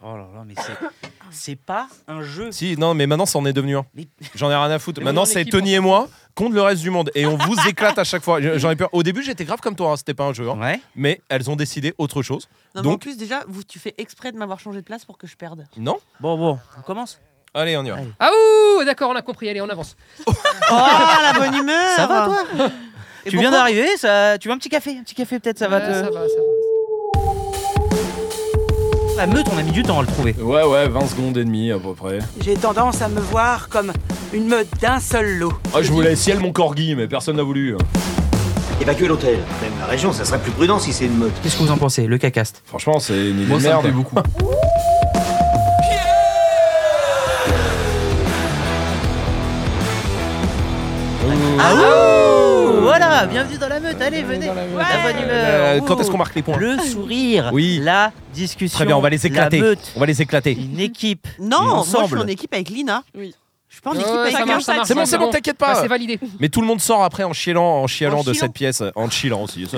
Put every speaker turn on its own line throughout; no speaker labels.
Oh là là, mais c'est, c'est pas un jeu.
Si, non, mais maintenant, ça en est devenu un.
Mais-
J'en ai rien à foutre.
Mais
Maintenant,
on est
c'est
qui
Tony
pour
et moi contre le reste du monde. Et on vous éclate à chaque fois. J'en ai peur. Au début, j'étais grave comme toi, hein, c'était pas un jeu. hein.
Ouais.
Mais elles ont décidé autre chose.
Non, mais en
Donc-
plus, déjà, vous, tu fais exprès de m'avoir changé de place pour que je perde.
Non
Bon, bon, on commence.
Allez, on y va.
Allez.
Oh,
Ah ouh, d'accord, on a compris. Allez, on avance.
Ah, la bonne humeur
Ça va, toi
Et
Tu viens
pourquoi-
d'arriver, ça... tu veux un petit café Un petit café, peut-être, Euh, ça va
Ouais,
te.
Ah, ça va, ça va.
La Ah, meute, on a mis du temps à le trouver.
Ouais, ouais, 20 secondes et demie à peu près.
J'ai tendance à me voir comme une meute d'un seul lot.
Ah, je voulais ciel mon corgi, mais personne n'a voulu.
Évacuer l'hôtel. Même la région, ça serait plus prudent si c'est une meute.
Qu'est-ce que vous en pensez, le cacaste
Franchement, c'est une idée
Moi,
de
ça me
merde.
plaît beaucoup.
Ah ouh Voilà, bienvenue dans la meute, allez, venez. La, bonne humeur.
Oh Euh, quand est-ce
ouh.
qu'on marque les points
Le sourire,
Oui.
la discussion.
Très bien, on va les éclater.
La meute,
On va les éclater.
une équipe.
Non, moi, je suis
Ensemble.
en équipe avec Lina.
Oui.
Je suis pas en
Ouais,
équipe
ça
avec
marche,
un
ça marche.
C'est bon, c'est bon, t'inquiète pas.
Ah, c'est validé.
Mais tout le monde sort après en chialant, en chialant
En
de
chiant.
cette pièce. En chilant aussi. ça.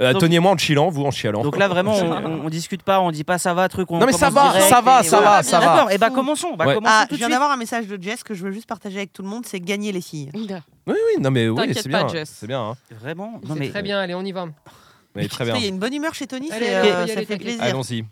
Euh, Tony et moi en chilant, vous en chialant.
Donc là, vraiment, on, on- on discute pas, on dit pas ça va, truc. On
Non, mais ça
commence
va,
direct,
ça va,
et
ça
voilà.
va, ça va.
D'accord, et bah commençons. Bah,
Ouais.
commençons
Ah,
tout
je
de
viens
suite.
d'avoir un message de Jess que je veux juste partager avec tout le monde, c'est gagner les filles.
Oui, oui, non, mais oui,
T'inquiète
c'est
pas,
bien.
Jess.
C'est bien. hein.
Vraiment Non,
C'est
mais
très bien, allez, on y va.
Mais très
Tu sais,
bien.
Il y a une bonne humeur chez Tony,
Allez,
c'est,
allez,
euh,
allez,
ça
allez,
fait
allez.
plaisir.
Allons-y.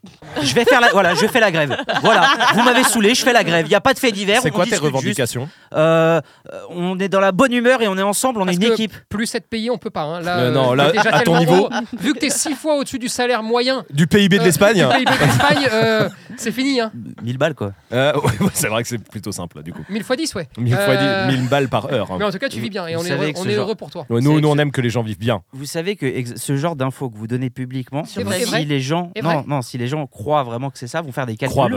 je vais faire la voilà, je fais la grève. Voilà, vous m'avez saoulé, je fais la grève. Il y a pas de fait divers.
C'est
on
quoi tes
discute juste.
revendications
Euh, euh, On est dans la bonne humeur et on est ensemble, on
Parce
est une
que
équipe.
Plus être payé, on peut pas. hein. Là,
Euh,
euh,
non,
t'es
là,
déjà
à ton
tellement
niveau-
haut. vu que t'es six fois au-dessus du salaire moyen
Du PIB de
euh,
l'Espagne
du PIB de l'Espagne, euh, c'est fini. Hein.
1000 balles quoi.
Euh, ouais, ouais, C'est vrai que c'est plutôt simple, là, du coup.
1000 fois 10, ouais.
1000 fois
Euh,
1000 balles par heure. hein.
Mais en tout cas, tu vis bien et
Vous
on est,
savez
heureux,
que
on
ce
est
genre-
heureux pour toi.
Ouais,
C'est
nous, nous, on
excellent.
aime que les gens vivent bien.
Vous savez que ex- ce genre d'infos que vous donnez publiquement,
C'est
si
vrai, c'est vrai.
les gens
C'est vrai.
non, non, si les gens croient vraiment que c'est ça, vont faire des calculs,
Croire.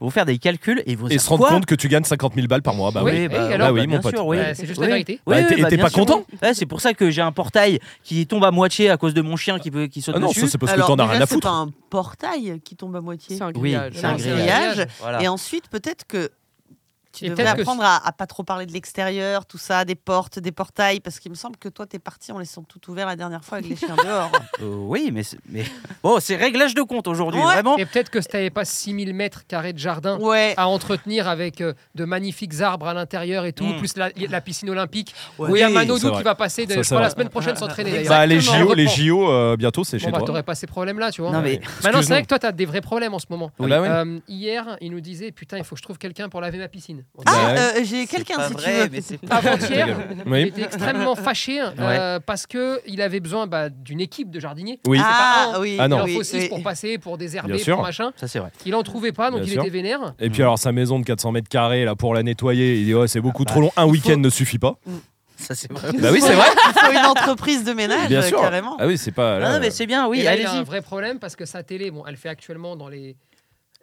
vont faire des calculs et ils vont
Et
dire,
se rendre
quoi
compte que tu gagnes 50 000 balles par mois. Bah
Oui,
oui.
et Eh, alors
Bah oui, mon
bien
pote.
sûr, oui.
Ouais, c'est juste la
Oui.
vérité.
Oui,
Bah,
oui,
t'es- t'es
bien
pas
sûr,
content
oui. Ouais, C'est pour ça que j'ai un portail qui tombe à moitié à cause de mon chien qui, peut, qui saute
Ah non,
dessus.
ça c'est parce que
Alors,
t'en as
déjà,
rien à
C'est
foutre.
pas un portail qui tombe à moitié.
C'est un
Oui,
grillage.
c'est un
Non,
grillage. Voilà.
Et ensuite, peut-être que tu
Et
devrais
peut-être que-
apprendre à, à pas trop parler de l'extérieur, tout ça, des portes, des portails, parce qu'il me semble que toi, t'es parti en laissant tout ouvert la dernière fois avec les chiens dehors.
Euh, oui, mais, c'est- mais... bon, c'est réglage de compte aujourd'hui,
Ouais.
vraiment.
Et peut-être que si t'avais pas 6000 mètres carrés de jardin
Ouais.
à entretenir avec euh, de magnifiques arbres à l'intérieur et tout,
Hmm.
Mm.
plus la, la piscine olympique.
Ouais.
où il y a
Oui,
c'est
Manodou
vrai.
qui va passer de-
Ça,
je
c'est
crois, la
vrai.
semaine prochaine s'entraîner. d'ailleurs.
Bah, les
Exactement,
JO,
on
les
reprend.
JO euh, bientôt, c'est
Bon,
chez
bah,
toi.
t'aurais pas ces problèmes-là, tu vois.
Non mais
Maintenant, c'est
Excuse-nous.
vrai que toi, t'as des vrais problèmes en ce moment.
Ah bah oui.
Euh, hier, il nous disait Putain, il faut que je trouve quelqu'un pour laver ma piscine.
Ah,
Bah,
euh, j'ai quelqu'un si tu veux.
Avant-hier, il
Oui.
était extrêmement fâché euh, parce qu'il avait besoin bah, d'une équipe de jardiniers.
Oui.
C'est pas un.
oui.
Ah
Il
non.
en
oui,
faut six
oui.
pour passer, pour désherber,
Bien
pour
sûr.
machin.
Ça c'est vrai.
Il en trouvait pas, donc
Bien
il
sûr.
était vénère.
Et puis alors sa maison de 400 mètres carrés là pour la nettoyer, il dit oh, c'est beaucoup trop long, un week-end ne suffit pas.
Ça c'est vrai.
Bah oui c'est vrai.
Il faut une entreprise de ménage,
Bien sûr.
bah, carrément.
Ah oui c'est pas. là,
Non, non, mais c'est bien,
Et
oui,
là, il a un
allez-y.
vrai problème parce que sa télé, bon, elle fait actuellement dans les.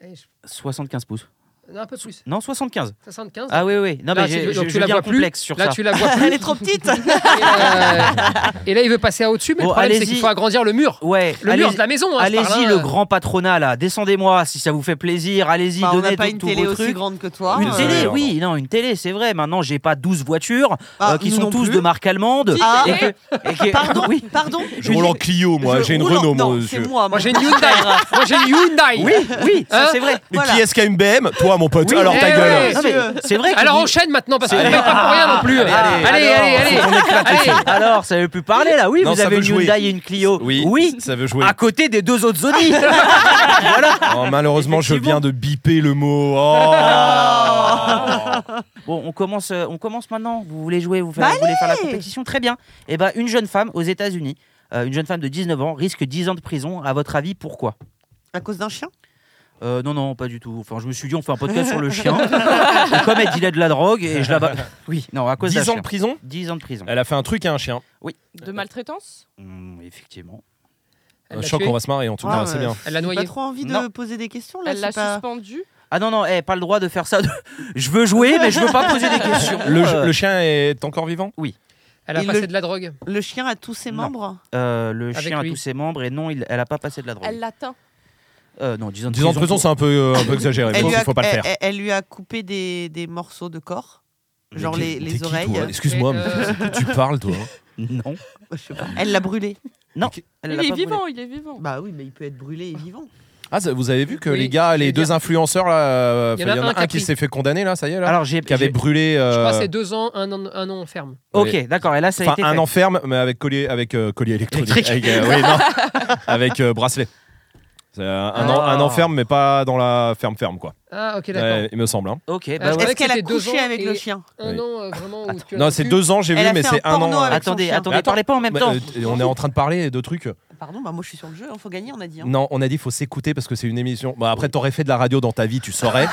eh, je-
75 pouces.
non, un peu plus,
Non, 75.
75.
Ah oui, oui. Non,
Là,
mais
tu-
j'ai-
donc
je
tu
je
la
viens
vois plus.
complexe sur
Là,
ça.
tu la vois plus.
Elle est trop petite.
Et, euh, et là, il veut passer à au-dessus, mais
Bon,
le problème, c'est
Oh, allez-y.
qu'il faut agrandir le mur.
Ouais.
Le
allez-
mur de la maison. hein, je parle,
Allez-y,
hein.
le grand patronat là. Descendez-moi si ça vous fait plaisir. Allez-y,
Bah, on n'a
donnez
pas
tout-
une
tous
télé
vos
aussi
trucs.
grande que toi.
Une
hein.
euh,
télé,
non,
oui, non, une télé, c'est vrai. Maintenant, j'ai pas 12 voitures
Ah,
euh, qui
nous
sont
non
tous
plus.
de marque allemande.
Ah,
et que- et que-
Pardon,
oui.
pardon.
Je roule en Clio moi,
Je
j'ai une
roule en-
Renault
non,
moi.
c'est
je-
moi.
Moi, j'ai une Hyundai. Moi, j'ai une Hyundai.
Oui, oui, ça,
Hein
c'est vrai.
Mais
Voilà.
qui est-ce qui a une BM Toi mon pote.
Oui,
alors ta
eh
gueule.
ouais.
Non, mais C'est vrai. que
Alors
vous-
enchaîne maintenant parce qu'on ne
C'est-
paye Ah, pas pour rien non plus. Ah,
Allez,
allez, allez, allez.
alors, Alors, ça veut plus parler là. Oui,
Non,
vous
ça
avez
veut
une
jouer.
Hyundai et une Clio. Oui.
Ça veut jouer.
À côté des deux autres Zoni.
Oh, malheureusement je
Effectivement.
viens de biper le mot. Oh.
Bon, on commence, euh, on commence maintenant. Vous voulez jouer, vous, faire, vous voulez faire la compétition, très bien. Eh ben, une jeune femme aux États-Unis, euh, une jeune femme de 19 ans, risque 10 ans de prison. À votre avis, pourquoi
À cause d'un chien
Euh, Non, non, pas du tout. Enfin, je me suis dit, on fait un podcast sur le chien. Et comme elle dealait de la drogue et je la bats. Oui, non, à cause d'un
10 ans
chien.
de prison
10 ans de prison.
Elle a fait un truc à un chien.
De maltraitance
Hmm, effectivement.
Elle
Un
l'a
choc
tué.
on va se marrer en tout
Ah,
cas, c'est
ouais.
bien.
Elle l'a
J'ai pas
noyé.
trop envie de
Non.
poser des questions là.
Elle l'a
c'est pas-
suspendue
Ah non, non, eh, pas le droit de faire ça. de- Je veux jouer, mais je veux pas poser des questions.
Le,
Euh,
le chien est encore vivant
Elle a
Et
passé
le-
de la drogue.
Le chien a tous ses
Non.
membres
euh, le
Avec
chien a
lui.
tous ses membres et non, il- elle a pas passé de la drogue.
Elle l'atteint
Euh, non, 10 ans de
10 ans de prison,
pour-
c'est un peu, euh, un peu exagéré. Je pense
lui
qu'il
a, eh,
faut pas le
elle-
faire.
elle- elle lui a coupé des, des morceaux de corps. Genre
Mais
les,
t'es-
les
t'es qui,
oreilles.
toi Excuse-moi,
Et,
mais
euh,
c'est que tu parles, toi.
Non.
Je sais pas. Elle l'a brûlé.
Non.
Il
Elle l'a
est
pas brûlé.
vivant, il est vivant.
Bah oui, mais il peut être brûlé et vivant.
Ah, ça- vous avez vu que
Oui,
les gars,
je
les
vais
deux
dire.
influenceurs là, euh,
Il
il y en a un,
a
qui
pris.
s'est fait condamner là, ça y est là,
Alors, j'ai.
qui avait
j'ai-
brûlé. euh,
Je crois que c'est deux ans, un an, un an en ferme.
Ok, d'accord. Et là, ça a
Enfin,
été.
un
fait.
an ferme, mais avec collier, avec euh, collier électronique,
Électrique.
avec, euh, oui, non. avec euh, bracelet. C'est, euh, un, an,
Ah.
un an ferme, mais pas dans la ferme ferme quoi.
Ah, ok, d'accord.
Ouais, il me semble. hein.
Ok, bah
Euh,
ouais.
Ouais,
Est-ce qu'elle a
c'était deux
couché
ans
avec
et-
le chien
Un
Oui.
an euh, vraiment où tu as
Non, c'est
plus-
deux ans, j'ai
Elle a
vu, mais
fait
c'est
un
un
porno
an.
avec son
Attendez,
chien.
attendez,
Attends.
parlez pas en même
Mais,
temps.
euh, t- on est en train de parler de trucs.
Pardon, bah moi je suis sur le jeu, il faut gagner, on a dit. hein.
Non, on a dit faut s'écouter parce que c'est une émission. Bah, après, t'aurais fait de la radio dans ta vie, tu saurais.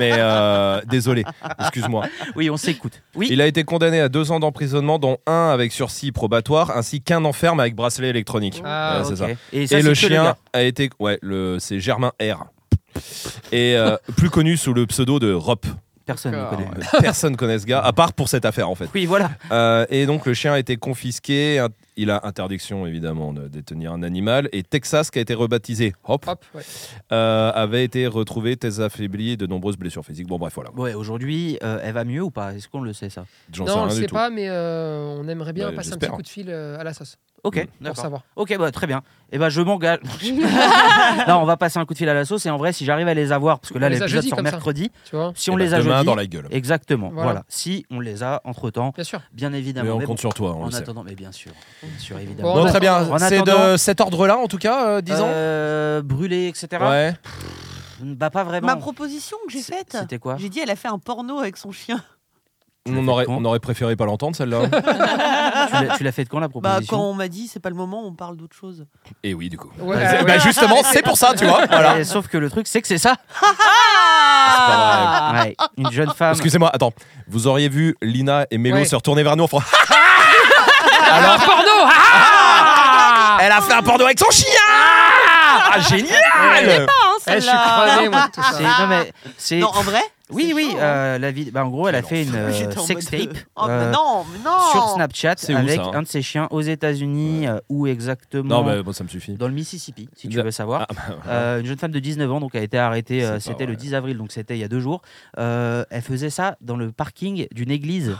mais euh, désolé, excuse-moi.
Oui, on s'écoute. Oui.
Il a été condamné à deux ans d'emprisonnement, dont un avec sursis probatoire, ainsi qu'un enferme avec bracelet électronique.
Ah,
Ouais,
ok.
c'est ça.
Et, ça,
et
c'est
le
que
chien
gars.
a été. Ouais, le... c'est Germain R. Et euh, plus connu sous le pseudo de Rop.
Personne ne
D'accord.
connaît.
Personne connaît ce gars, à part pour cette affaire en fait.
Oui, voilà.
Euh, et donc le chien a été confisqué. int- Il a interdiction évidemment de détenir un animal. Et Texas, qui a été rebaptisé Hop,
Hop, ouais.
euh, avait été retrouvé très affaibli et de nombreuses blessures physiques. Bon bref voilà,
Ouais, aujourd'hui, euh, elle va mieux ou pas Est-ce qu'on le sait ça
j'en sais
Non, on
rien
le
du
sait
tout.
pas, mais euh, on aimerait bien
Bah,
passer un petit
j'espère.
coup de fil euh, à la sauce
Ok,
Mm.
pour
d'accord.
savoir.
Ok, bah, très bien. Et ben je m'engage. là, on va passer un coup de fil à la sauce. Et en vrai, si j'arrive à les avoir, parce que là,
On les a
l'épisode
jeudi,
sort
comme ça.
mercredi,
Tu vois
si on
Et
les
bah,
a
demain
jeudi,
dans la gueule.
exactement. Voilà.
Voilà.
Si on les a entre temps,
Bien sûr.
bien
Mais
évidemment.
on
mais
compte sur toi.
bon,
on
en
le sait.
attendant, mais bien sûr, bien sûr, évidemment.
Bon,
Bon, très bien,
bah, en
c'est
attendant-
de cet ordre-là en tout cas, euh, disons.
Euh, brûlé, etc.
Ouais.
Bah pas vraiment.
Ma proposition que j'ai
C'est-
faite,
C'était quoi
j'ai dit elle a fait un porno avec son chien.
On aurait,
quand
on aurait préféré pas l'entendre celle-là.
Tu l'as- Tu l'as fait de quand la
Bah
proposition
quand on m'a dit c'est pas le moment, on parle d'autre chose.
et Eh oui du coup.
Ouais,
Bah,
ouais.
Bah justement, c'est pour ça, tu vois. Voilà.
Et Euh, sauf que le truc, c'est que c'est ça.
Ah,
pas
Ah.
Ouais, Une jeune femme.
Excusez-moi, attends. Vous auriez vu Lina et Mélo
Ouais.
se retourner vers nous en faisant
Alors, porno ah
Ah. Elle a fait un porno avec son chien Ah, génial
Eh, Je suis crevé, moi, de tout
C'est-
ça.
non, mais c'est-
Ah. Non, en vrai
Oui,
c'est
oui,
chaud, hein.
euh, la vie. Bah, en gros, elle a fait une euh,
J'étais en
sex
mode, euh,
tape
oh, mais
euh,
non, mais non
sur Snapchat
C'est où,
avec
ça, hein
un de ses chiens aux États-Unis, euh, où exactement
Non, mais bon, ça me suffit.
Dans le Mississippi, si tu
Ah,
veux savoir. Euh, une jeune femme de 19 ans donc a été arrêtée, euh,
C'est pas
c'était le
vrai.
10 avril, donc c'était il y a deux jours. Euh, elle faisait ça dans le parking d'une église.
Oh.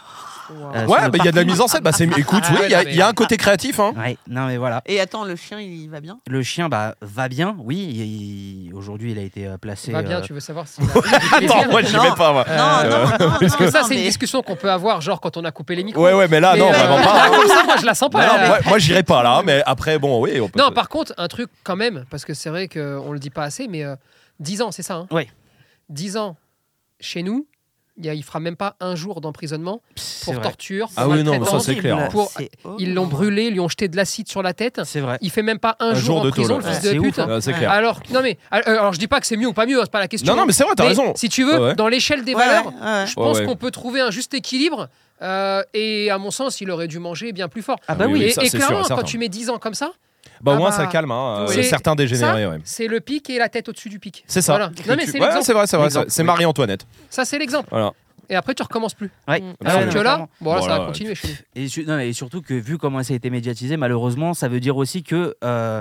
Oh,
Euh, sur
Ouais,
le
mais il y a de la
parking.
mise en scène. Bah, c'est- écoute, oui, il y, a- il y a un côté créatif. Hein.
Ouais, non mais voilà.
Et attends, le chien il va bien
Le chien bah, va bien, oui. il- il- Aujourd'hui, il a été euh, placé.
Va
euh,
bien, tu veux savoir si. Attends,
moi, j'y vais pas, moi.
Euh,
Non, non, non, non,
Parce que ça,
non,
c'est une
mais-
discussion qu'on peut avoir, genre quand on a coupé les micros.
Ouais, ouais, mais là,
Mais,
Ah, non,
euh,
vraiment pas.
Comme ça, moi, je la sens pas.
Bah non,
là.
moi, moi, j'irai pas là, mais après, bon, oui, on peut.
Non, par contre, un truc quand même, parce que c'est vrai qu'on le dit pas assez, mais euh, 10 ans, c'est ça hein
Ouais.
10 ans chez nous, il y a- il fera même pas un jour d'emprisonnement
C'est
pour
vrai.
torture.
Ah
pour
oui, non, mais ça,
maltraitance.
c'est clair, hein.
Pour-
C'est
Ils l'ont
horrible.
brûlé, lui ont jeté de l'acide sur la tête.
C'est vrai.
Il fait même pas un, jour, en prison,
tôle,
le
ouais.
fils de
C'est
pute.
ouf, hein.
Euh, c'est clair.
Alors, non mais, alors, alors, je dis pas que c'est mieux ou pas mieux, hein, c'est pas la question.
Non, non, mais c'est vrai, t'as
Mais
raison. Ah
Si tu veux,
Ouais, ouais.
dans l'échelle des
Ouais, ouais,
valeurs,
ouais.
je pense
Ouais, ouais.
qu'on peut trouver un juste équilibre. euh, et à mon sens, il aurait dû manger bien plus fort.
Ah bah
oui,
oui.
et,
ça, c'est
et
sûr et
clairement, quand
certain.
tu mets 10 ans comme ça,
Bah, au
Ah
moins,
bah,
ça calme. Hein, euh,
c'est-
certains dégénérés, ouais.
c'est le pic et la tête au-dessus du pic.
C'est ça.
Voilà. Non, mais
Tu-
c'est
ouais,
l'exemple.
c'est vrai, c'est vrai.
L'exemple,
c'est- C'est
oui.
Marie-Antoinette.
Ça, c'est l'exemple.
Voilà.
Et après, tu recommences plus.
Ouais.
Ah
Alors
ouais,
que Mmh. là, bon, là, ça
Voilà,
va
ouais.
continuer chez nous.
Et, su- non, et surtout que vu comment ça a été médiatisé, malheureusement, ça veut dire aussi que euh,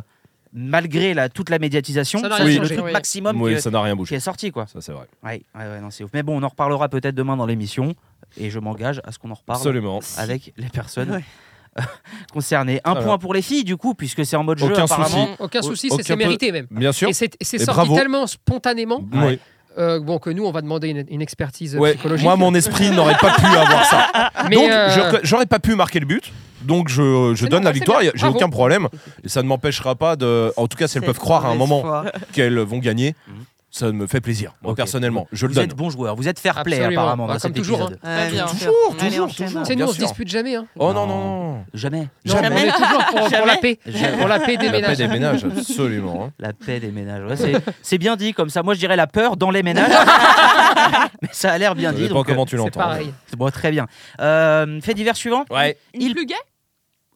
malgré la, toute la médiatisation,
Ça
ça,
n'a
c'est
rien
le
changé,
truc
oui.
maximum
Oui,
que-
ça n'a rien
qui
bougé.
est sorti. quoi.
Ça, c'est vrai.
Ouais, ouais, ouais, non, c'est ouf. Mais bon, on en reparlera peut-être demain dans l'émission et je m'engage à ce qu'on en reparle
Absolument.
avec les personnes
Ouais.
concernées. Un
Voilà.
point pour les filles, du coup, puisque c'est en mode jeu.
Aucun
apparemment.
souci.
Aucun souci,
Aucun
c'est- c'est
peu-
mérité même.
Bien sûr.
Et c'est et c'est
Et
sorti
bravo.
tellement spontanément
Oui.
euh, bon, que nous, on va demander une, une expertise euh,
Ouais,
psychologique.
moi, mon esprit n'aurait pas pu avoir ça.
mais,
donc,
euh,
je reconna- j'aurais pas pu marquer le but. Donc, je, je
Mais
donne
non,
la
mais c'est
victoire.
bien.
J'ai
Bravo.
aucun problème. Et ça ne m'empêchera pas de. En tout cas, si elles
C'est
peuvent croire à un
mauvaise
moment
foi.
qu'elles vont gagner,
Mhm.
ça me fait plaisir. Moi,
Ok.
personnellement, je le
Vous
donne.
êtes bon joueur, vous êtes fair play
Absolument.
apparemment
Bah,
dans
comme
cet
toujours,
épisode.
Ouais, bien sûr.
Toujours,
Allez,
toujours,
enchaîne.
toujours.
tu sais, nous,
Bien
on se
sûr.
dispute jamais. hein.
Oh
Non.
non, non, non.
Jamais.
Non,
Jamais.
on est toujours pour, pour la paix,
Jamais.
pour la paix des
La paix
ménages.
des ménages, absolument. hein.
La paix des ménages. Ouais, c'est- c'est bien dit comme ça. Moi, je dirais la peur dans les ménages. Mais ça a l'air bien
Ça
dit.
dépend
donc, euh,
comment tu
C'est
l'entends.
pareil.
Bon, très bien. Euh, fait divers suivant.
Ouais.
Une
Il-
plus gay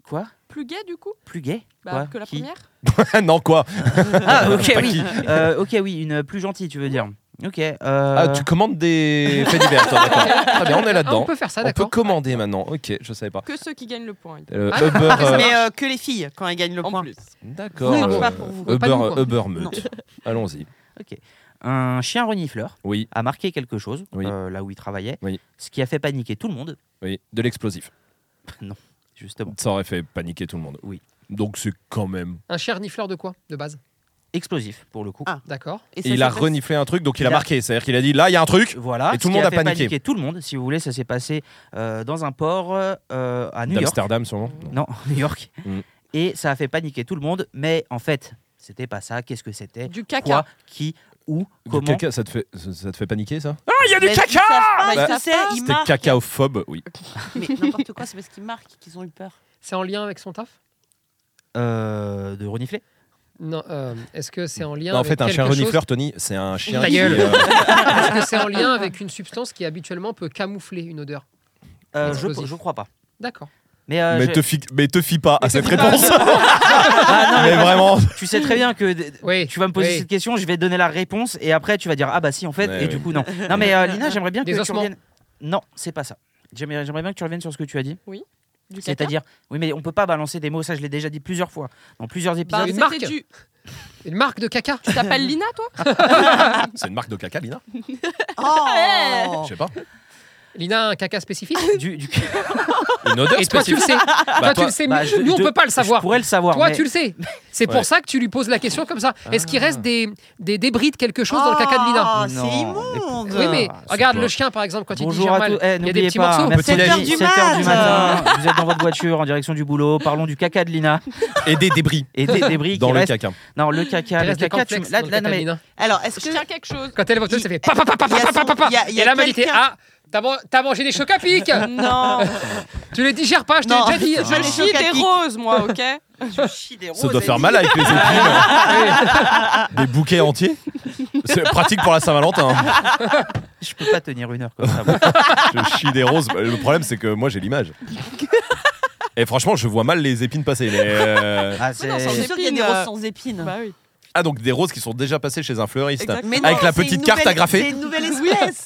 Quoi
Plus gay du coup
Plus gay
bah,
Quoi
Que la
Qui
première
non, quoi
Ah, ok,
Pas
oui.
qui.
Euh, ok, oui, une plus gentille, tu veux dire. Ok. euh,
Ah, tu commandes des faits divers. toi, d'accord. Très bien, on est
Ah, on
là-dedans.
peut faire ça,
On peut
d'accord
commander maintenant. Ok, je savais pas.
Que ceux qui gagnent le point.
Euh,
Ah,
Uber. euh,
Mais euh, que les filles quand elles gagnent le
En
point.
plus.
D'accord.
Oui,
euh,
pas pour vous, pas
Uber,
nous, quoi.
Uber meute. Allons-y.
Un chien renifleur
Oui.
a marqué quelque chose
Oui.
euh, là où il travaillait,
Oui.
ce qui a fait paniquer tout le monde,
Oui, de l'explosif.
justement.
Ça aurait fait paniquer tout le monde.
Oui.
Donc c'est quand même.
Un chien renifleur de quoi, de base
explosif pour le coup.
Ah.
D'accord.
Et
Et
ça
il a
s'est passé-
reniflé un truc, donc il
Il
a
a-
marqué. C'est-à-dire qu'il a dit là, il y a un truc.
Voilà,
Et
ce
tout le
qui
monde
a
a
fait
paniqué.
paniquer Tout le monde, si vous voulez, ça s'est passé euh, dans un port euh, à New York.
Amsterdam, sûrement.
Non, New York.
Mm.
Et ça a fait paniquer tout le monde, mais en fait, c'était pas ça. Qu'est-ce que c'était
Du caca.
Quoi Qui Où
Du
Comment
caca, Ah, ça te fait, ça, ça te fait paniquer ça
Il y a du caca
Bah,
c'est ils
C'était
marquent.
cacaophobe, oui.
Mais n'importe quoi, c'est parce qu'ils marquent qu'ils ont eu peur.
C'est en lien avec son taf
Euh, De renifler
Non. euh, Est-ce que c'est en lien
Non, en
avec
fait, un
quelque
chien
chose
renifleur, Tony, c'est un chien
Ta
qui,
gueule.
euh,
Est-ce que c'est en lien avec une substance qui habituellement peut camoufler une odeur
Euh, je,
Explosif.
je crois pas.
D'accord.
Mais, euh,
mais,
je-
te fie, mais te fie pas à cette
fie pas.
réponse.
Ah, non, mais
mais vraiment.
tu sais très bien que d-
Oui.
tu vas me poser
oui.
cette question, je vais te donner la réponse et après tu vas dire ah bah si en fait
Ouais,
et
ouais.
du coup non. Non mais euh, Lina, j'aimerais bien
Des
que tu
ossements.
reviennes. Non, c'est pas ça. J'aimerais j'aimerais bien que tu reviennes sur ce que tu as dit.
Du caca.
C'est-à-dire, oui, mais on peut pas balancer des mots, ça je l'ai déjà dit plusieurs fois, dans plusieurs
Bah,
épisodes.
Une
c'était
marque.
du.
Une marque de caca
Tu t'appelles Lina, toi
C'est une marque de caca, Lina
Oh
Je sais pas.
Lina a un caca spécifique
du, du-
Une odeur
Et toi, tu le
spécifique.
sais. toi, tu
toi-
le sais.
bah, je-
Nous, on
je-
peut pas le
Je
savoir.
pourrais le savoir.
Toi,
mais-
tu le sais. C'est pour
Ouais.
ça que tu lui poses la question comme ça. Est-ce qu'il reste des, des débris de quelque chose dans le caca de Lina
Ah,
Non,
C'est immonde
Oui, mais
c'est
regarde
pas-
le chien, par exemple, quand il
Bonjour
digère
à
mal,
tous. Eh,
il y a des
n'oubliez
petits
pas,
morceaux.
Petit
mercredi, 7h
déj.
du
7 heures
matin. Vous êtes dans votre voiture en direction du boulot. Parlons du caca de Lina
Et des débris
et des débris
dans
qui Oh,
le
restent.
caca.
Non, le
Il
caca, le
reste des
caca. tu-
cornflakes
Là,
dans le
là,
caca
non,
de
mais
Lina.
Alors, est-ce
Je
que.
tiens quelque chose.
Quand elle est voteuse,
Il-
ça fait pa pa pa pa
il y a
pa pa
son-
pa pa.
il y a- il y
Et
a
la malité.
quelqu'un-
Ah, t'as man- t'as mangé des chocs à pic
Non,
Tu les digères pas, je t'ai
Non.
déjà
Ah.
dit.
je chie des roses, moi, ok
Ça doit faire mal avec les épines. des bouquets entiers. C'est pratique pour la Saint-Valentin. hein.
je peux pas tenir une heure comme ça.
Je chie des roses. Bah, Le problème, c'est que moi, j'ai l'image. Et franchement, je vois mal les épines passer. mais, euh,
Ah,
non,
c'est-
sans
Je suis sûr qu'il y a des
épines,
roses
euh,
sans épines.
Bah oui.
Ah, donc des roses qui sont déjà passées chez un fleuriste.
Exactement.
Mais
Avec la
c'est une
petite carte
nouvelle-
agrafée.
C'est une nouvelle espèce.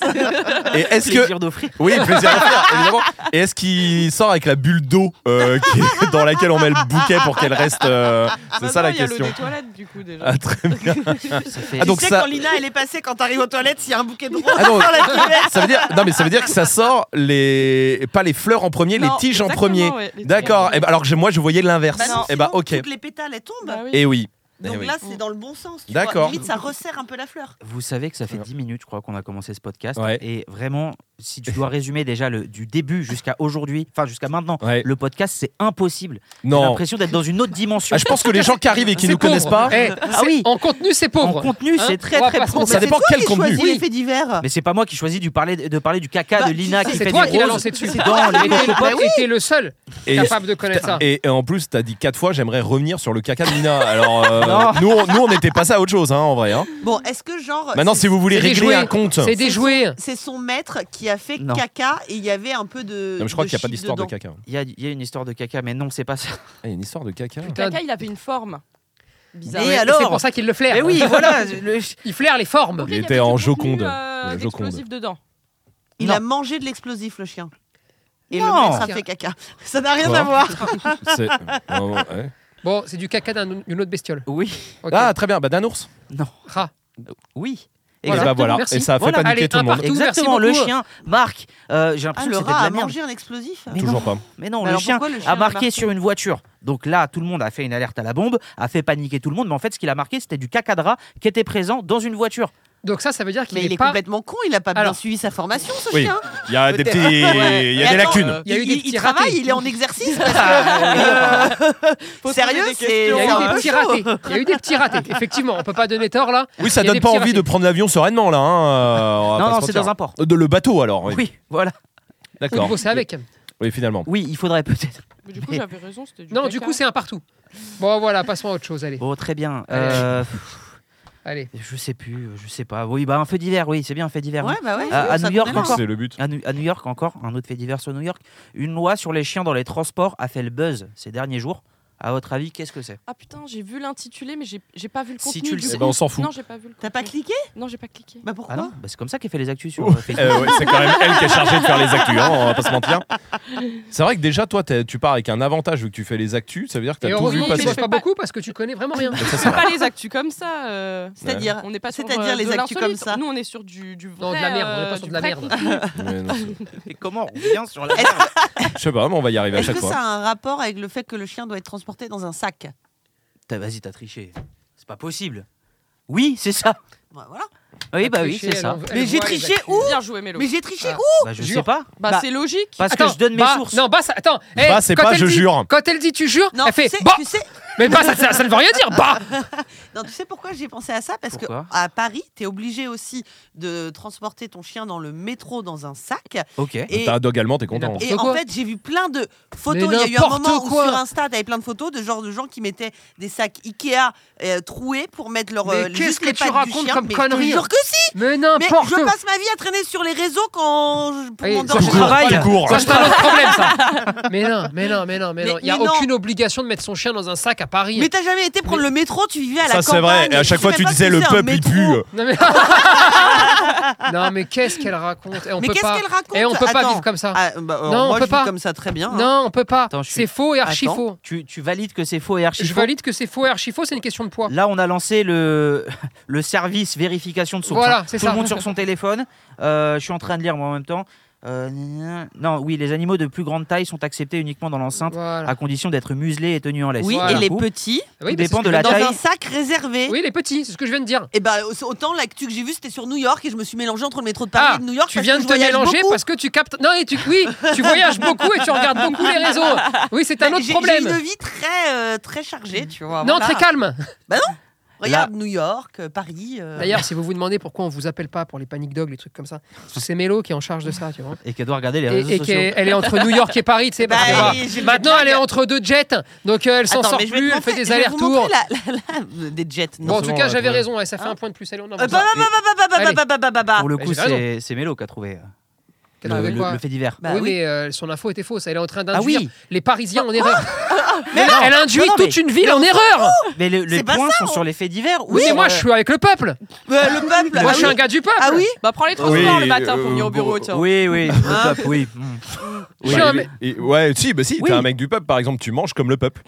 Et est-ce que.
plaisir d'offrir.
Oui, plaisir à faire, évidemment. Et est-ce qu'il sort avec la bulle d'eau euh, qui est- dans laquelle on met le bouquet pour qu'elle reste. euh, C'est ça la
Il y a
question.
le des toilettes, du coup, déjà.
Ah, très bien.
Ça fait-
Ah, donc
tu sais,
ça-
quand Lina, elle est passée, quand t'arrives aux toilettes, s'il y a un bouquet de roses
Ah non,
dans la cuvette.
ça veut dire, non, mais ça veut dire que ça sort les, pas les fleurs en premier, les
Non,
tiges en
exactement,
premier.
ouais, les tiges en
D'accord.
premier.
Eh ben, alors que j'ai- moi, je voyais l'inverse.
Bah non,
et bah,
sinon,
ok.
Toutes les pétales, elles tombent.
Bah oui.
Et oui. Eh
Donc
oui.
là, c'est dans le bon sens. tu
D'accord.
vois. Limite, ça resserre un peu la fleur.
Vous savez que ça fait 10 minutes, je crois, qu'on a commencé ce podcast.
Ouais.
Et vraiment, si tu dois résumer déjà le, du début jusqu'à aujourd'hui, enfin jusqu'à maintenant,
Ouais.
le podcast, c'est impossible. J'ai
Non.
l'impression d'être dans une autre dimension.
Ah, je pense que les gens qui arrivent et qui
C'est
ne
pauvre.
connaissent pas.
Eh, c'est-
Ah oui.
En contenu, c'est
en
pauvre.
contenu,
Hein,
c'est très
on va
très
pas se
pauvre.
Ça dépend quel
Qui
contenu.
choisit les faits divers
Mais c'est pas moi qui choisis du parler, de parler du caca
Bah,
de
tu
Lina
sais,
qui
C'est
fait
toi
des
qui l'as
roses.
lancé dessus. Bah,
C'est dans les Ben
Et t'es-
cocopotes.
et t'es le seul
Et,
capable de connaître ça.
et- et en plus, t'as dit quatre fois, j'aimerais revenir sur le caca de Nina. Alors, euh,
Non.
nous, on, nous, on était passé à autre chose, hein, en vrai. hein.
Bon, est-ce que genre.
Maintenant,
Oh, c'est-
si vous voulez
C'est des
régler
jouets.
un compte.
C'est des jouets. hein.
C'est son maître qui a fait
Non.
caca et il y avait un peu de.
Non, mais je crois
de
qu'il n'y a pas
shit
d'histoire de
dedans.
caca.
Il y, a- il y a une histoire de caca, mais non, c'est pas ça.
Ah, Il y a une histoire de caca.
Le caca, il avait une forme. Bizarre.
Et
Ouais,
alors
C'est pour ça qu'il le flaire.
Mais Ben oui, voilà. le-
Bah, Il flaire les formes.
Ok,
Il
y
était
avait du
en
contenu,
Joconde.
euh,
Le
d'explosif
Joconde.
dedans.
Il
Non.
a mangé de l'explosif, le chien. Et
Non. Ah,
le maître a fait caca. Ça n'a rien
Bon.
à voir.
C'est- Non, Ah, ouais.
Bon, c'est du caca d'un- d'une autre bestiole.
Oui.
Ok.
Ah, très bien. Bah, d'un ours.
Non.
Ah.
Oui.
Et
Voilà.
bah, voilà.
Merci.
Et ça a fait
Voilà.
paniquer
Allez,
tout le
un
monde.
partout.
Exactement.
merci
Le
beaucoup.
chien, Marc. euh, J'ai
Ah,
l'impression
le
que c'était de
rat
la
a
merde.
mangé un explosif
Mais
Toujours pas.
Mais non,
Mais
le
alors
chien
pourquoi le chien
a
l'a
marqué
marqué
sur une voiture. Donc là, tout le monde a fait une alerte à la bombe, a fait paniquer tout le monde. Mais en fait, ce qu'il a marqué, c'était du caca de rat qui était présent dans une voiture.
Donc ça, ça veut dire qu'il
Mais il
n'est
est
pas.
complètement con, il a pas bien
Alors.
suivi sa formation, ce
Oui.
chien.
Il y a des
Peut-être.
petits. Il y a
Mais
des
attends, euh,
lacunes.
Il y a eu des
il
petits
travaille,
ratés.
il est en exercice. parce que, euh, Sérieux, c'est.
Il y a
c'est
eu
un
des
peu
petits
chaud.
ratés. Il y a eu des petits ratés. Effectivement, on peut pas donner tort là.
Oui, ça
Il y a
donne
des
pas
petits
envie
ratés.
de prendre l'avion sereinement là. hein, euh, on va
non,
pas
non,
se
c'est
mentir.
dans un port.
Euh, De le bateau alors. Oui,
Oui, voilà.
Au
d'accord.
niveau, c'est avec.
Oui, finalement.
Oui, il faudrait peut-être.
Mais du coup,
Mais-
j'avais raison, c'était du
Non,
caca.
du coup, c'est un partout. Bon, voilà, passons à autre chose. Allez,
Bon, très bien.
Allez.
Euh,
allez.
je sais plus, je sais pas. Oui, bah un fait divers, oui, c'est bien un fait divers.
Ouais, bah ouais.
À- Ah, à
ça
New York,
connaît,
encore.
C'est le but.
À, Nu- à New York encore, un autre fait divers sur New York. Une loi sur les chiens dans les transports a fait le buzz ces derniers jours. À votre avis, qu'est-ce que c'est
Ah putain, j'ai vu l'intitulé, mais j'ai j'ai pas vu le
Si
contenu.
tu le
du
sais-
coup.
Eh ben, on s'en fout.
Non, j'ai pas vu le
T'as pas
contenu.
cliqué
Non, j'ai pas cliqué.
Bah
Ah
pourquoi
non bah, C'est comme ça qu'est fait les actus sur
Ouh.
euh, Facebook.
Euh, ouais, c'est quand même elle qui est chargée de faire les actus, hein, on va pas se mentir. C'est vrai que déjà, toi, t'es- tu pars avec un avantage vu que tu fais les actus, ça veut dire que
Et
t'as tout vu
heureusement que tu
passer. Bah,
bosses pas beaucoup parce que tu connais vraiment rien.
Bah,
Ça, c'est
C'est
vrai.
pas les actus comme ça. euh,
C'est-à-dire.
On n'est pas sur
C'est-à-dire
euh,
les
de
actus comme
l'insolite.
ça.
Nous, on est sur du, du vrai.
Non, de la merde, on est pas
euh,
sur
du
de la
vrai
merde.
contenu.
Ouais, non, c'est-
Et comment on revient sur la...
Je sais pas, mais on va y arriver à
Est-ce
chaque
que
fois.
ça a un rapport avec le fait que le chien doit être transporté dans un sac
T'as- Vas-y, t'as triché. C'est pas possible. Oui, c'est ça.
Bah, voilà.
Oui,
Elle
bah
a
oui,
triché,
c'est
elle
ça.
en- elle
Mais j'ai
voit les
triché
actus.
où
Bien joué, Mélo.
Mais j'ai triché
Ah.
où
Bah, je
Jure.
sais pas.
Bah,
Bah-
c'est logique.
Parce
Attends,
que je donne mes
bah,
sources.
Non, bah, ça- attends.
Bah, c'est
quand
pas
elle
je
dit-
jure.
Quand elle dit tu jures,
Non,
elle fait
tu sais,
bah,
tu sais,
mais bah, ça, ça- ça ne veut rien dire. Bah,
non, tu sais pourquoi j'ai pensé à ça Parce
Pourquoi
que à Paris, t'es obligé aussi de transporter ton chien dans le métro dans un sac.
Ok.
Et,
Ah, T'as un dog allemand, t'es content. hein.
n'importe
et en
quoi.
fait, j'ai vu plein de photos.
Mais
Il y a eu un
n'importe
moment où
quoi.
sur Insta, t'avais plein de photos de genre de gens qui mettaient des sacs Ikea euh, troués pour mettre leur.
Mais
euh,
qu'est-ce
juste
que
les
tu
pattes du
racontes
chien.
comme
mais
conneries
Je te jure que si
mais
Mais
n'importe
je
quoi.
passe ma vie à traîner sur les réseaux quand je, pour
Oui,
m'endormir.
ça, je
travaille.
Pas le cours.
Ça, c'est un autre problème, ça. Mais non, mais non, mais non, mais,
Mais-
non. Il n'y a
mais non.
aucune obligation de mettre son chien dans un sac à Paris.
Mais t'as jamais été prendre le métro, tu vivais à la
Ça,
campagne.
c'est vrai. Et à chaque
sais
fois,
même
tu
pas ce
disais
que
le
c'est un
peuple, il
métro.
pue.
Non, mais, Non, mais qu'est-ce qu'elle raconte Et on
Mais
peut
qu'est-ce
pas.
qu'elle raconte
Et on peut pas
Attends.
vivre comme ça.
Ah, bah, alors,
Non, on
moi,
peut
je
pas.
vis comme ça très bien. hein.
Non, on peut pas.
Attends, je suis-
C'est faux et archi
Attends,
faux.
Tu, tu valides que c'est faux et archi
Je
faux
valide que c'est faux et archi faux. C'est une question de poids.
Là, on a lancé le, le service vérification de source.
Voilà,
hein.
c'est
Tout
ça.
le monde sur son téléphone. Euh, je suis en train de lire moi en même temps. Euh, gnagnagna. non, oui, les animaux de plus grande taille sont acceptés uniquement dans l'enceinte
Voilà.
à condition d'être muselés et tenus en laisse.
Oui,
Voilà.
et les
Du coup,
Oui,
petits,
tout
bah, c'est
dépend
ce
de
que-
la
dans
taille.
un sac réservé.
Oui, les petits, c'est ce que je viens de dire.
Et bah, autant l'actu que j'ai vu, c'était sur New York et je me suis mélangée entre le métro de Paris
Ah,
et de New York.
Tu
parce
viens
que
de
je
te
voyage
mélanger
beaucoup.
parce que tu captes. Non, et tu, oui, tu voyages beaucoup et tu regardes beaucoup les réseaux. Oui, c'est un
J'ai-
autre
J'ai une
problème.
vie très, euh, très chargée, tu vois.
Non,
voilà.
très calme.
Regarde New York, euh, Paris. euh,
D'ailleurs, si vous vous demandez pourquoi on vous appelle pas pour les panic dogs, les trucs comme ça, parce que c'est Mélo qui est en charge de ça, tu vois.
Et qu'elle doit regarder les
Et,
réseaux
et
sociaux.
qu'elle elle est entre New York et Paris, tu sais.
Bah,
parce que,
allez,
voilà.
j'ai le
maintenant,
blague.
elle est entre deux jets, donc euh, elle s'en
Attends,
sort
mais je vais te
plus, elle
montrer-
fait des
je vais vous montrer
allers-retours.
la- la- la- Des jets,
Bon,
non.
en
c'est
tout
bon,
cas,
on va
j'avais
trouver.
raison, ouais, ça fait un point de plus. Allez, on en
Euh, bah, bah, bah, bah, bah, bah,
Allez.
bah, bah, bah, bah, bah.
Pour le
Bah,
coup,
j'ai raison.
c'est c'est Mélo qui a trouvé euh,
Qu'elle avait
le,
quoi
le fait divers.
Bah
oui,
oui.
mais euh, son info était fausse. Elle est en train
ah
d'induire
oui,
les Parisiens en erreur.
mais non,
elle induit
non, non, Oh
toute
mais-
une ville en erreur.
mais le- les
C'est pas
points
ça,
sont
on-
sur les faits divers. ou
Oui, mais
sur,
moi,
euh,
je suis avec le peuple.
Bah, Le peuple.
Moi,
ah
je suis
oui.
un gars du peuple.
Ah oui
Bah, prends les transports
Oui,
le matin pour
euh,
venir au
bon,
oh,
bureau, tiens.
Oui, oui, le peuple, oui. Mm.
Je
Ouais,
suis un
et-
mec-
et- ouais, si, bah si,
Oui.
t'es un mec du peuple, par exemple, tu manges comme le peuple.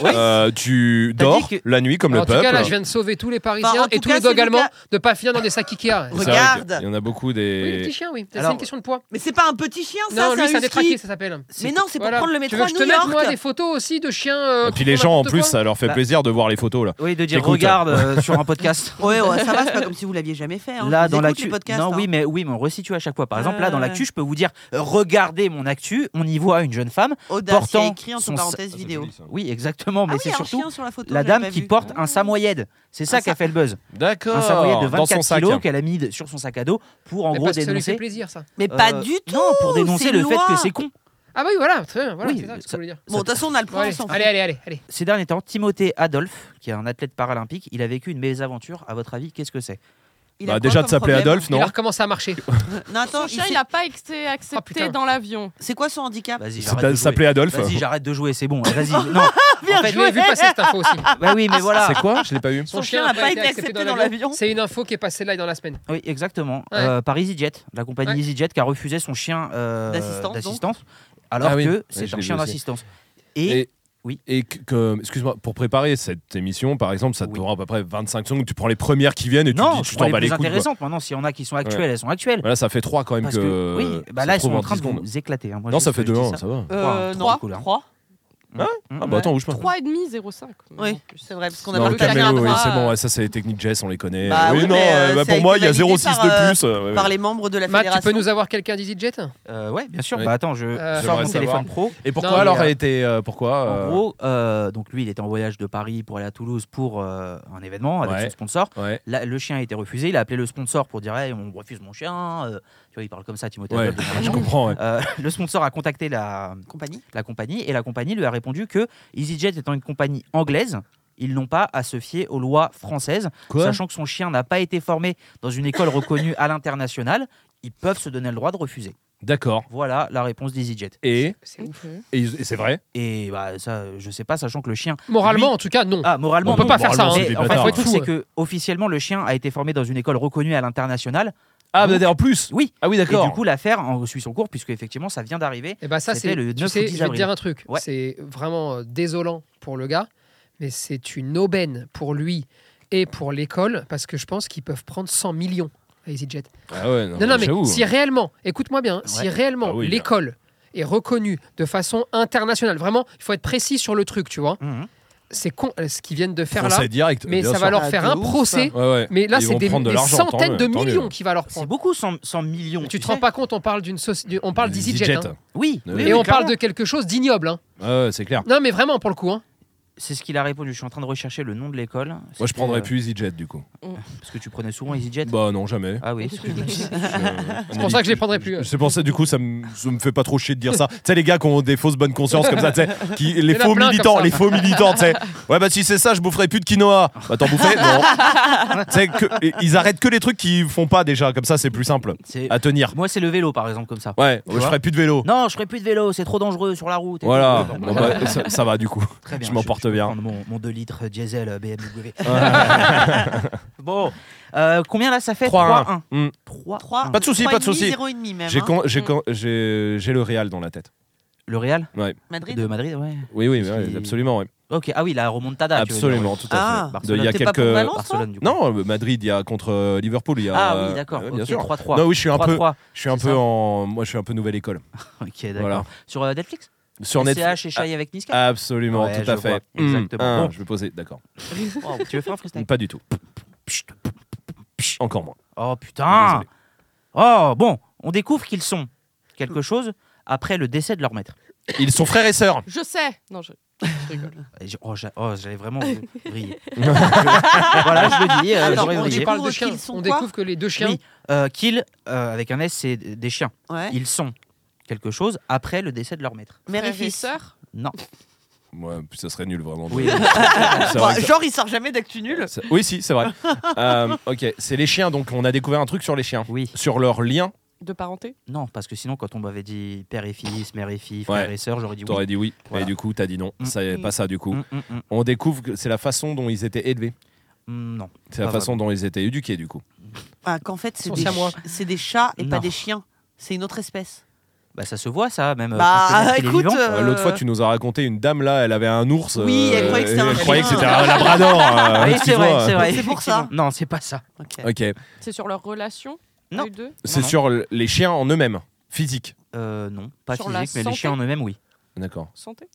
Ouais.
Euh, tu
T'as dit
dors
que-
la nuit comme le
Alors, en tout
peuple.
cas, là, je viens de sauver tous les Parisiens
Bah, en
et
tout
tous
cas,
les dogs
c'est le
allemands
cas-
de pas finir dans des sacs Ikea.
C'est vrai que
Regarde.
Il y en a beaucoup
Oui, les
des.
petits chiens, oui. C'est
Alors-
une question de poids.
Mais c'est pas un petit chien, ça,
non, lui, c'est un
husky.
détraqué, ça s'appelle.
Mais non, c'est pour
Voilà.
prendre le
Tu
métro
veux
à
que je te
New
mette, moi,
York.
des photos aussi de chiens. euh,
Et puis
qui
les
font
gens, en
n'importe
plus,
quoi.
ça leur fait
Bah.
plaisir de voir les photos là.
Oui, de dire
J'écoute.
regarde euh, sur un podcast.
Ouais, ouais, ça va, c'est pas comme si vous l'aviez jamais fait. hein.
Là,
Ils
dans
écoutent
l'actu.
les podcasts,
non,
hein.
oui, mais oui, mais on resitue à chaque fois. Par exemple, là, dans
Ouais,
l'actu, je peux vous dire euh, regardez mon actu. On y voit une jeune femme.
Audace,
portant
il y a écrit entre
son-
parenthèses vidéo.
Oui, exactement. Mais
ah oui, il
c'est
y a un
surtout
chien sur la photo.
la
j'avais
dame
pas
qui
vu.
porte un samoyed. C'est ça
Un
qui a fait le buzz. Un samoyed de
D'accord. Oh, Dans son
24
sac.
kilos qu'elle a mis de- sur son sac à dos pour en
Mais
gros
parce que ça lui fait
dénoncer.
plaisir, ça.
Mais
euh,
pas du tout.
Non, pour dénoncer
c'est
le
une
fait
loi.
que c'est con.
Ah, bah oui, voilà, très bien. Voilà,
Oui,
c'est ça ce que
ça-
je voulais dire.
Bon, de toute façon, on a le
Bon,
point,
allez,
on s'en fout.
allez, allez, allez, allez.
Ces derniers temps, Timothée Adolphe, qui est un athlète paralympique, il a vécu une mésaventure. À votre avis, qu'est-ce que c'est
Il
Bah,
a quoi
déjà
comme
de s'appeler
problème
Adolphe,
Il
non
a recommencé à marcher.
Non, attends,
Son
il
chien,
fait-
il a pas été accepté
Oh, putain.
dans l'avion.
c'est quoi son handicap
Vas-y,
C'est
j'arrête de
à-
jouer.
S'appeler Adolphe.
Vas-y, j'arrête de jouer, c'est bon. Vas-y, non.
En fait, je l'ai vu passer cette info aussi.
Bah oui, mais voilà.
C'est quoi Je l'ai pas eu.
Son chien a pas été accepté dans l'avion.
C'est une info qui est passée là et dans la semaine.
Oui, exactement.
Ouais.
Euh, par EasyJet, la compagnie
Ouais.
EasyJet qui a refusé son chien euh,
D'assistance, donc.
d'assistance, alors
Ah oui.
que
Ouais,
c'est
je
un
l'ai
chien
vu aussi.
d'assistance. Et,
Et- Et que- que- excuse-moi, pour préparer cette émission, par exemple, ça te
Oui.
prend à peu près 25 secondes. Tu prends les premières qui viennent et tu
non,
dis,
je
tu
prends
t'en
les
bats les
plus
couilles. quoi.
intéressantes. Maintenant, si on a qui sont actuelles, elles sont actuelles.
Voilà, ça fait 3 quand même
Parce
que.
que, oui, bah
ça
là,
se
ils sont
trouve
en train de
10 secondes.
nous éclater. hein. Moi,
Non,
je-
ça fait
je dis
2-1, ça va.
Trois,
Euh,
trois,
3,
cool, hein.
3,
Ah
Ouais.
bah attends, bouge pas.
3 et demi, 0,5.
Oui, c'est vrai, parce qu'on a
Non,
pas
le
le temps de
caméo,
faire
caméo,
oui,
droit,
c'est bon,
euh.
ouais, ça c'est les techniques Jess, on les connaît.
Bah
oui,
oui,
non,
mais, euh,
euh, bah,
ça a
pour
été
moi, il y a
validé
0,6
par,
de
euh,
plus. euh, ouais,
par
ouais.
les membres de la
Matt, tu
fédération.
peux nous avoir quelqu'un d'EasyJet
Euh, ouais, bien sûr.
Oui.
Bah attends, je
Euh,
sors
J'aimerais
mon téléphone
savoir.
pro.
Et pourquoi
Non, mais,
alors
euh,
elle était. euh, pourquoi
En
euh,
gros, euh, donc lui, il était en voyage de Paris pour aller à Toulouse pour euh, un événement avec
Ouais.
son sponsor.
Ouais.
Là, le chien a été refusé. Il a appelé le sponsor pour dire Hey, on refuse mon chien. euh, tu vois, il parle comme ça, Timothée.
Ouais,
Adolphe, de
je
manière-
comprends. ouais.
Euh, le sponsor a contacté la,
Compagnie.
la compagnie et la compagnie lui a répondu que EasyJet étant une compagnie anglaise, ils n'ont pas à se fier aux lois françaises, sachant que son chien n'a pas été formé dans une école reconnue à l'international. Ils peuvent se donner le droit de refuser.
D'accord.
Voilà la réponse d'EasyJet.
Et,
C'est ouf.
et ils- et c'est vrai
Et bah ça, euh, je sais pas, sachant que le chien.
Moralement, en tout cas, non.
Ah, moralement,
On peut
non.
pas faire ça, hein.
Mais
C'est des
en fait,
bâtards.
le truc,
Fou,
c'est
ouais.
que officiellement, le chien a été formé dans une école reconnue à l'international.
Ah,
Donc-
bah, en plus
Oui.
Ah oui,
Et
d'accord.
du coup, l'affaire en suit son cours, puisque effectivement, ça vient d'arriver.
Et bah ça,
C'était
c'est.
le
Tu
9 ou
sais,
10
je vais te
avril.
dire un truc.
Ouais.
C'est vraiment euh, désolant pour le gars, mais c'est une aubaine pour lui et pour l'école parce que je pense qu'ils peuvent prendre 100 millions à EasyJet.
Ah ouais, non,
Non, non, mais
j'avoue.
si réellement, écoute-moi bien, si
Ouais.
réellement
Ah oui, bien.
l'école est reconnue de façon internationale, vraiment, il faut être précis sur le truc, tu vois.
Mhm.
c'est con euh, ce qu'ils viennent de faire là,
Français direct.
mais
bien
ça va
sûr.
leur
Ah,
faire un procès.
Ouais, ouais.
Mais là,
Ils
c'est
vont
des,
prendre de
des
l'argent, tant
centaines
mieux,
de
tant mieux.
millions qui va leur
C'est
prendre.
beaucoup 100, 100 millions.
Tu te
sais.
rends pas compte, on parle d'une soci- du- on parle d'EasyJet. hein.
Oui,
Et
oui,
Et
oui,
on
clairement.
parle de quelque chose d'ignoble. hein.
Ouais, ouais, c'est clair.
Non, mais vraiment, pour le coup. hein.
C'est ce qu'il a répondu. Je suis en train de rechercher le nom de l'école.
Moi, je
C'était,
prendrais
euh,
plus EasyJet du coup.
Parce que tu prenais souvent EasyJet.
Bah non, jamais.
Ah oui, excuse-moi.
euh,
C'est pour ça que je les prendrais plus. ouais.
C'est pour ça, du coup, ça me, ça me fait pas trop chier de dire ça. tu sais, les gars qui ont des fausses bonnes consciences comme ça, tu sais, qui, les
y en a
faux
plein comme
militants,
ça.
les faux militants, tu sais. Ouais, bah si c'est ça, je boufferai plus de quinoa. Bah t'en bouffais Non. tu sais, que- et- ils arrêtent que les trucs qu'ils font pas déjà, comme ça, c'est plus simple
C'est-
à tenir.
Moi, c'est le vélo, par exemple, comme ça.
Ouais,
vois
je ferai plus de vélo.
Non, je ferai plus de vélo, c'est trop dangereux sur la route. et
Voilà,
tout.
Bon, bah, ça, ça va du coup.
Très bien,
je m'en porte
peux
bien.
prendre Mon, mon 2 litres diesel euh, BMW. bon, euh, combien là ça fait
3-1.
3-1.
Hmm.
3-1.
Pas de soucis, pas de soucis.
0,5 même.
J'ai
hein.
con- j'ai con- j'ai- j'ai le Real dans la tête.
Le Real
Madrid.
de Madrid, ouais.
Oui, oui,
Parce
ouais,
qu'il-
absolument. ouais.
Ok, ah oui, la remontada. tu veux dire,
Absolument,
ouais.
tout à fait.
Ah,
De- il y a
T'es pas pour
quelques-
Valence,
toi
Barcelone, du coup.
Non, euh, Madrid, il y a contre euh, Liverpool, il y a.
Ah oui, d'accord.
euh,
ok,
bien sûr.
3-3.
Non, oui, je suis un peu,
3-3.
je suis un
c'est
peu
ça.
en, moi, je suis un peu nouvelle école.
Ok, d'accord.
Voilà.
Sur euh, Netflix
Sur
CH
Netflix.
et Shai avec Niska
Ah, Absolument,
Ouais,
tout à
je
fait.
vois. Exactement.
Hum, hum,
Bon.
Je vais poser, d'accord.
Wow, Tu veux faire un freestyle
Pas du tout. Encore moins.
Oh putain
Désolé.
Oh, bon, on découvre qu'ils sont quelque chose après le décès de leur maître.
Ils sont frères et sœurs.
Je sais. Non, je, je rigole.
Et j'ai- Oh, j'a- oh, j'allais vraiment briller. voilà, je le dis, euh,
Alors,
j'aurais
on
brillé.
Tu parles de
qu'ils
chiens.
sont
On
quoi
découvre que les deux chiens.
Oui, euh, qu'ils, euh, avec un S, c'est des chiens.
Ouais.
Ils sont quelque chose après le décès de leur maître.
Mère et
Frères et
fils.
sœurs.
Non.
Ouais, puis ça serait nul vraiment. de-
Oui.
C'est vrai
Bah,
que ça-
genre, il sort jamais d'actu nul.
ça- Oui, si, c'est vrai. Euh, ok, c'est les chiens. Donc, on a découvert un truc sur les chiens,
Oui.
sur leur lien.
De parenté.
Non, parce que sinon, quand on m'avait dit père et fils, mère et fille, frère
Ouais.
et sœur, j'aurais dit oui.
T'aurais dit oui,
Voilà.
mais du coup, t'as dit non.
Mm.
C'est pas ça du coup.
Hum, hum, hum,
On découvre que c'est la façon dont ils étaient élevés.
hum, non.
C'est la
Pas
façon dont ils étaient éduqués du coup.
Ah, Qu'en fait, c'est
Son
des,
chamois.
ch- c'est des chats et pas
Non.
des chiens. C'est une autre espèce.
Bah, ça se voit, ça, même. euh,
Bah,
quand le mec, il est
écoute,
vivant.
euh,
Euh, L'autre fois, tu nous as raconté une dame là, elle avait un ours.
Oui, elle croyait que c'était
et
un
elle croyait que
chien.
c'était un labrador. euh,
Oui, c'est
excuse-moi.
vrai, c'est vrai.
C'est pour ça.
effectivement. Non, c'est pas ça.
Ok.
Ok,
C'est sur leur relation.
Non.
eux deux.
c'est
non.
sur l- les chiens en eux-mêmes, physique.
Euh, non, pas
Sur la
physique, mais les
santé.
chiens en eux-mêmes, oui.
D'accord.
Santé.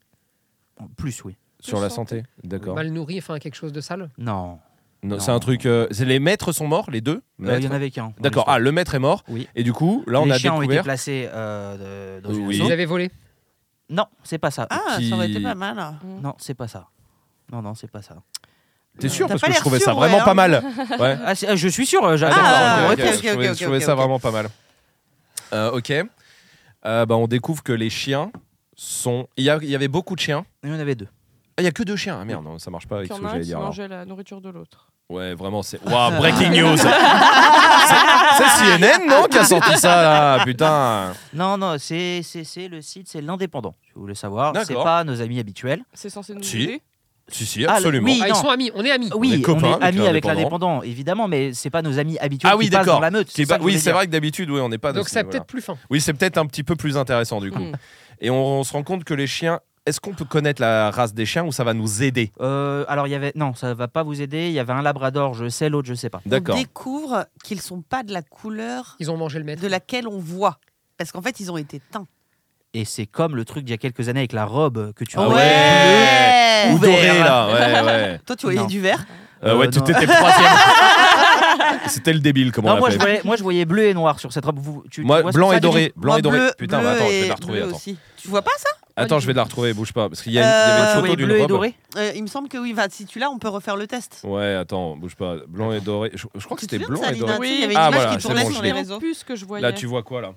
En Plus, oui.
Sur la
santé.
santé. D'accord.
Mal nourris, enfin quelque chose de sale.
Non.
Non,
Bah, Non.
C'est un truc. euh, c'est les maîtres sont morts, les deux.
Euh, Il
maîtres
y en avait qu'un. dans
D'accord.
l'histoire.
Ah, le maître est mort.
Oui.
Et du coup, là, on
les
a
chiens ont été
découvert.
placés euh, de- dans une
Oui.
zone.
Vous avez volé.
Non, c'est pas ça.
Ah,
Qui-
ça aurait été pas mal.
Non, c'est pas ça. Non, non, c'est pas ça.
T'es sûr
T'as
parce
pas
que je
l'air
trouvais
sûr,
ça
ouais,
vraiment
hein.
pas mal. Ouais.
Ah, c'est- ah, je suis sûr, euh, j'attends.
Ah,
j'aurais
ok,
été-
ok,
je trouvais,
ok,
je trouvais
ok,
ça
ok.
vraiment pas mal. Euh, ok. Euh, bah, on découvre que les chiens sont. Il y, a- il y avait beaucoup de chiens.
Il y en avait deux.
Ah, il y a que deux chiens. Ah, merde, non, ça marche pas avec
Qu'il
ce
y
que
en a un
j'allais
qui
dire. alors.
mangeait la nourriture de l'autre.
Ouais, vraiment, c'est. Waouh, breaking news C'est c'est CNN, non, qui a sorti ça, là Putain
Non, non, c'est c'est- c'est le site, c'est l'indépendant. Si vous voulez savoir, c'est
D'accord.
pas nos amis habituels.
C'est censé nous
Si.
aider.
Si, si,
Ah,
absolument.
le- oui.
Ah, ils
non.
sont amis. On est amis.
Oui, on est,
copains avec
amis avec
l'indépendant.
l'indépendant, évidemment, mais c'est pas nos amis habituels
Ah oui,
qui passent
d'accord.
dans la meute.
Qui est
c'est ça
pas-
que je
Oui,
voulais
c'est
dire.
vrai que d'habitude, oui, on n'est pas de
Donc
ce
ça a
niveau-là.
peut-être plus fin.
Oui, c'est peut-être un petit peu plus intéressant, du coup.
Mm.
Et on, on se rend compte que les chiens. Est-ce qu'on peut connaître la race des chiens ou ça va nous aider
Euh, alors, il y avait. Non, ça va pas vous aider. Il y avait un labrador, je sais, l'autre, je sais pas.
D'accord.
On découvre qu'ils sont pas de la couleur
Ils ont mangé le maître.
de laquelle on voit. Parce qu'en fait, ils ont été teints.
Et c'est comme le truc d'il y a quelques années avec la robe que tu
Ah
as.
ouais. Ou
Ouvert.
doré, là. Ouais, ouais.
Toi, tu voyais
Non.
du vert.
Euh, ouais,
Euh,
tu
non.
t'étais troisième. C'était le débile, comment
Non,
on
moi je,
l'appelle
voyais, moi je voyais bleu et noir sur cette robe. Vous- tu- tu
Moi,
vois ce
blanc
que
et
ça dit
doré. Blanc
Moi,
et doré.
bleu-
Putain,
bleu
bah, attends, je vais
et
la retrouver.
bleu
Attends.
aussi. Tu vois pas ça
Attends, je vais la retrouver, bouge pas. Parce qu'il y, a une- il y avait
Euh,
une
Vous
photo
voyez
d'une
bleu et
robe.
doré
Euh, Il me semble que oui. va, si tu l'as, on peut refaire le test.
Ouais, attends, bouge pas. Blanc et doré. Je, je crois que
Tu te
c'était
souviens
blanc
de ça,
et doré.
Lina Tu sais, Il y avait une
Ah,
image
voilà,
qui
c'est
tournait
bon, je
sur
l'ai.
les réseaux.
Plus que je voyais.
Là, tu vois quoi, là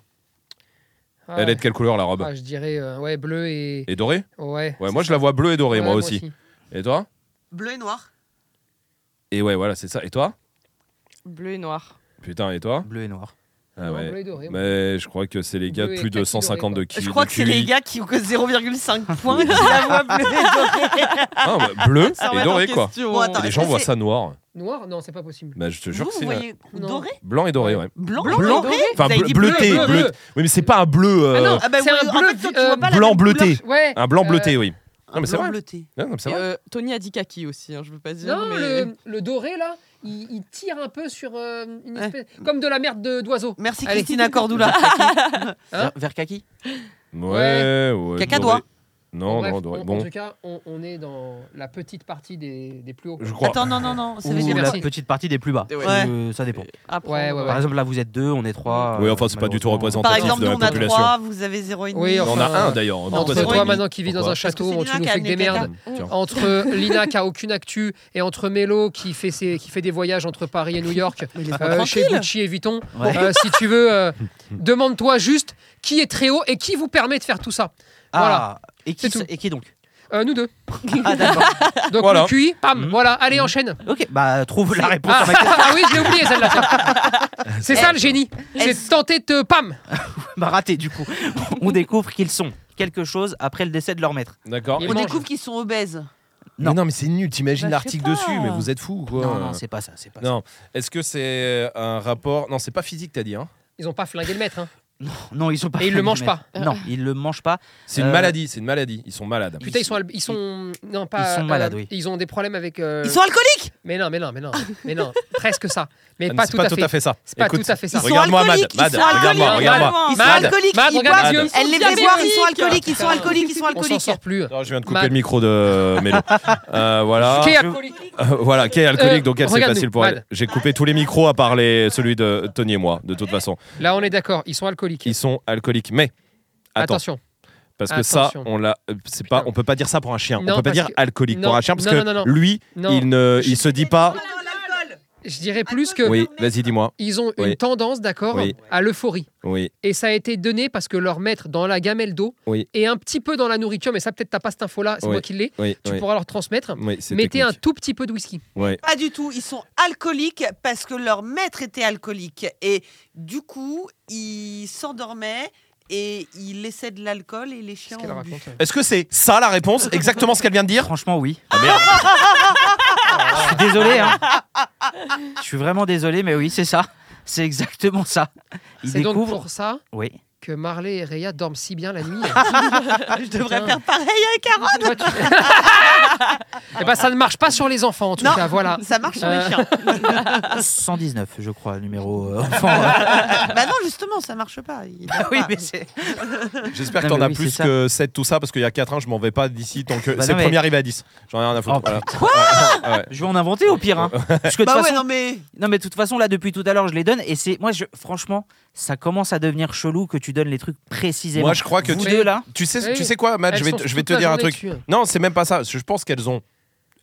Ah,
Elle est de quelle couleur, la robe
ah, je dirais euh, ouais bleu et
Et dorée
ouais.
Ouais, moi, je la vois bleu et dorée,
Ouais,
moi aussi. Et toi
Bleu et noir.
Et ouais, voilà, c'est ça. Et toi
Bleu et noir.
Putain, et toi
Bleu et noir.
Ah
Non,
ouais. Bah,
bleu et doré, moi.
Mais je crois que c'est les gars de
Bleu et
plus de
kaki doré,
150 de qui
Je crois que c'est les gars qui ont que 0,5 points. qui la voient bleue et dorée.
Ah, bah, bleu
Ça
et
remet en
doré, quoi.
question.
Bon, attends,
Et les
est-ce
gens
que
voient
c'est-
ça noir.
Noir Non, c'est pas possible.
Bah, je te jure
Vous,
que
vous
c'est euh,
voyez
Non.
doré
blanc et doré, ouais.
Blanc,
Blanc et doré
Enfin,
Vous avez
bleu-
dit
bleuté, bleu-
bleu, bleu.
Oui, mais c'est pas un bleu. euh,
Ah non, ah bah
c'est
oui,
un
en
bleu
fait,
vi-
toi, tu vois
euh,
pas la
blanc
même couleur.
bleuté.
Ouais.
Un blanc
euh,
bleuté, oui. Non, mais c'est
Blanc
vrai.
bleuté.
Non, mais c'est
Et,
vrai.
euh, Tony a dit kaki aussi, hein, je veux pas dire.
Non,
mais...
le, le doré là, il, il tire un peu sur euh, une espèce comme de la merde de- d'oiseau.
Merci
Allez.
Christina Cordula.
Hein
Vers kaki
Ouais, ouais.
Caca
doré.
doigt.
Non,
Bref,
non, doit-
on- En
bon.
tout cas, on, on est dans la petite partie des, des plus hauts.
Je crois.
Attends, non, non, non. Ça
Ou
veut dire
la
merci.
quoi
petite partie des plus bas.
Ouais.
Euh, ça dépend.
Après,
Ouais, ouais,
Par exemple, là, vous êtes deux, on est trois.
Oui,
euh,
enfin, c'est pas du tout
malheureusement.
représentatif
Par exemple,
de
nous
la
on a
population.
3, vous avez 0,5. et
Oui,
demi.
enfin,
on a un d'ailleurs. on a
Entre
pas
toi,
zéro et demi.
maintenant, qui vis dans
Pourquoi
un château,
Parce que
où
c'est
tu nous
Lina
fais
qui
que
a hein.
des
amené
merdes.
Tiens.
Entre Lina qui a aucune actu et entre Mélo qui fait, ses, qui fait des voyages entre Paris et New York euh, chez
tranquille.
Gucci et Vuitton,
Ouais.
euh, si tu veux, euh, demande-toi juste qui est très haut et qui vous permet de faire tout ça.
Ah,
Voilà.
Et qui,
C'est tout.
et qui donc
Euh, nous deux.
Ah, d'accord.
Donc
Voilà.
le QI, pam,
Mhm.
voilà, allez, enchaîne.
ok, bah, trouve la réponse.
Ah,
à ma question.
ah oui, je l'ai oublié celle-là. tiens. C'est ça le génie. C'est tenter de te pam.
Bah, raté, du coup. on découvre qu'ils sont quelque chose après le décès de leur maître.
D'accord.
Il
On
mange.
découvre qu'ils sont obèses.
Euh,
Non.
Mais non, mais c'est nul. T'imagines
Bah, je sais
l'article
pas.
dessus, mais vous êtes fou quoi.
Non, non, c'est pas ça. C'est pas
Non. Est-ce que c'est euh, un rapport Non, c'est pas physique, t'as dit. Hein
Ils ont pas flingué le maître. hein.
ça. Non, ils sont pas.
Et ils le mangent pas.
Non, ils le mangent pas.
c'est une
Euh,
maladie. C'est une maladie. Ils sont malades.
Putain, ils sont, al- ils sont, non pas.
sont
euh,
malades, oui.
Ils ont des problèmes avec. euh,
Ils sont alcooliques
Mais non, mais non, mais non, mais non. Presque ça, mais
Ah,
pas,
c'est
tout,
pas
à fait.
ça.
C'est pas
Écoute,
tout à fait ça.
Ils sont
Regarde-moi, Mad.
alcooliques, ils
Mad,
sont
regarde-moi,
alcooliques.
regarde-moi.
Ils sont
Mad,
alcooliques,
Mad,
ils
regarde
boivent.
les
Mad.
yeux.
Elle les fait
diabétiques.
boire, ils sont alcooliques, ils sont
Putain.
alcooliques, ils sont
On s'en
alcooliques.
sort plus.
Non, je viens de couper
Mad.
le micro de Mélo. Euh, voilà.
Qui est
je-
alcoolique
Euh, voilà, qui est alcoolique,
Euh,
donc elle, c'est
regarde-nous,
facile pour
Mad.
elle. J'ai coupé tous les micros à part les- celui de Tony et moi, de toute façon.
Là, on est d'accord, ils sont alcooliques.
Qui sont alcooliques. Mais, attends,
Attention.
parce que
attention.
ça, on l'a, euh, c'est pas,
Putain.
on peut pas dire ça pour un chien.
Non,
on peut pas
parce
dire
que-
alcoolique
non,
pour un chien, parce
non,
que
non, non, non.
lui,
Non.
il ne, il se dit pas.
Je dirais plus que
Oui, vas-y, dis-moi.
ils ont
Oui.
une tendance, d'accord,
Oui.
à l'euphorie.
Oui.
Et ça a été donné parce que leur maître dans la gamelle d'eau
Oui.
et un petit peu dans la nourriture, mais ça peut-être t'as pas cette info-là, c'est
Oui.
moi qui l'ai.
Oui,
Tu
oui,
pourras leur transmettre.
oui, c'est
Mettez un
technique.
tout petit peu de whisky.
Ouais.
Pas du tout, ils sont alcooliques parce que leur maître était alcoolique. Et du coup, ils s'endormaient et ils laissaient de l'alcool et les chiens
Qu'est-ce qu'elle
ont bu.
raconte
Est-ce que c'est ça la réponse Exactement ce qu'elle vient de dire
Franchement, oui.
Ah, merde.
Je suis désolé. hein. Je suis vraiment désolé, mais oui, c'est ça. C'est exactement ça. Ils
C'est donc
découvrent.
pour ça
Oui.
que Marley et Rhea dorment si bien la nuit.
Je devrais
Putain.
faire pareil avec Aaron.
Toi, tu- Eh ben, ça ne marche pas sur les enfants en tout
Non.
cas. Voilà.
Ça marche sur les
Euh.
chiens.
119, je crois, numéro euh, enfant.
bah non, justement, ça marche pas. Ils dorment
oui,
pas.
mais c'est.
J'espère que
Non,
t'en
mais
as
oui,
plus
c'est ça.
que 7 tout ça parce qu'il y a 4 ans je m'en vais pas d'ici tant que
Bah
c'est
non,
le
mais-
premier arrivé à 10. J'en ai rien à foutre.
Oh,
voilà. Ah, ouais.
Je vais en inventer au pire. hein. Parce que de toute
Bah ouais,
façon,
non mais.
Non mais de toute façon là depuis tout à l'heure je les donne et c'est moi je franchement ça commence à devenir chelou que tu donnes les trucs précisément.
Moi je crois que
vous
tu,
deux là
tu sais
Oui.
tu sais quoi Matt, Ah,
Elles
je vais
sont
te- je
toute
vais te
la
dire un
journée
truc.
dessus.
Non, c'est même pas ça. Je pense qu'elles ont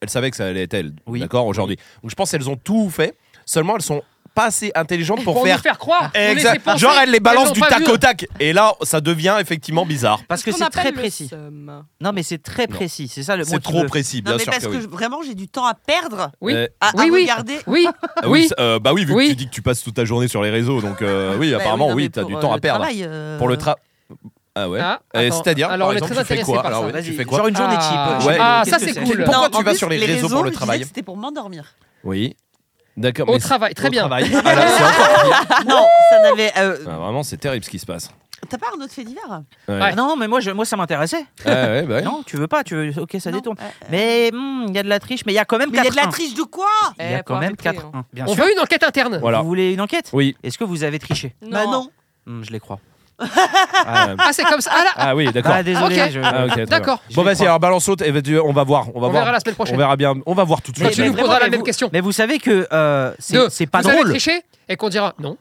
elles savaient que ça allait être elles,
Oui.
d'accord aujourd'hui. Donc je pense qu'elles ont tout fait. Seulement elles sont pas assez intelligentes pour,
Pour nous
faire
faire croire. pour laisser
Exact.
penser
Genre, elle les
qu'elles
balance
l'ont
du
pas
tac
vu.
au tac. Et là, ça devient effectivement bizarre.
parce que
qu'on
c'est
appelle
très
le
précis.
seum.
Non mais c'est très
Non.
précis, c'est ça le mot
C'est
qui
trop
me-
précis, bien
Non mais
sûr.
parce
que
que
oui.
je- vraiment j'ai du temps à perdre
Oui.
Euh,
à, à
Oui, oui.
regarder.
Oui.
ah
oui.
c'est- euh, bah oui, vu
Oui.
que tu dis que tu passes toute ta journée sur les réseaux, donc euh, oui,
Bah
apparemment,
non, mais
oui, t'as
pour,
du
euh,
temps à
le
perdre.
travail, euh,
Pour le tra. Ah ouais.
Ah,
Euh,
attends.
C'est-à-dire, par
Alors, on est
exemple,
très
tu fais
intéressé
quoi
par
Alors,
ça.
ouais, Ah tu
Vas-y,
fais quoi
Genre une journée
Ah.
type. je sais
Ouais.
pas,
Ah,
qu'est-ce
ça,
que
c'est cool.
Pourquoi
Non,
tu
en
vas
plus,
sur les réseaux pour
on
le
disait
travail
que C'était pour m'endormir.
Oui. D'accord.
Au
mais-
travail, très
au
bien.
travail. Ah là, c'est encore pire.
non, ça n'avait. euh,
Ah, Vraiment, c'est terrible ce qui se passe.
T'as pas un autre fait divers
Ouais.
Ah, Non mais moi je- moi ça m'intéressait.
Ah ouais, bah ouais.
Non tu veux pas, tu veux... ok ça
Non,
détourne.
euh, euh,
Mais hmm, il y a de la triche, mais il y a quand même
Mais il y a de la
4-1.
triche de quoi
Il y a
Eh,
quand
faut
même
arrêter,
4
hein.
Bien
On
sûr.
veut une enquête interne.
Voilà.
Vous voulez une enquête
Oui.
Est-ce que vous avez triché
Bah non.
Hmm, Je les crois.
Ah,
Ah, c'est comme ça. Ah, là.
Ah oui, d'accord.
Ah désolé.
Ok.
je-
Ah, ok, très bien.
D'accord.
Je
Bon,
les
vas-y,
crois.
alors balance l'autre et vas-y, on va voir. On va
On
voir.
verra la semaine
On
prochaine.
verra bien. On va voir tout de
Quand
Mais-
suite.
tu nous
mais
poseras la
vraiment,
même
vous-
question.
Mais vous savez que euh, c'est
Deux.
c'est pas
vous
drôle.
allez tricher et qu'on dira non.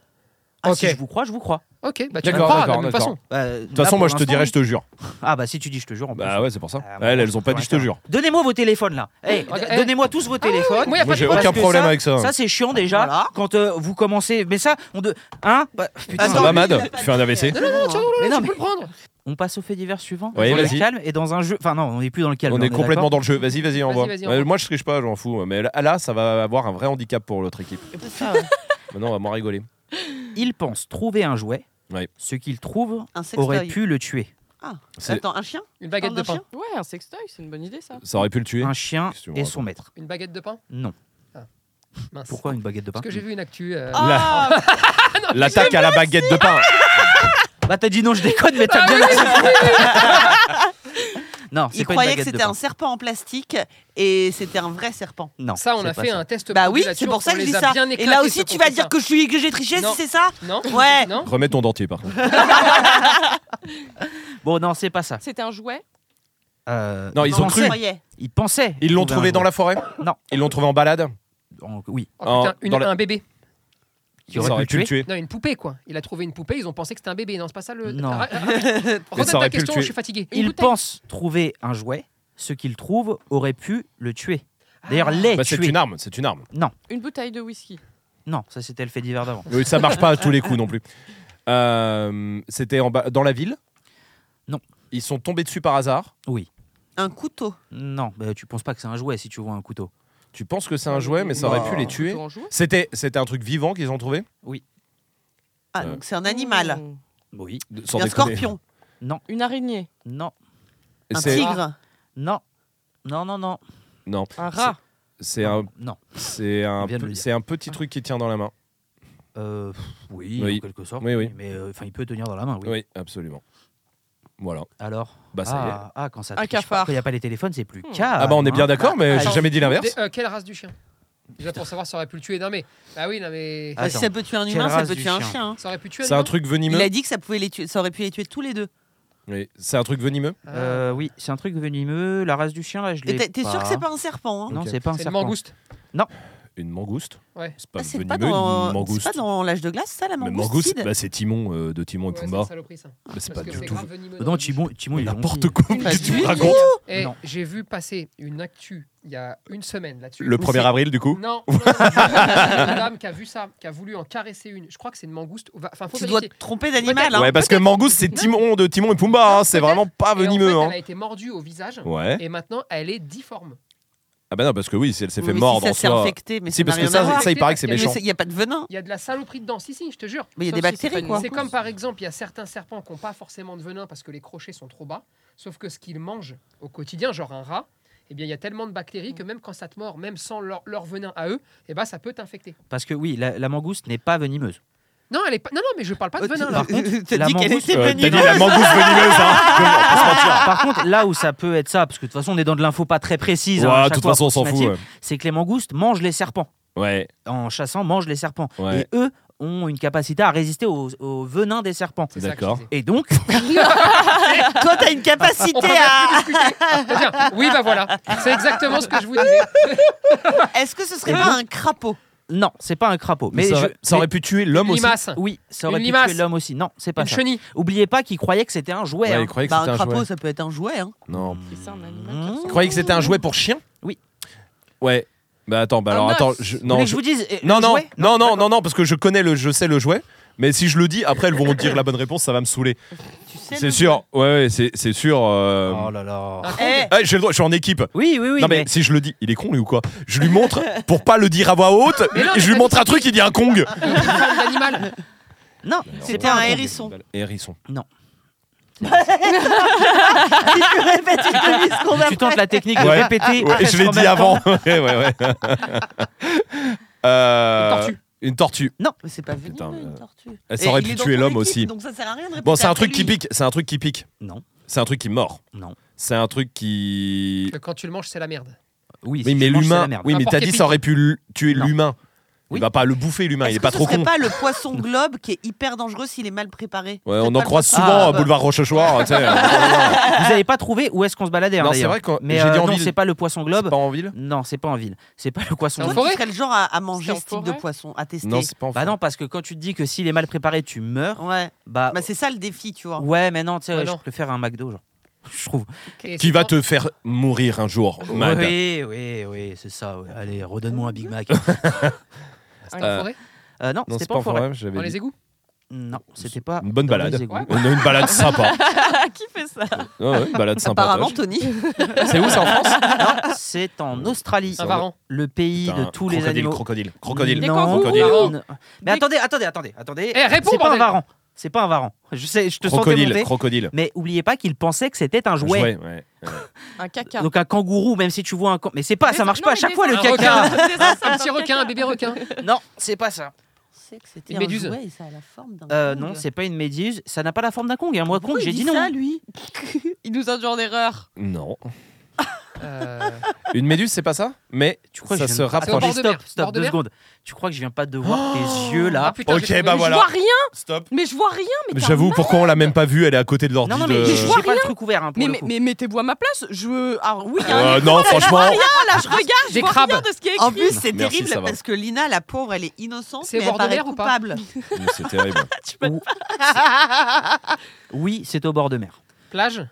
Ah,
ok.
si je vous crois, je vous crois. Bah,
Ok. Bah tu me
D'accord,
croiras,
d'accord,
de toute
d'accord.
façon.
De
De toute façon, moi, je te dirais, je te jure.
Ah bah si tu dis, je te jure. en plus.
Bah ouais, c'est pour ça.
Ah, moi,
Elles,
je
elles ont pas
pourrais
dit, je te
faire.
jure.
Donnez-moi vos téléphones là. Hey,
Regarde,
d- Donnez-moi tous vos téléphones.
Moi, y a pas
Moi,
de
j'ai
problème.
aucun problème avec ça.
Ça c'est chiant déjà.
Voilà.
Quand euh, vous commencez, mais ça, on de, hein bah, putain.
Ça
Attends,
va,
lui,
Mad
il a pas
Tu fais un
dit,
AVC
euh,
Non, non, non, tiens, non,
Mais non,
tu
mais-
peux le prendre.
On passe au fait divers suivant.
Oui,
dans le
vas-y.
calme et dans un jeu. Enfin non, on n'est plus dans le calme.
On est complètement
d'accord
dans le jeu. Vas-y, vas-y, envoie.
vas-y,
Ouais,
envoie.
Moi, je triche pas, j'en fous. Mais là- là, ça va avoir un vrai handicap pour l'autre équipe.
C'est ça, ouais.
Maintenant, on va moins rigoler.
Il pense trouver un jouet.
Ouais.
Ce qu'il trouve
Un
aurait
sextoy.
pu le tuer.
C'est-
Attends, un chien
Une baguette
Parle
de
d'un
pain.
chien
Ouais, un sextoy, c'est une bonne idée ça.
Ça aurait pu le tuer.
Un chien
Qu'est-ce que tu me
et son maître.
Une baguette de pain. Ah,
Non.
Mince.
Pourquoi une baguette de pain
Parce que j'ai vu une actu.
Oh,
euh,
La- L'attaque à la baguette de pain.
Bah t'as dit non, je déconne, mais
Ah
t'as bien. Non, c'est
Il
pas une
croyait
baguette
que
de
c'était
pain.
un serpent en plastique et c'était un vrai serpent.
Non.
Ça, on
c'est
a
pas
fait
ça.
un test.
Bah oui,
population,
c'est pour ça
on
que je
les
dis
a
ça.
bien
Et
éclatés,
là
ceux
aussi,
qui
tu
ont
vas
fait
dire
ça.
que je suis que j'ai triché,
Non.
si c'est ça
Non
Ouais.
Non
Remets ton dentier, par contre.
Bon, non, c'est pas ça.
C'était un jouet
Euh,
Non, ils ont
pensaient-
cru.
Ils pensaient.
Ils l'ont
trouver
trouvé
un
dans la forêt
Non.
Ils l'ont trouvé en balade
en- oui,
Oh,
En-
putain, une-
dans la-
un bébé.
qui aurait pu le tuer.
Non, une poupée, quoi. Il a trouvé une poupée, ils ont pensé que c'était un bébé. Non, c'est pas ça le.
Non.
Ah, ah, ah,
Mais
Redonne
ça
ta
aurait pu le
question,
tuer.
je suis fatigué.
Une
Ils
bouteille.
pensent trouver un jouet. Ce qu'ils trouvent aurait pu le tuer.
Ah.
D'ailleurs, les
Bah, c'est
tuer.
une arme, c'est une arme.
Une bouteille de whisky.
Non, ça c'était le fait divers d'avant.
Oui, ça marche pas à tous les coups non plus. Euh, C'était en bas- dans la ville
Non.
Ils sont tombés dessus par hasard.
Un couteau.
Non, bah, tu penses pas que c'est un jouet si tu vois un couteau.
Tu penses que c'est un jouet, mais ça aurait pu les tuer.
Plutôt en jouet.
C'était c'était un truc vivant qu'ils ont trouvé
Ah,
Euh.
donc c'est un animal.
Mmh.
Oui.
Sans
un
déconner.
scorpion.
Une araignée.
Non,
Un
C'est-
tigre.
non, non, non, non.
Non.
Un rat.
C'est un,
Non.
c'est un,
On vient de le dire.
c'est un petit truc qui tient dans la main.
Euh, pff, oui,
Oui.
en quelque sorte.
Oui, oui.
Mais euh, enfin, il peut tenir dans la main, oui.
Oui, absolument. Voilà.
Alors
Bah, ça y est.
ah, ah, quand ça
Un
triche pas,
cafard.
quand il n'y a pas les téléphones, c'est plus hein.
Hmm.
car.
Ah, bah on est bien d'accord, mais j'ai
attends.
jamais dit l'inverse.
Des- euh, quelle race du chien Déjà pour savoir, ça aurait pu le tuer. Non, mais. Ah oui, non, mais.
Ah.
Bah, si ça peut tuer un
Quelle
humain, ça
race
peut
du
tuer un
chien
chien. hein.
Ça aurait pu tuer
C'est un
non
truc
Il
venimeux.
a dit que ça, pouvait les tuer, ça aurait pu les tuer tous les deux.
Oui, C'est un truc venimeux.
Ah,
Euh, oui, c'est un truc venimeux. La race du chien, là, je l'ai.
Et T'es t'es sûr que c'est pas un serpent hein
Non,
Ok.
c'est pas un
C'est une
serpent.
mangouste.
Une mangouste.
Ouais.
C'est pas
Ah, C'est
venimeux.
pas,
une
dans... c'est
mangouste.
pas dans l'âge de glace, ça, la
Mais
mangouste
mangouste, bah, c'est Timon euh, de Timon et
Ouais, c'est une
Pumba.
saloperie, ça.
Bah, c'est pas
Parce que
du
c'est
tout.
grave venimeux
Bah
dans
Euh, Non,
la
Timon, Timon, il est
N'importe
gentil.
quoi.
Une
Qu'est-ce que tu me
bouteille.
racontes
bouche. Eh,
Non.
J'ai vu passer une actu il y a une semaine là-dessus.
Le
Où
1er
c'est-
avril, du coup
Non, non, non, une dame qui a vu ça, qui a voulu en caresser une. Je crois que c'est une mangouste. Enfin, faut
Tu dois
vérifier.
te tromper d'animal. hein.
Ouais, parce que Mangouste, c'est Timon de Timon et Pumba. hein, c'est
peut-être.
vraiment pas
Et en fait,
venimeux. hein.
Elle a été mordue au visage
Ouais.
et maintenant elle est difforme.
Ah bah non, parce que oui, si elle s'est
Oui,
fait
mais
mordre
si
en
ça s'est
soi.
infecté, mais
Si,
ça n'a
parce que
rien à
ça,
voir.
ça, il paraît que c'est
Mais
méchant.
Mais il n'y a pas de venin.
Il y a de la saloperie dedans. Si, si, je te jure.
Mais il y a
Sauf
des
si c'est pas
bactéries,
une
quoi.
C'est
mangouste.
comme par exemple, il y a certains serpents qui n'ont pas forcément de venin parce que les crochets sont trop bas. Sauf que ce qu'ils mangent au quotidien, genre un rat, eh bien, il y a tellement de bactéries que même quand ça te mord, même sans leur, leur venin à eux, eh ben, ça peut t'infecter.
Parce que oui, la, la mangouste n'est pas venimeuse.
Non, elle est pas... non, non, mais je parle pas de venin là.
Par contre,
T'as
la
dit qu'elle
mangouste,
était
Euh, T'as dit
venimeuse.
la mangouste venimeuse, hein
Par contre, là où ça peut être ça, parce que de toute façon, on est dans de l'info pas très précise. hein, à
Ouais, de
chaque
toute
fois,
façon, on s'en fout.
approximative,
ouais.
C'est que les mangoustes mangent les serpents.
Ouais,
En chassant, mangent les serpents.
Ouais.
Et eux ont une capacité à résister au, au venin des serpents.
C'est ça que je
d'accord.
disais.
Et donc,
Toi, t'as une
On peut
capacité
même
à.
plus discuter. C'est-à-dire, Oui, bah voilà, c'est exactement ce que je vous disais.
Est-ce que ce serait Ah, pas un crapaud
non, c'est pas un crapaud. Mais,
Mais ça,
je-
aurait- ça aurait pu tuer l'homme aussi.
Limace,
Oui, ça aurait
Une
pu
limace.
tuer l'homme aussi. Non, c'est pas
une
ça.
chenille.
Oubliez pas qu'ils croyaient que c'était un jouet.
Ouais,
hein.
il croyait que
Bah,
c'était
un
un
crapaud,
jouet.
ça peut être un jouet. Hein.
Non.
C'est ça, un
Mmh.
animal. qui ressemble.
Tu croyais que c'était un jouet pour chien
Oui. Ah,
Ouais. Bah attends, bah
Un
alors
os.
attends, je-
Vous voulez
non,
que
je-
je vous dise. eh,
non,
le
non,
jouet
non, non, non, non, parce que je connais le, je sais le jouet, mais si je le dis, après elles vont dire la bonne réponse, ça va me saouler.
Tu sais.
C'est
le-
sûr, ouais, ouais, c'est c'est sûr. euh,
Oh là là.
Un con.
Eh,
Ah, j'ai le droit, je suis en équipe.
Oui, oui, oui.
non mais, si je le dis, il est con lui ou quoi Je lui montre pour pas le dire à voix haute.
Mais non,
et je
mais
lui
t'as
montre un truc, il dit un Kong.
L'animal.
Non,
C'était un hérisson.
Hérisson.
Si tu répètes une demi-seconde
Tu
après.
tentes la technique de
Ouais.
répéter.
Ouais,
presque
je l'ai
en
dit
même
avant.
temps.
Ouais, ouais, ouais. Euh,
Une tortue.
Une tortue.
Mais c'est pas venimeux,
Putain, euh,
une tortue.
elle
Et
aurait
il
pu
est dans
tuer
ton
l'homme
équipe,
aussi.
Donc ça sert à rien de
Bon,
répéter
c'est un
après
truc qui
lui.
pique. C'est un truc qui pique.
Non,
C'est un truc qui mord.
non.
C'est un truc qui.
Que Euh, Quand tu le manges, c'est la merde.
Oui,
Oui,
si
mais
tu manges, c'est
l'humain.
la merde.
Oui, mais
N'importe
t'as
quel
dit ça aurait pu l- tuer
Non.
l'humain.
Oui.
Il va pas le bouffer l'humain. Il
Est-ce
est pas
que
trop
ce serait
con.
pas le poisson globe qui est hyper dangereux s'il est mal préparé
Ouais,
C'est
on
pas
en
le
croise
poisson-
souvent à
Ah, bah.
boulevard Rochechouart. hein, tu sais.
Vous n'avez pas trouvé où est-ce qu'on se baladait. hein,
Non, c'est
d'ailleurs.
vrai que
Mais
j'ai
euh,
dit en
non,
ville.
c'est pas le poisson globe.
C'est pas en ville.
Non, c'est pas en ville. C'est pas le poisson
En
globe.
Toi,
forêt
tu serais le genre à, à manger
en
ce type de
forêt
poisson, à tester.
Non, c'est pas en
Bah
forêt.
non, parce que quand tu te dis que s'il est mal préparé, tu meurs.
Ouais.
Bah,
Bah, c'est ça le défi, tu vois.
ouais, mais non, tu sais,
Ouais,
je
Bah non.
préfère un McDo, genre. Je trouve.
Et
Qui
c'est
va
quand-
te faire mourir un jour, Mad.
Oui, oui, oui, c'est ça. ouais. Allez, redonne-moi un Big Mac.
Dans la
Euh,
forêt,
Euh, non,
Non,
c'était pas en forêt.
j'avais
dans
dit.
les égouts.
Non, c'était pas.
Une bonne
dans les
balade.
égouts.
Ouais.
On a une balade sympa.
Ah, qui fait ça
Ouais, ouais, bah une balade sympa.
Apparemment, Tony.
C'est où, c'est en France
Non, c'est en Australie.
Un varan.
Le pays
hein. Putain,
de tous les
crocodile,
animaux.
Crocodile, crocodile.
Des
Non,
kangourous.
non.
Des-
Mais attendez, attendez, attendez, attendez.
Eh, réponds,
c'est pas un
bordel.
varan. C'est pas un varan. Je sais, je te sentais
Crocodile,
monter.
crocodile.
Mais oubliez pas qu'il pensait que c'était un jouet.
Ouais, ouais.
Un caca.
Donc un kangourou, même si tu vois un kan- mais c'est pas, ça
Des-
marche
non,
pas à
mais
chaque
des
fois le
Un
caca.
requin. un petit requin, un bébé requin.
Non, c'est pas ça.
C'était
Une
un
méduse.
jouet et ça a la forme d'un.
Euh,
kong.
non, c'est pas une méduse. Ça n'a pas la forme d'un kong. hein. Moi,
Pourquoi
kong,
il
j'ai
dit
dit non.
ça, lui.
Il nous induit en erreur.
Non.
Euh,
Une méduse, c'est pas ça Mais
Tu crois
ça
que je
se
viens de-
C'est au
rapproche.
bord de mer,
Stop,
bord
stop,
de
deux
mer.
secondes. Tu crois que je viens pas de voir
Oh.
tes yeux
ah,
là
putain,
ok,
j'ai-
bah
mais je
voilà.
Je vois rien,
Stop.
mais je vois rien, mais t'es un
J'avoue,
nain.
pourquoi on l'a même pas vue Elle est à côté de l'ordi.
Non, non, mais
de-
j'ai
vois
pas le truc ouvert hein, pour
Mais,
le
mais,
coup.
mais mettez-vous à ma place. Je veux. Ah oui, il y a un
Euh, non, franchement.
Ah là, je regarde, je
Des
vois
crabes.
rien de ce qui est écrit.
En plus,
Merci,
c'est terrible
ça va.
parce que Lina, la pauvre, elle est innocente,
C'est
mais elle
bord de
paraît
mer ou pas
coupable.
C'est terrible.
Oui, c'est au bord de mer.
Plage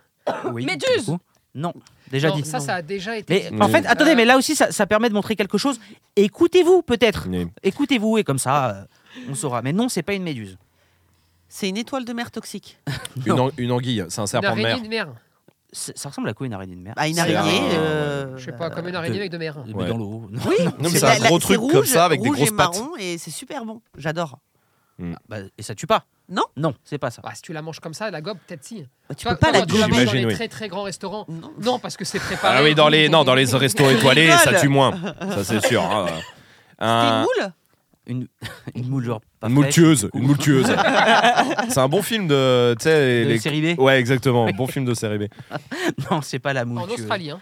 Oui,
Méduse.
du coup. Non, déjà
Non,
dit.
Ça, ça a déjà été.
Mais
dit.
en fait,
Euh,
attendez, mais là aussi, ça, ça permet de montrer quelque chose. Écoutez-vous, peut-être.
Oui.
Écoutez-vous, et comme ça, euh, on saura. Mais non, c'est pas une méduse.
C'est une étoile de mer toxique.
Une, an- une anguille, c'est un
Une
serpent de mer.
araignée de mer.
C'est- Ça ressemble à quoi une araignée de mer
Bah, une
C'est
araignée.
un-
euh,
Je sais pas, comme une
de-
araignée avec de mer.
Mais
Ouais.
dans l'eau. Non,
Oui,
mais
c'est
c'est
pas-
un gros truc
rouge,
comme ça, avec des
rouge
grosses
et
pattes.
marron et c'est super bon. J'adore.
bah, et ça tue pas
Non.
Non, c'est pas ça.
Bah, si tu la manges comme ça, la gobe, peut-être si.
Bah, tu
Toi,
peux pas
non,
la
tu la
gober.
manges dans
J'imagine,
les
oui.
très très grands restaurants.
Non.
Non, parce que c'est préparé.
Ah oui, dans les, non, dans les restos étoilés, ça
Rigole.
tue moins. Ça, c'est sûr. hein.
T'es
Un-
une moule
Une, une moule, genre. Pas
Une moule
fraîche,
tueuse,
coup.
une moule tueuse. C'est un bon film de, tu sais, les-
de
les- Oh.
série B
Ouais, exactement, bon film de série B.
Euh, Non, c'est pas la moule
En
tueuse.
Australie, hein.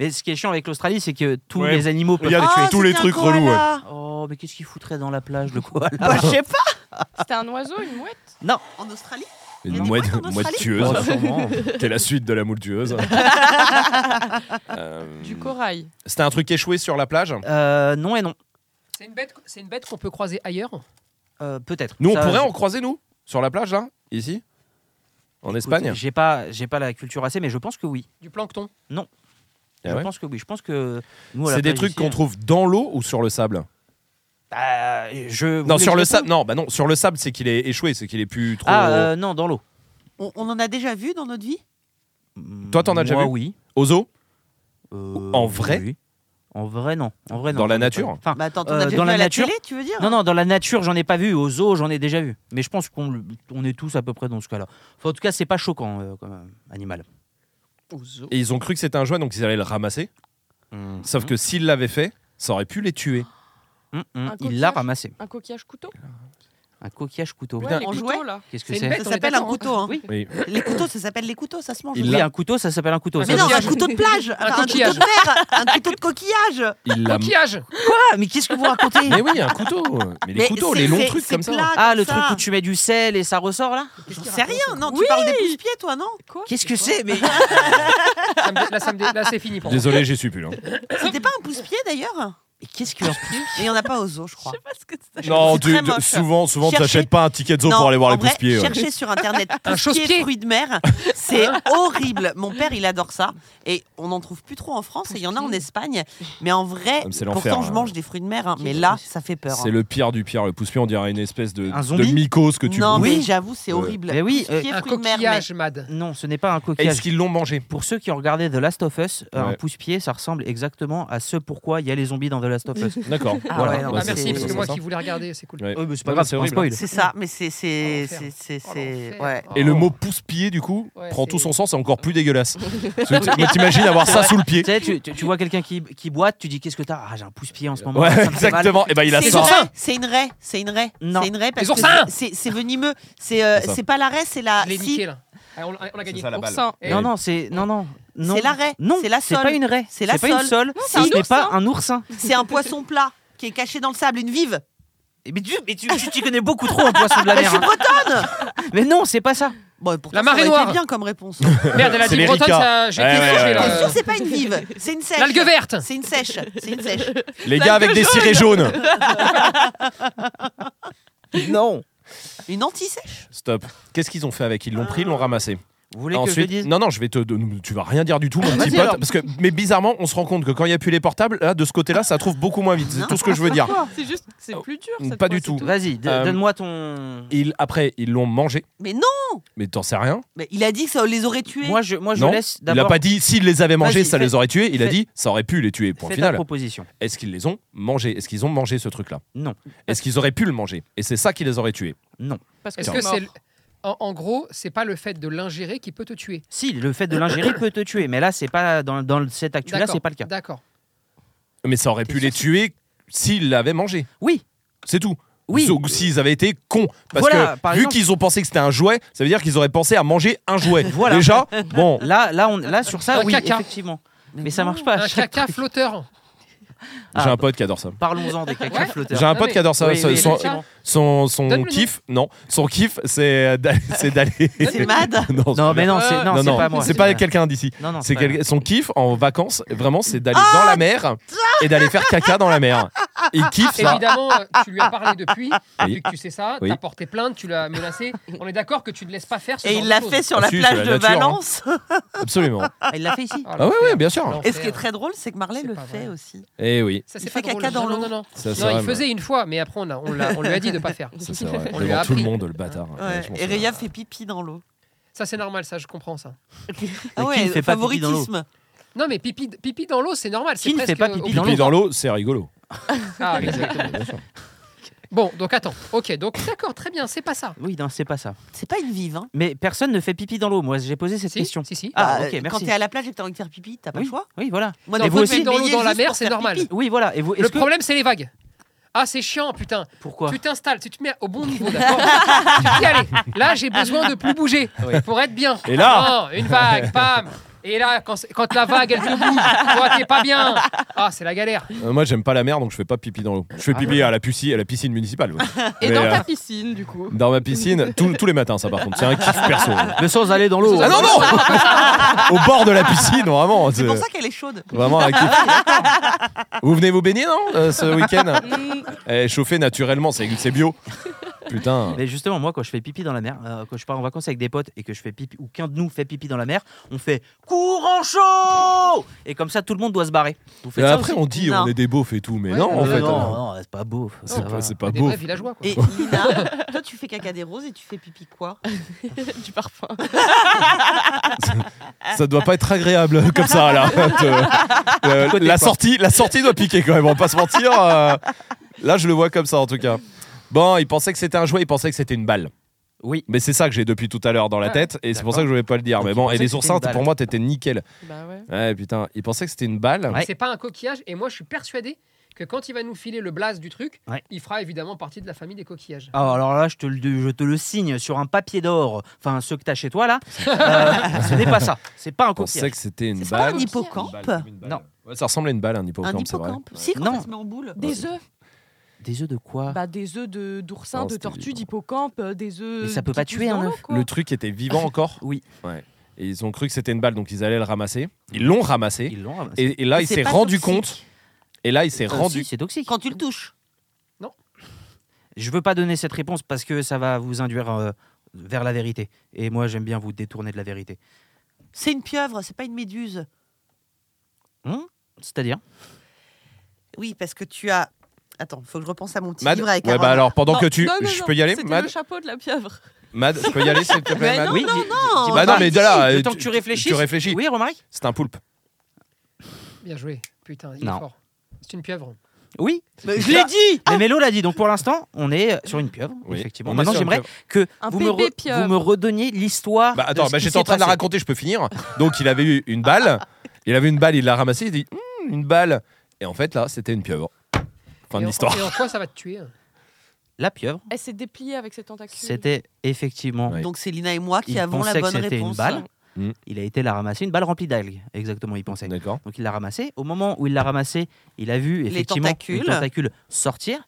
Mais ce qui est chiant avec l'Australie, c'est que tous
Ouais.
les animaux peuvent
Il y a
te
des-
tuer.
tous les
c'était un
trucs relous,
koala.
Oh, mais qu'est-ce qu'il foutrait dans la plage, le koala
Bah, je sais pas.
C'était un oiseau, une mouette.
En Australie Il y a
Une
des
mouette,
mouettes en
mouette
Australie
tueuse,
Oh, sûrement.
qui est la suite de la moule tueuse. Euh,
Du corail.
C'était un truc échoué sur la plage
Euh, non et non.
C'est une bête, c'est une bête qu'on peut croiser ailleurs.
Euh, Peut-être.
Nous, on
Ça,
pourrait
je-
en croiser, nous Sur la plage, là Ici En
Écoute,
Espagne
J'ai pas, j'ai pas la culture assez, mais je pense que oui.
Du plancton.
Ah
je
ouais
pense que oui. Je pense que nous, à la
C'est des
plage
trucs
ici, hein.
qu'on trouve dans l'eau ou sur le sable
Bah, je. vous
Non,
voulez
sur
que
le
je réponde
sable. Non, bah non, sur le sable, c'est qu'il est échoué, c'est qu'il est plus trop.
Ah euh, non, dans l'eau.
on, on en a déjà vu dans notre vie
Toi, t'en as déjà
Moi,
vu
Oui.
Aux eaux
Euh,
En vrai
oui. En vrai, non. En vrai, non.
Dans la
J'en ai pas
nature
vu. Enfin,
Bah attends, t'en
Euh,
as déjà
dans
vu
la
à la
nature
télé, tu veux dire
non, non, dans la nature, j'en ai pas vu. Aux eaux, j'en ai déjà vu. Mais je pense qu'on le- on est tous à peu près dans ce cas-là. Enfin, en tout cas, c'est pas choquant euh, comme euh, animal.
Et ils ont cru que c'était un jouet, donc ils allaient le ramasser. Mmh.
Mmh.
Sauf que s'ils l'avaient fait, ça aurait pu les tuer.
Hum, hum,
Un
Il l'a
coquillage.
ramassé.
Un coquillage couteau.
Un coquillage couteau.
Ouais, les
en
couteaux,
jouet
là.
Qu'est-ce que
C'est une
c'est
bête.
Ça
on est
s'appelle un
d'accord.
couteau. Hein.
Oui.
Oui.
Les couteaux, ça s'appelle les couteaux, ça se mange.
Il
Oui,
l'a-
un couteau, ça s'appelle un couteau.
Ah,
ça,
Mais non,
c'est-
un
coquillage.
couteau de plage, enfin, un, couteau
coquillage.
de mer, un couteau de coquillage.
Il l'a.
Coquillage.
Quoi Ah, Mais qu'est-ce que vous racontez
Mais oui, un couteau. Mais les
Mais
couteaux,
c'est-
les longs
c'est-
trucs
c'est
comme ça.
plat,
Ah,
comme
le
ça.
truc où tu mets du sel et ça ressort là
Qu'est-ce qu'il
C'est
raconte,
rien, non,
Oui.
tu parles des pouces-pieds, toi, non
Quoi
Qu'est-ce que c'est Mais
Ça me dé- Là, ça me dé- là, c'est fini pour moi.
Désolé, j'y suis plus. là.
C'était pas un pouce-pied, d'ailleurs
Mais qu'est-ce que
Et il y en a pas aux eaux, je crois.
Je sais pas ce que
Ah,
c'est.
Non,
C'est
tu-
très
tu-
moche.
souvent, souvent, tu
Cherchez-
n'achètes pas un ticket de zoo
Non,
pour aller voir
en
les
vrai,
pousse-pieds. ouais.
Cherchez sur internet
Un
pouce-pied,
chausse-pied.
fruits de mer, c'est horrible. Mon père, il adore ça et on n'en trouve plus trop en France et il y en a en Espagne. Mais en vrai,
Ah, mais c'est l'enfer,
pourtant je
hein.
mange des fruits de mer, hein, mais là, ça fait peur.
C'est
hein.
le pire du pire. Le pousse-pied, on dirait une espèce de,
Un
de
zombie
mycose que tu
non,
bouffes.
mais j'avoue, c'est
Ouais.
horrible.
Mais oui, euh,
Pousse-pied,
Un
fruits de mer, mais-
coquillage, Mad.
Non, ce n'est pas un coquillage.
Est-ce qu'ils l'ont mangé
Pour ceux qui ont regardé The Last of Us, euh, un
Ouais.
pouce-pied, ça ressemble exactement à ce pourquoi il y a les zombies dans The Last of Us.
D'accord.
Ah
voilà. Bah,
ouais, non,
Ah,
c'est-
merci, parce que
c'est
moi
ça.
qui voulais regarder, c'est cool.
Ouais.
Ouais, mais c'est pas
Non, mais
grave,
c'est
c'est pas un
horrible. hein.
spoil.
C'est ça, mais c'est c'est
Oh,
c'est c'est
Oh,
c'est
l'enfer.
ouais.
Oh.
Et le mot pouce-pied, du coup,
Ouais,
prend
c'est-
tout son sens et encore plus dégueulasse. Parce que tu- mais T'imagines avoir ça sous le pied
Tu sais, tu, tu- tu vois quelqu'un qui, qui boite, tu dis qu'est-ce que t'as Ah, j'ai un pouce-pied en ce moment. ça
Ouais,
me fait mal.
exactement. Et ben il a
C'est
ça.
une raie, C'est une raie, c'est une raie,
Non.
c'est une raie parce
Les
que
oursins
c'est- c'est c'est venimeux. C'est euh,
C'est ça.
c'est pas la raie, c'est la
Je l'ai
si,
niqué, là. Allez, Ah, on, on a gagné.
la balle. Oursin.
Eh,
Non, non, c'est. Non, non. non.
C'est la raie,
Non,
c'est la
c'est
sole.
pas une raie.
C'est la
pas une
sole.
sole.
c'est un
Ce n'est pas
oursin.
un oursin.
c'est un poisson plat qui est caché dans le sable, une vive.
Mais tu, mais tu, tu t'y connais beaucoup trop en poisson de la mer. hein.
Bretonne.
Mais non, c'est pas ça.
Bon, et pourtant,
La
ça
marée
aurait été
noire.
bien comme réponse.
Merde, elle a
C'est
dit
les
bretonne,
Ricas.
ça- j'ai
Ouais,
été
ouais,
sûr, je vais
ouais,
la-
Bien sûr, c'est pas une vive, c'est une sèche.
L'algue verte
C'est une sèche, c'est une sèche.
Les gars avec des cirés jaunes.
Non.
Une anti-sèche
Stop. Qu'est-ce qu'ils ont fait avec Ils l'ont pris, ils l'ont ramassé.
Vous voulez que je le
Ensuite,
dise
non, non, je vais te, de- tu vas rien dire du tout, mon petit
vas-y
pote,
alors.
parce que, mais bizarrement, on se rend compte que quand il n'y a plus les portables, là, de ce côté-là, ça trouve beaucoup moins vite. C'est
Non.
tout ce que je veux dire.
C'est juste, c'est plus dur. cette
Oh, Pas
fois,
du
c'est
tout.
Vas-y, d-
Euh,
donne-moi ton.
Ils, après, ils l'ont mangé,
Mais non
mais t'en sais rien.
mais Il a dit que ça les aurait tués.
Moi, je, moi, je
non,
laisse
il a
d'abord.
pas dit s'il les avait mangés,
Vas-y,
ça
fais-
les aurait tués. Il a
fais-
dit ça aurait pu les tuer. Point
Fais ta
final.
proposition.
Est-ce qu'ils les ont mangés Est-ce qu'ils ont mangé ce truc-là
Non.
Est-ce qu'ils auraient pu le manger Et c'est ça qui les aurait tués.
Parce que
Est-ce
c'est
que c'est.
mort.
En, en gros, c'est pas le fait de l'ingérer qui peut te tuer.
Si, le fait de l'ingérer peut te tuer, mais là, c'est pas dans, dans le- cette actu-là,
D'accord,
c'est pas le cas.
D'accord.
Mais ça aurait
T'es
pu
sûr
les tuer s'ils l'avaient mangé.
Oui,
C'est tout.
oui.
Sauf S'ils avaient été cons. Parce
Voilà,
que
par
vu
exemple.
qu'ils ont pensé que c'était un jouet, ça veut dire qu'ils auraient pensé à manger un jouet.
Voilà.
Déjà, bon,
Là, là, on, là, sur ça,
Un
oui,
caca.
effectivement. Mais ça marche
Ah,
pas.
Un caca flotteur.
Ah,
J'ai un
bah.
pote qui adore ça.
Parlons-en des caca
Ouais.
flotteurs.
J'ai un
Non,
pote
mais-
qui adore ça.
Oui,
Son-
oui,
son,
effectivement.
son, son
Donne-le nous.
kiff, non. Son kiff, c'est d'aller. c'est d'aller-
C'est mad.
Non,
Non, mais non,
Euh,
c'est non,
non,
c'est
non,
pas moi.
c'est pas quelqu'un d'ici.
Non, non,
C'est
pas-
quel- son kiff en vacances, vraiment, c'est d'aller dans la mer et d'aller faire caca dans la mer. Il kiffe
Ah.
ça.
Évidemment, euh, tu lui as parlé depuis. Depuis que tu sais ça,
Oui.
t'as porté plainte, tu l'as menacé. On est d'accord que tu ne laisses pas faire ce
Et
genre
il
de
l'a
choses.
fait sur
Ah
la
si,
plage
c'est
de
la nature, hein.
Valence.
Absolument.
Ah, il l'a fait ici.
Ah ouais, ouais, bien sûr.
Non.
Et ce qui est très drôle, c'est que Marley
C'est
le
pas
fait
vrai.
aussi.
Eh oui.
Ça,
Il
c'est
fait
pas drôle.
caca dans
Non,
l'eau.
non, non.
Ça, c'est
Non, il
vrai,
faisait une fois, mais après, on, a- on, l'a- on lui a dit de pas faire.
Ça, c'est vrai.
On lui a
Devant tout le
appris.
monde, le bâtard.
Ouais.
Ouais, je m'en
Et
souviens.
Réa fait pipi dans l'eau.
Ça, c'est normal, ça, je comprends ça.
Ah
qui
ouais,
ne fait pas pipi dans l'eau
favoritisme.
Non, mais pipi, pipi dans l'eau, c'est normal. c'est
Qui ne
presque
fait pas pipi
au-
Pipi
dans l'eau
dans l'eau, c'est rigolo.
Ah, exactement. Bon, donc attends. Ok, donc d'accord, très bien, c'est pas ça.
Oui, non, c'est pas ça.
C'est pas une vive. Hein.
Mais personne ne fait pipi dans l'eau. Moi, j'ai posé cette
Si,
question.
Si, si.
Ah,
Ah,
ok, merci.
Quand t'es à la plage et que t'as envie de faire pipi, t'as pas le choix.
Oui, voilà.
Ah
Moi,
Non,
des
vous
fois,
aussi-
je
dans l'eau,
baignais
dans la
juste
mer,
pour
c'est
faire
normal.
pipi.
Oui, voilà. Et vous,
Le
est-ce que
problème, c'est les vagues. Ah, c'est chiant, putain.
pourquoi
tu t'installes, tu te mets au bon niveau, d'accord Tu te dis, allez, là, j'ai besoin de plus bouger pour être bien.
Et là
Non, Une vague, pam Et là, quand, c'est- quand la vague, elle te bouge, toi, t'es pas bien. Ah, c'est la galère.
Euh, Moi, j'aime pas la mer, donc je fais pas pipi dans l'eau. Je fais pipi à la piscine, à la piscine municipale. ouais.
Et
Mais,
dans
euh,
ta piscine, du coup.
Dans ma piscine, tous- tous les matins, ça par contre, c'est un kiff perso.
Mais sans aller dans l'eau.
Ah non non Au bord de la piscine, vraiment.
C'est pour ça qu'elle est chaude.
Vraiment un kiff. Vous venez vous baigner non euh, ce week-end Eh, Chauffer naturellement, c'est c'est bio. Putain.
Mais justement, moi, quand je fais pipi dans la mer, euh, quand je pars en vacances avec des potes et que je fais pipi, ou qu'un de nous fait pipi dans la mer, on fait courant chaud Et comme ça, tout le monde doit se barrer. Vous faites
Mais
ça
après
aussi
on dit
Non.
on est des beaufs et tout, mais
Ouais,
non en
Euh,
fait.
non,
euh,
non, c'est pas beau. ça
C'est
va.
pas, c'est pas
Des
beau.
vrais villageois, quoi.
Et Lina, toi, tu fais caca des roses et tu fais pipi quoi
du parfum.
Ça doit pas être agréable comme ça là. Euh,
Côté
la
quoi.
sortie, la sortie doit piquer quand même. On va pas se mentir. euh, là je le vois comme ça en tout cas. Bon, il pensait que c'était un jouet, il pensait que c'était une balle.
Oui. Ah,
Mais c'est ça que j'ai depuis tout à l'heure dans la
Ouais,
tête, et c'est pour
d'accord.
ça que je voulais pas le dire.
Donc,
mais
il
bon, et
pensait que
les
c'était
oursins,
une balle.
pour moi, t'étais nickel.
Bah ouais.
Ouais, putain, il pensait que c'était une balle.
Ouais.
C'est pas un coquillage. Et moi, je suis persuadé que quand il va nous filer le blaze du truc,
Ouais.
il fera évidemment partie de la famille des coquillages.
Ah, alors là, je te, le, je te le signe sur un papier d'or, enfin ceux que t'as chez toi là. Euh, ce n'est pas ça. C'est pas un
Je pensais
coquillage.
que c'était une
C'est pas
balle.
un hippocampe
Non. Ouais, ça ressemblait à une balle, un
Un
hippocampe, c'est vrai.
hippocampe Si, quand
Non.
ça se met en boule.
Des œufs.
Des œufs de quoi
Bah, des œufs de- d'oursin,
Non,
de
Oh, c'était
tortue,
vivant.
d'hippocampe, euh, des œufs.
Mais ça peut
qui
pas
poussent
tuer un
dans l'eau,
œuf.
quoi.
Le truc était vivant encore
Oui.
Ouais. Et ils ont cru que c'était une balle, donc ils allaient le ramasser. Ils l'ont hein, ramassé.
Ils l'ont ramassé.
Et, et là,
Mais
il
c'est
s'est
pas
rendu
toxique.
compte. Et là, il s'est
Euh,
rendu.
si, c'est toxique.
Quand tu le touches.
Je veux pas donner cette réponse parce que ça va vous induire euh, vers la vérité. Et moi, j'aime bien vous détourner de la vérité.
C'est une pieuvre, c'est pas une méduse.
C'est-à-dire
Oui, parce que tu as. Attends, faut que je repense à mon petit
Mad
livre avec
Ouais,
un
bah
roman.
alors, pendant
Non,
que tu.
Ah, non, non,
je
non,
peux y aller,
C'était
Mad
le chapeau de la pieuvre.
Mad, je peux y aller, s'il te plaît,
Mais
Mad
non,
Oui,
non,
dis-
non.
dis-
Bah non, mais de là,
Le
euh,
temps
tu-
que tu réfléchisses.
tu réfléchis.
Oui, Romaric
C'est un poulpe.
Bien joué. Putain, il
Non.
est fort. C'est une pieuvre.
Oui.
Mais Euh, je l'ai dit.
Mais Mélo l'a dit. Donc pour l'instant, on est euh, sur une pieuvre.
Oui.
Effectivement.
On est
Maintenant,
sur une
j'aimerais que
Un
vous me,
bébé
re-
pieuvre.
vous me redonniez l'histoire.
Bah attends,
de ce
bah,
qui
j'étais
s'est
en train de la
passé.
raconter, je peux finir. Donc il avait eu une balle, il avait une balle, il l'a ramassée, il dit Hmm, une balle. Et en fait là, c'était une pieuvre. Fin
Et
de
en-
l'histoire.
Et en quoi ça va te tuer hein
La pieuvre,
Elle s'est dépliée avec ses tentacules.
c'était effectivement.
Ouais.
Donc c'est Lina et moi qui
Il
avons la
pensait que
bonne
c'était
réponse.
une balle.
Mm.
Il a été la ramasser, une balle remplie d'algues. Exactement, il pensait.
D'accord.
Donc il l'a ramassée. Au moment où il l'a ramassée, il a vu effectivement
tentacules.
les tentacules sortir.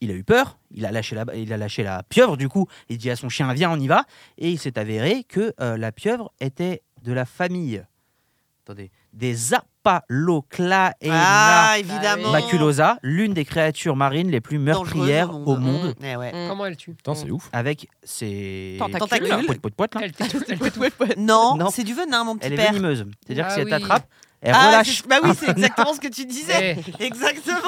Il a eu peur. Il a lâché la, il a lâché la pieuvre. Du coup, il dit à son chien "Viens, on y va." Et il s'est avéré que euh, la pieuvre était de la famille. Attendez, des Apaloclaena
Ah, évidemment.
maculosa, l'une des créatures marines les plus
Dangereuse
meurtrières au monde,
Mm. Eh ouais.
Mm.
Comment elle tue
Putain, c'est ouf.
avec ses
Tentacules.
Tentacules.
Poit, poit, poit, là.
Elle t'étouffe, elle
Ouais,
t'étouffe.
ouais, ouais.
Non,
Non.
c'est du venin, mon petit
Elle est
père.
venimeuse. C'est-à-dire que
Ah
si elle
oui.
t'attrape, elle
Ah,
relâche.
c'est- Bah oui, c'est exactement ce que tu disais.
Eh,
Exactement.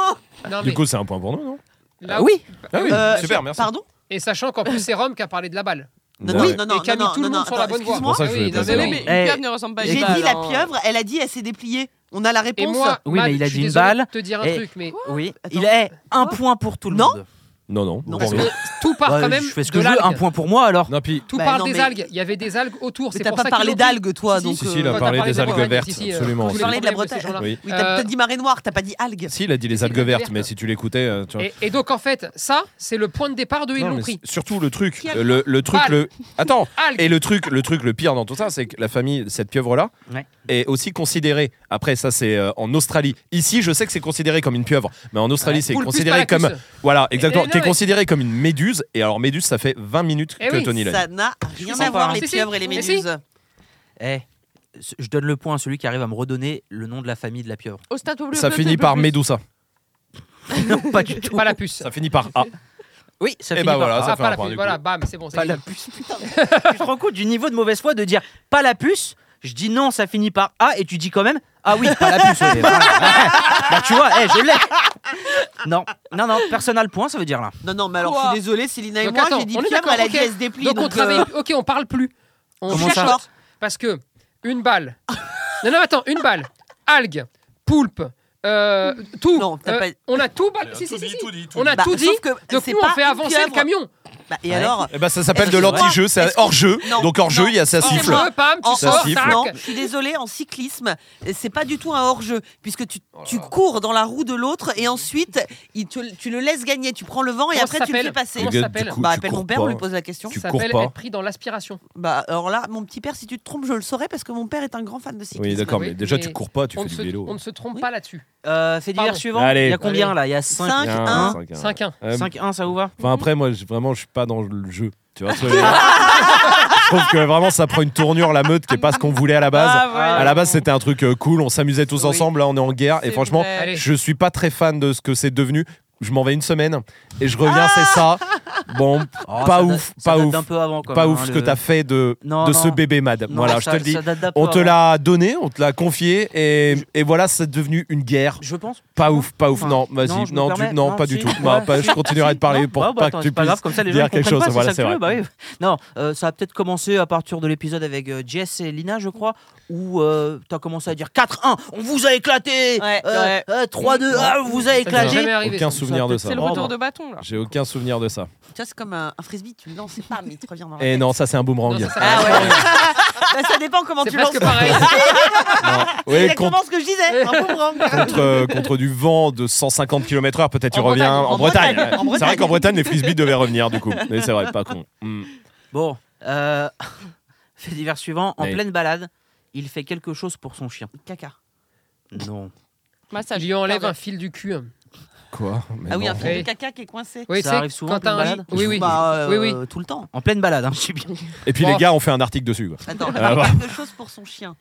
non, mais
Du coup, c'est un point pour nous, non
là où-
oui.
Ah oui,
Euh,
super, merci. Bah
Pardon
Et sachant qu'en plus, c'est Rome qui a parlé de la balle.
Non,
Ouais.
non, non,
et
non,
qui a mis
non,
tout le
non,
monde sur
attends,
la bonne voie.
excuse-moi.
Pour ça que je
Ah
voulais
non,
placer
mais
Mais,
la-
oui.
mais une
Eh,
pieuvre ne ressemble pas à
J'ai
une
dit
balle.
la
hein.
pieuvre, elle a dit elle s'est dépliée. On a la
Et
réponse.
moi,
Oui, mais
Mad,
il a
je suis
dit une
désolé de
balle.
te dire un
Et-
truc, mais
Oui,
Attends.
il est un
Quoi
point pour tout le
Non.
monde.
Non, non. Bon,
Non. Parce
rien.
Tout part
Bah,
quand même
je fais ce
de
que je veux, un
l'algue.
point pour moi alors.
Non, puis
Tout
Bah,
part
non,
des
mais-
algues. Il y avait des algues autour.
Mais
C'est
t'as
pour
pas
ça qu'ils
parlé
l'ont
d'algues, toi.
Si,
donc,
si, si,
euh,
il a
Toi, t'as
parlé
parlé
des
des
algues
Bretagne
vertes,
ici, euh,
absolument.
tous
Tu
les
parlais de la
problèmes de ces
Bretagne.
gens-là.
Oui.
Oui, t'as
Euh,
t'as dit marée noire, t'as pas dit algues.
Si, il a dit les
C'est
algues
des algues
vertes, mais
vertes.
si tu l'écoutais, euh, tu vois.
Et, et donc en fait, ça, c'est le point de départ de ils
Non,
l'ont
mais
pris.
c'est- surtout le truc,
Qui a-
le, le truc,
Pâle.
le. Attends.
Algues.
Et le truc, le truc, le pire dans tout ça, c'est que la famille, cette pieuvre là,
Ouais.
est aussi considérée. Après, ça c'est euh, en Australie. Ici, je sais que c'est considéré comme une pieuvre, mais en Australie, c'est
Poulpus
considéré
Paracus.
comme, voilà, exactement,
Et- et
qui est
non, mais-
considéré comme une méduse. Et alors, méduse, ça fait 20 minutes
Eh
que
oui,
Tony l'a. dit.
Ça n'a rien
comprends
à voir,
pas.
les
Si, si.
pieuvres et les
Mais
méduses.
Eh, ce- je donne le point à celui qui arrive à me redonner le nom de la famille de la pieuvre.
Au stade bleu,
Ça
bleu,
finit
bleu,
par
bleu.
Medusa.
non, pas du tout.
Pas la puce.
Ça finit par A.
Oui, ça
Eh
finit
ben
par
voilà,
A.
ça
Ah,
fait
pas
un
la
point,
puce.
du
Voilà, bam, c'est bon. c'est
Pas la
fini.
puce, putain. Ah, tu te rends compte du niveau de mauvaise foi de dire pas la puce Je dis non, ça finit par A et tu dis quand même ah oui, pas la puce. ouais, voilà. bah tu vois, eh, je l'ai. Non, non, non, personne n'a le point, ça veut dire là.
Non, non, mais alors,
Quoi
je suis désolée, Célina et
Donc,
moi,
attends,
j'ai dit
on est
pieuvre,
d'accord,
elle a
ok.
dit elle se déplie.
Donc on
donc,
travaille.
euh,
Ok, on parle plus. On
Comment ça
chuchote. Parce que une balle. Non, non, attends, une balle. Algues, poulpe, euh, tout.
Non, t'as
Euh,
pas-
On a tout. ba-
Allez,
Si,
tout
si, si,
dit,
si.
tout dit, tout
On a
Bah,
tout dit.
sauf que
Donc
c'est
nous, on
pas
fait
une
avancer le
pieuvre.
camion.
Bah, et
Ouais.
alors
Eh ben, ça s'appelle de
Excuse-moi.
l'anti-jeu, c'est un
Excuse-
hors-jeu.
Non,
Donc hors-jeu, il y a ça
non,
siffle.
non.
Hors-jeu, pam, tu
En-
Ça
sors,
siffle.
tac.
Non, je suis désolée, en cyclisme, c'est pas du tout un hors-jeu, puisque tu,
Oh là
tu
là.
cours dans la roue de l'autre et ensuite il te- tu le laisses gagner, tu prends le vent et
Comment
après
ça
tu le fais
s'appelle
passer.
Comment
Les gars,
ça s'appelle
du coup,
Bah,
tu
appelle
cours
mon père,
pas.
on lui pose la question.
Tu
Ça
cours
s'appelle
pas.
être pris dans l'aspiration.
Bah, alors là, mon petit père, si tu te trompes, je le saurais parce que mon père est un grand fan de cyclisme.
Oui, d'accord,
Oui,
mais déjà,
mais
tu cours pas, tu
On
fais
ne
du
se-
vélo.
on ne se trompe
Oui.
pas là-dessus.
Euh, fait divers
Pardon.
suivant.
Allez.
Il y a combien
Allez.
là Il y a 5
Cinq.
Bien,
un.
cinq, un.
5-1.
Euh,
5-1, ça vous va
Enfin après, moi, je- vraiment, je suis pas dans le jeu. Tu vois, ce que je veux dire Je trouve que vraiment, ça prend une tournure la meute qui est pas ce qu'on voulait à la base.
Ah, voilà.
à la base, c'était un truc euh, cool, on s'amusait tous
Oui.
ensemble. Là, on est en guerre. Et
C'est
franchement,
vrai.
Allez.
je suis pas très fan de ce que c'est devenu. Je m'en vais une semaine et je reviens, c'est ça. Bon,
Oh,
pas
ça date-
ouf,
ça
pas
date
ouf,
d'un peu avant, quand
pas
même,
ouf
hein,
ce
le-
que t'as fait de,
Non,
de
non.
ce bébé, madame.
Non,
voilà,
ça-
je te le dis.
ça date d'un peu
On te
avant.
l'a donné, on te l'a confié et, et voilà, c'est devenu une guerre.
Je pense.
Pas ouf, pas ouf,
Enfin,
non, vas-y,
non,
non,
je me
tu-
permets,
non,
non,
pas
si,
du tout.
ouais,
Non, pas- je continuerai de parler
Non,
pour
bah, bah,
pas
attends,
que tu
c'est pas grave,
puisses
comme ça, les gens
dire
ils
quelque
comprennent
chose,
pas,
voilà,
ça
c'est
que tu
vrai.
veux, bah oui. Non, euh, ça a peut-être commencé à partir de l'épisode avec euh, Jess et Lina, je crois, où euh, t'as commencé à dire 4-1, on vous a éclaté
Ouais,
Euh,
ouais.
euh, 3-2, ah, on vous a
Ça m'est jamais
éclaté
arrivé.
aucun
ça.
souvenir de ça.
C'est le
Oh,
retour
bah.
de bâton, là.
J'ai aucun souvenir de ça.
Ah,
Tu vois, c'est comme un, un frisbee, tu le lances et bam, il te revient dans la
Et
tête.
non, ça c'est un boomerang.
Non, ça, ça m'est
Ah
jamais
ouais.
arrivé.
Bah, ça dépend comment
C'est
tu lances.
presque pareil.
Oui,
C'est exactement
contre,
ce que je disais. Un boomerang.
contre, euh, contre du vent de 150 km/h, peut-être tu
En
reviens
Bretagne,
en,
en
Bretagne.
Bretagne, en
C'est vrai
Bretagne.
qu'en Bretagne, les frisbees devaient revenir du coup. Mais c'est vrai, pas con. Hmm.
Bon, euh, fait divers suivant, en
Oui.
pleine balade, il fait quelque chose pour son chien. Caca. Non.
Massage.
Je lui enlève un
Pardon.
fil du cul.
Quoi Mais
Ah oui,
non.
un truc de
Oui.
caca qui est coincé.
Oui,
Ça
tu sais,
arrive souvent,
quand t'as
plein
un
de
lit- Oui, oui.
Bah, euh,
Oui, oui.
Tout le temps.
En pleine balade, hein, je suis bien.
Et puis
Oh.
les gars ont fait un article dessus. quoi.
Attends, il
Ah,
fait
bah.
quelque chose pour son chien.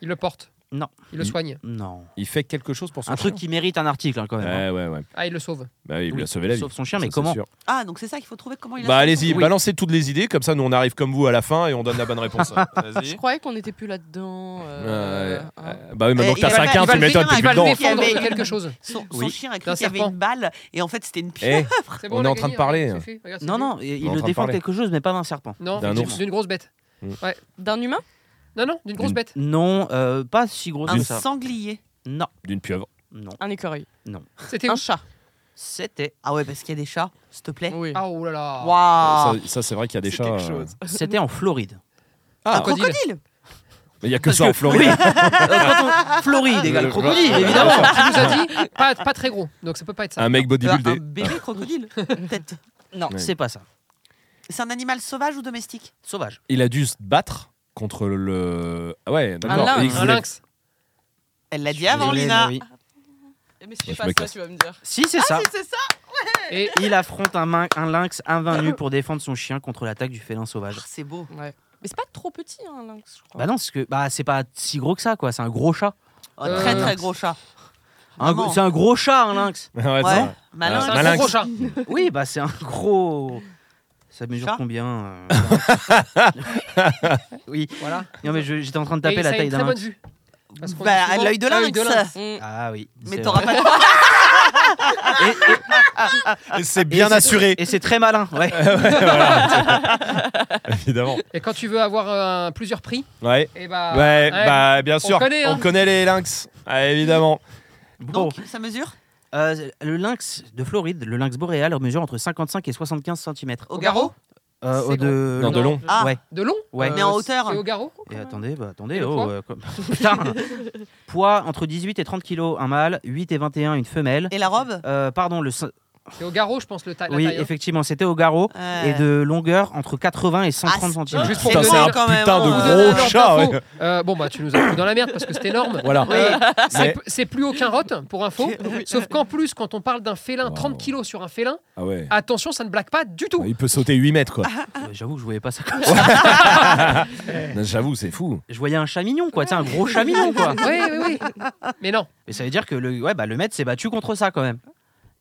Il le porte.
Non.
Il le
Il-
soigne.
Non.
Il fait quelque chose pour son
Un truc
chien.
qui mérite un article, hein, quand même. hein.
Ouais, ouais, ouais.
Ah, il le sauve.
Bah, il lui
Oui,
a sauvé la vie.
Sauf son chien, mais
Ça, c'est
comment
sûr.
Ah, donc c'est ça qu'il faut trouver comment il a
Bah
fait.
allez-y,
Oui.
balancez toutes les idées, comme ça nous on arrive comme vous à la fin et on donne la bonne réponse.
Je
Vas-y.
croyais qu'on n'était plus là-dedans. euh,
Euh,
hein.
euh, bah oui, maintenant
Eh,
que
il
t'as
va-
5 1
il va
tu
le
m'étonnes,
défendre,
t'es
Il
plus
va le
dedans.
défendre
Il y
de
avait-
quelque chose.
Son, son
Oui.
chien a cru
D'un
qu'il y avait
serpent.
une balle et en fait c'était une pieuvre.
Eh,
C'est bon,
On est
l'a
en train de
gagné,
parler.
regarde, c'est fait, regarde, c'est
Non,
fait.
non, il
On est en
le
train de
défend
parler.
quelque chose, mais pas d'un serpent.
Non,
D'un
d'une-
ours.
d'une grosse bête.
D'un humain
Non, non, d'une grosse
D'une-
bête.
Non, euh, pas si gros que
Un
ça.
sanglier.
Non,
Eh, D'une pieuvre.
non.
Un écureuil.
C'était où
Un chat.
C'était.
Ah ouais, parce qu'il y a des chats, s'il te
Eh,
plaît.
Oui.
Ah, oh là là.
Waouh Euh,
Ça, ça, c'est vrai qu'il y a des
C'est
chats.
quelque
euh,
chose.
C'était en Floride.
Un
Ah,
crocodile.
crocodile
mais il y a que
Parce
ça
que-
en Floride.
oui. Euh, quand on- Floride égale
Le-
crocodile,
le-
évidemment.
Tu nous as dit pas, pas très gros, donc ça peut pas être ça.
Un mec
Euh, Un
bodybuildé.
bébé crocodile, peut-être.
Non,
Oui.
c'est pas ça.
C'est un animal sauvage ou domestique
Sauvage.
Il a dû se battre contre le. Ah ouais, d'accord.
lynx.
Et il
un
voulait-
lynx.
Elle l'a dit
Je
avant,
l'ai,
Lina. Ah
mais oui.
Eh, Mais
Moi,
c'était
je me
pas ça,
casse.
tu vas me dire.
Si, c'est ça.
C'est ça
Et
Il affronte un, main- un lynx invaincu pour défendre son chien contre l'attaque du félin sauvage.
Ah, C'est beau.
Ouais. Mais c'est pas trop petit, un lynx, je crois.
Bah non, c'est que bah c'est pas si gros que ça quoi, c'est un gros chat.
Un
Euh,
Oh, très très gros chat.
Un
Maman.
gros- c'est un gros chat un lynx.
Ouais, c'est
Ouais,
vrai.
c'est
malin.
Ah,
un
malin.
gros chat.
Oui, bah c'est un gros ça mesure
Chat
combien euh, Oui,
Voilà.
non mais je- j'étais en train de
Et
taper
ça
la
a
taille
une
d'un
très bonne
lynx.
vue. Parce qu'on
Bah,
dit souvent,
l'œil de
œil de
lynx.
Mm.
Ah oui.
Mais
c'est
t'auras
vrai.
pas
Et- et-
Et c'est bien
c'est-
assuré, Euh,
Et c'est très malin, ouais.
évidemment.
Et quand tu veux avoir euh, plusieurs prix,
Ouais.
et bah.
ouais,
ouais.
bah bien sûr.
connaît, hein.
les lynx. Ah, évidemment.
Bon,
Donc, ça mesure
Euh, le lynx de Floride, le lynx boréal, mesure entre 55 et 75 cm.
Au garrot
Euh,
C'est
au de...
Non, de long.
Ah.
Ouais.
De long
Ouais.
Mais en
c'est-
Ah.
hauteur.
C'est au garrot
Et attendez, bah, attendez,
Et le
oh,
poids
euh, comme- putain Poids entre 18 et 30 kg un mâle, 8 et 21 une femelle.
Et la robe
Euh, pardon, le cin-
C'est au garrot, je pense, le ta- la
oui,
taille. hein.
effectivement, c'était au garrot
Euh,
et de longueur entre 80 et 130
Ah,
cm.
Juste pour
Putain,
te
c'est
dire-
un
quand même,
putain
hein.
Non, non, non,
de
non,
gros
non,
chat.
t'as
ouais.
faux. Euh, Bon, bah, tu nous as foutu dans la merde parce que c'est énorme.
Voilà.
Euh, c'est
Mais-
p- c'est plus aucun rot, pour info. Sauf qu'en plus, quand on parle d'un félin,
Wow.
30 kilos sur un félin,
Ah ouais.
attention, ça ne blague pas du
Ah,
tout.
Il peut sauter 8 mètres quoi.
Ouais, J'avoue que je voyais pas ça comme ça.
Non, J'avoue, c'est fou.
Je voyais un chat mignon, quoi. Tu sais, un gros chat mignon, quoi.
Oui, oui, oui. Mais non.
Et ça veut dire que le, ouais, bah, le maître s'est battu contre ça, quand même.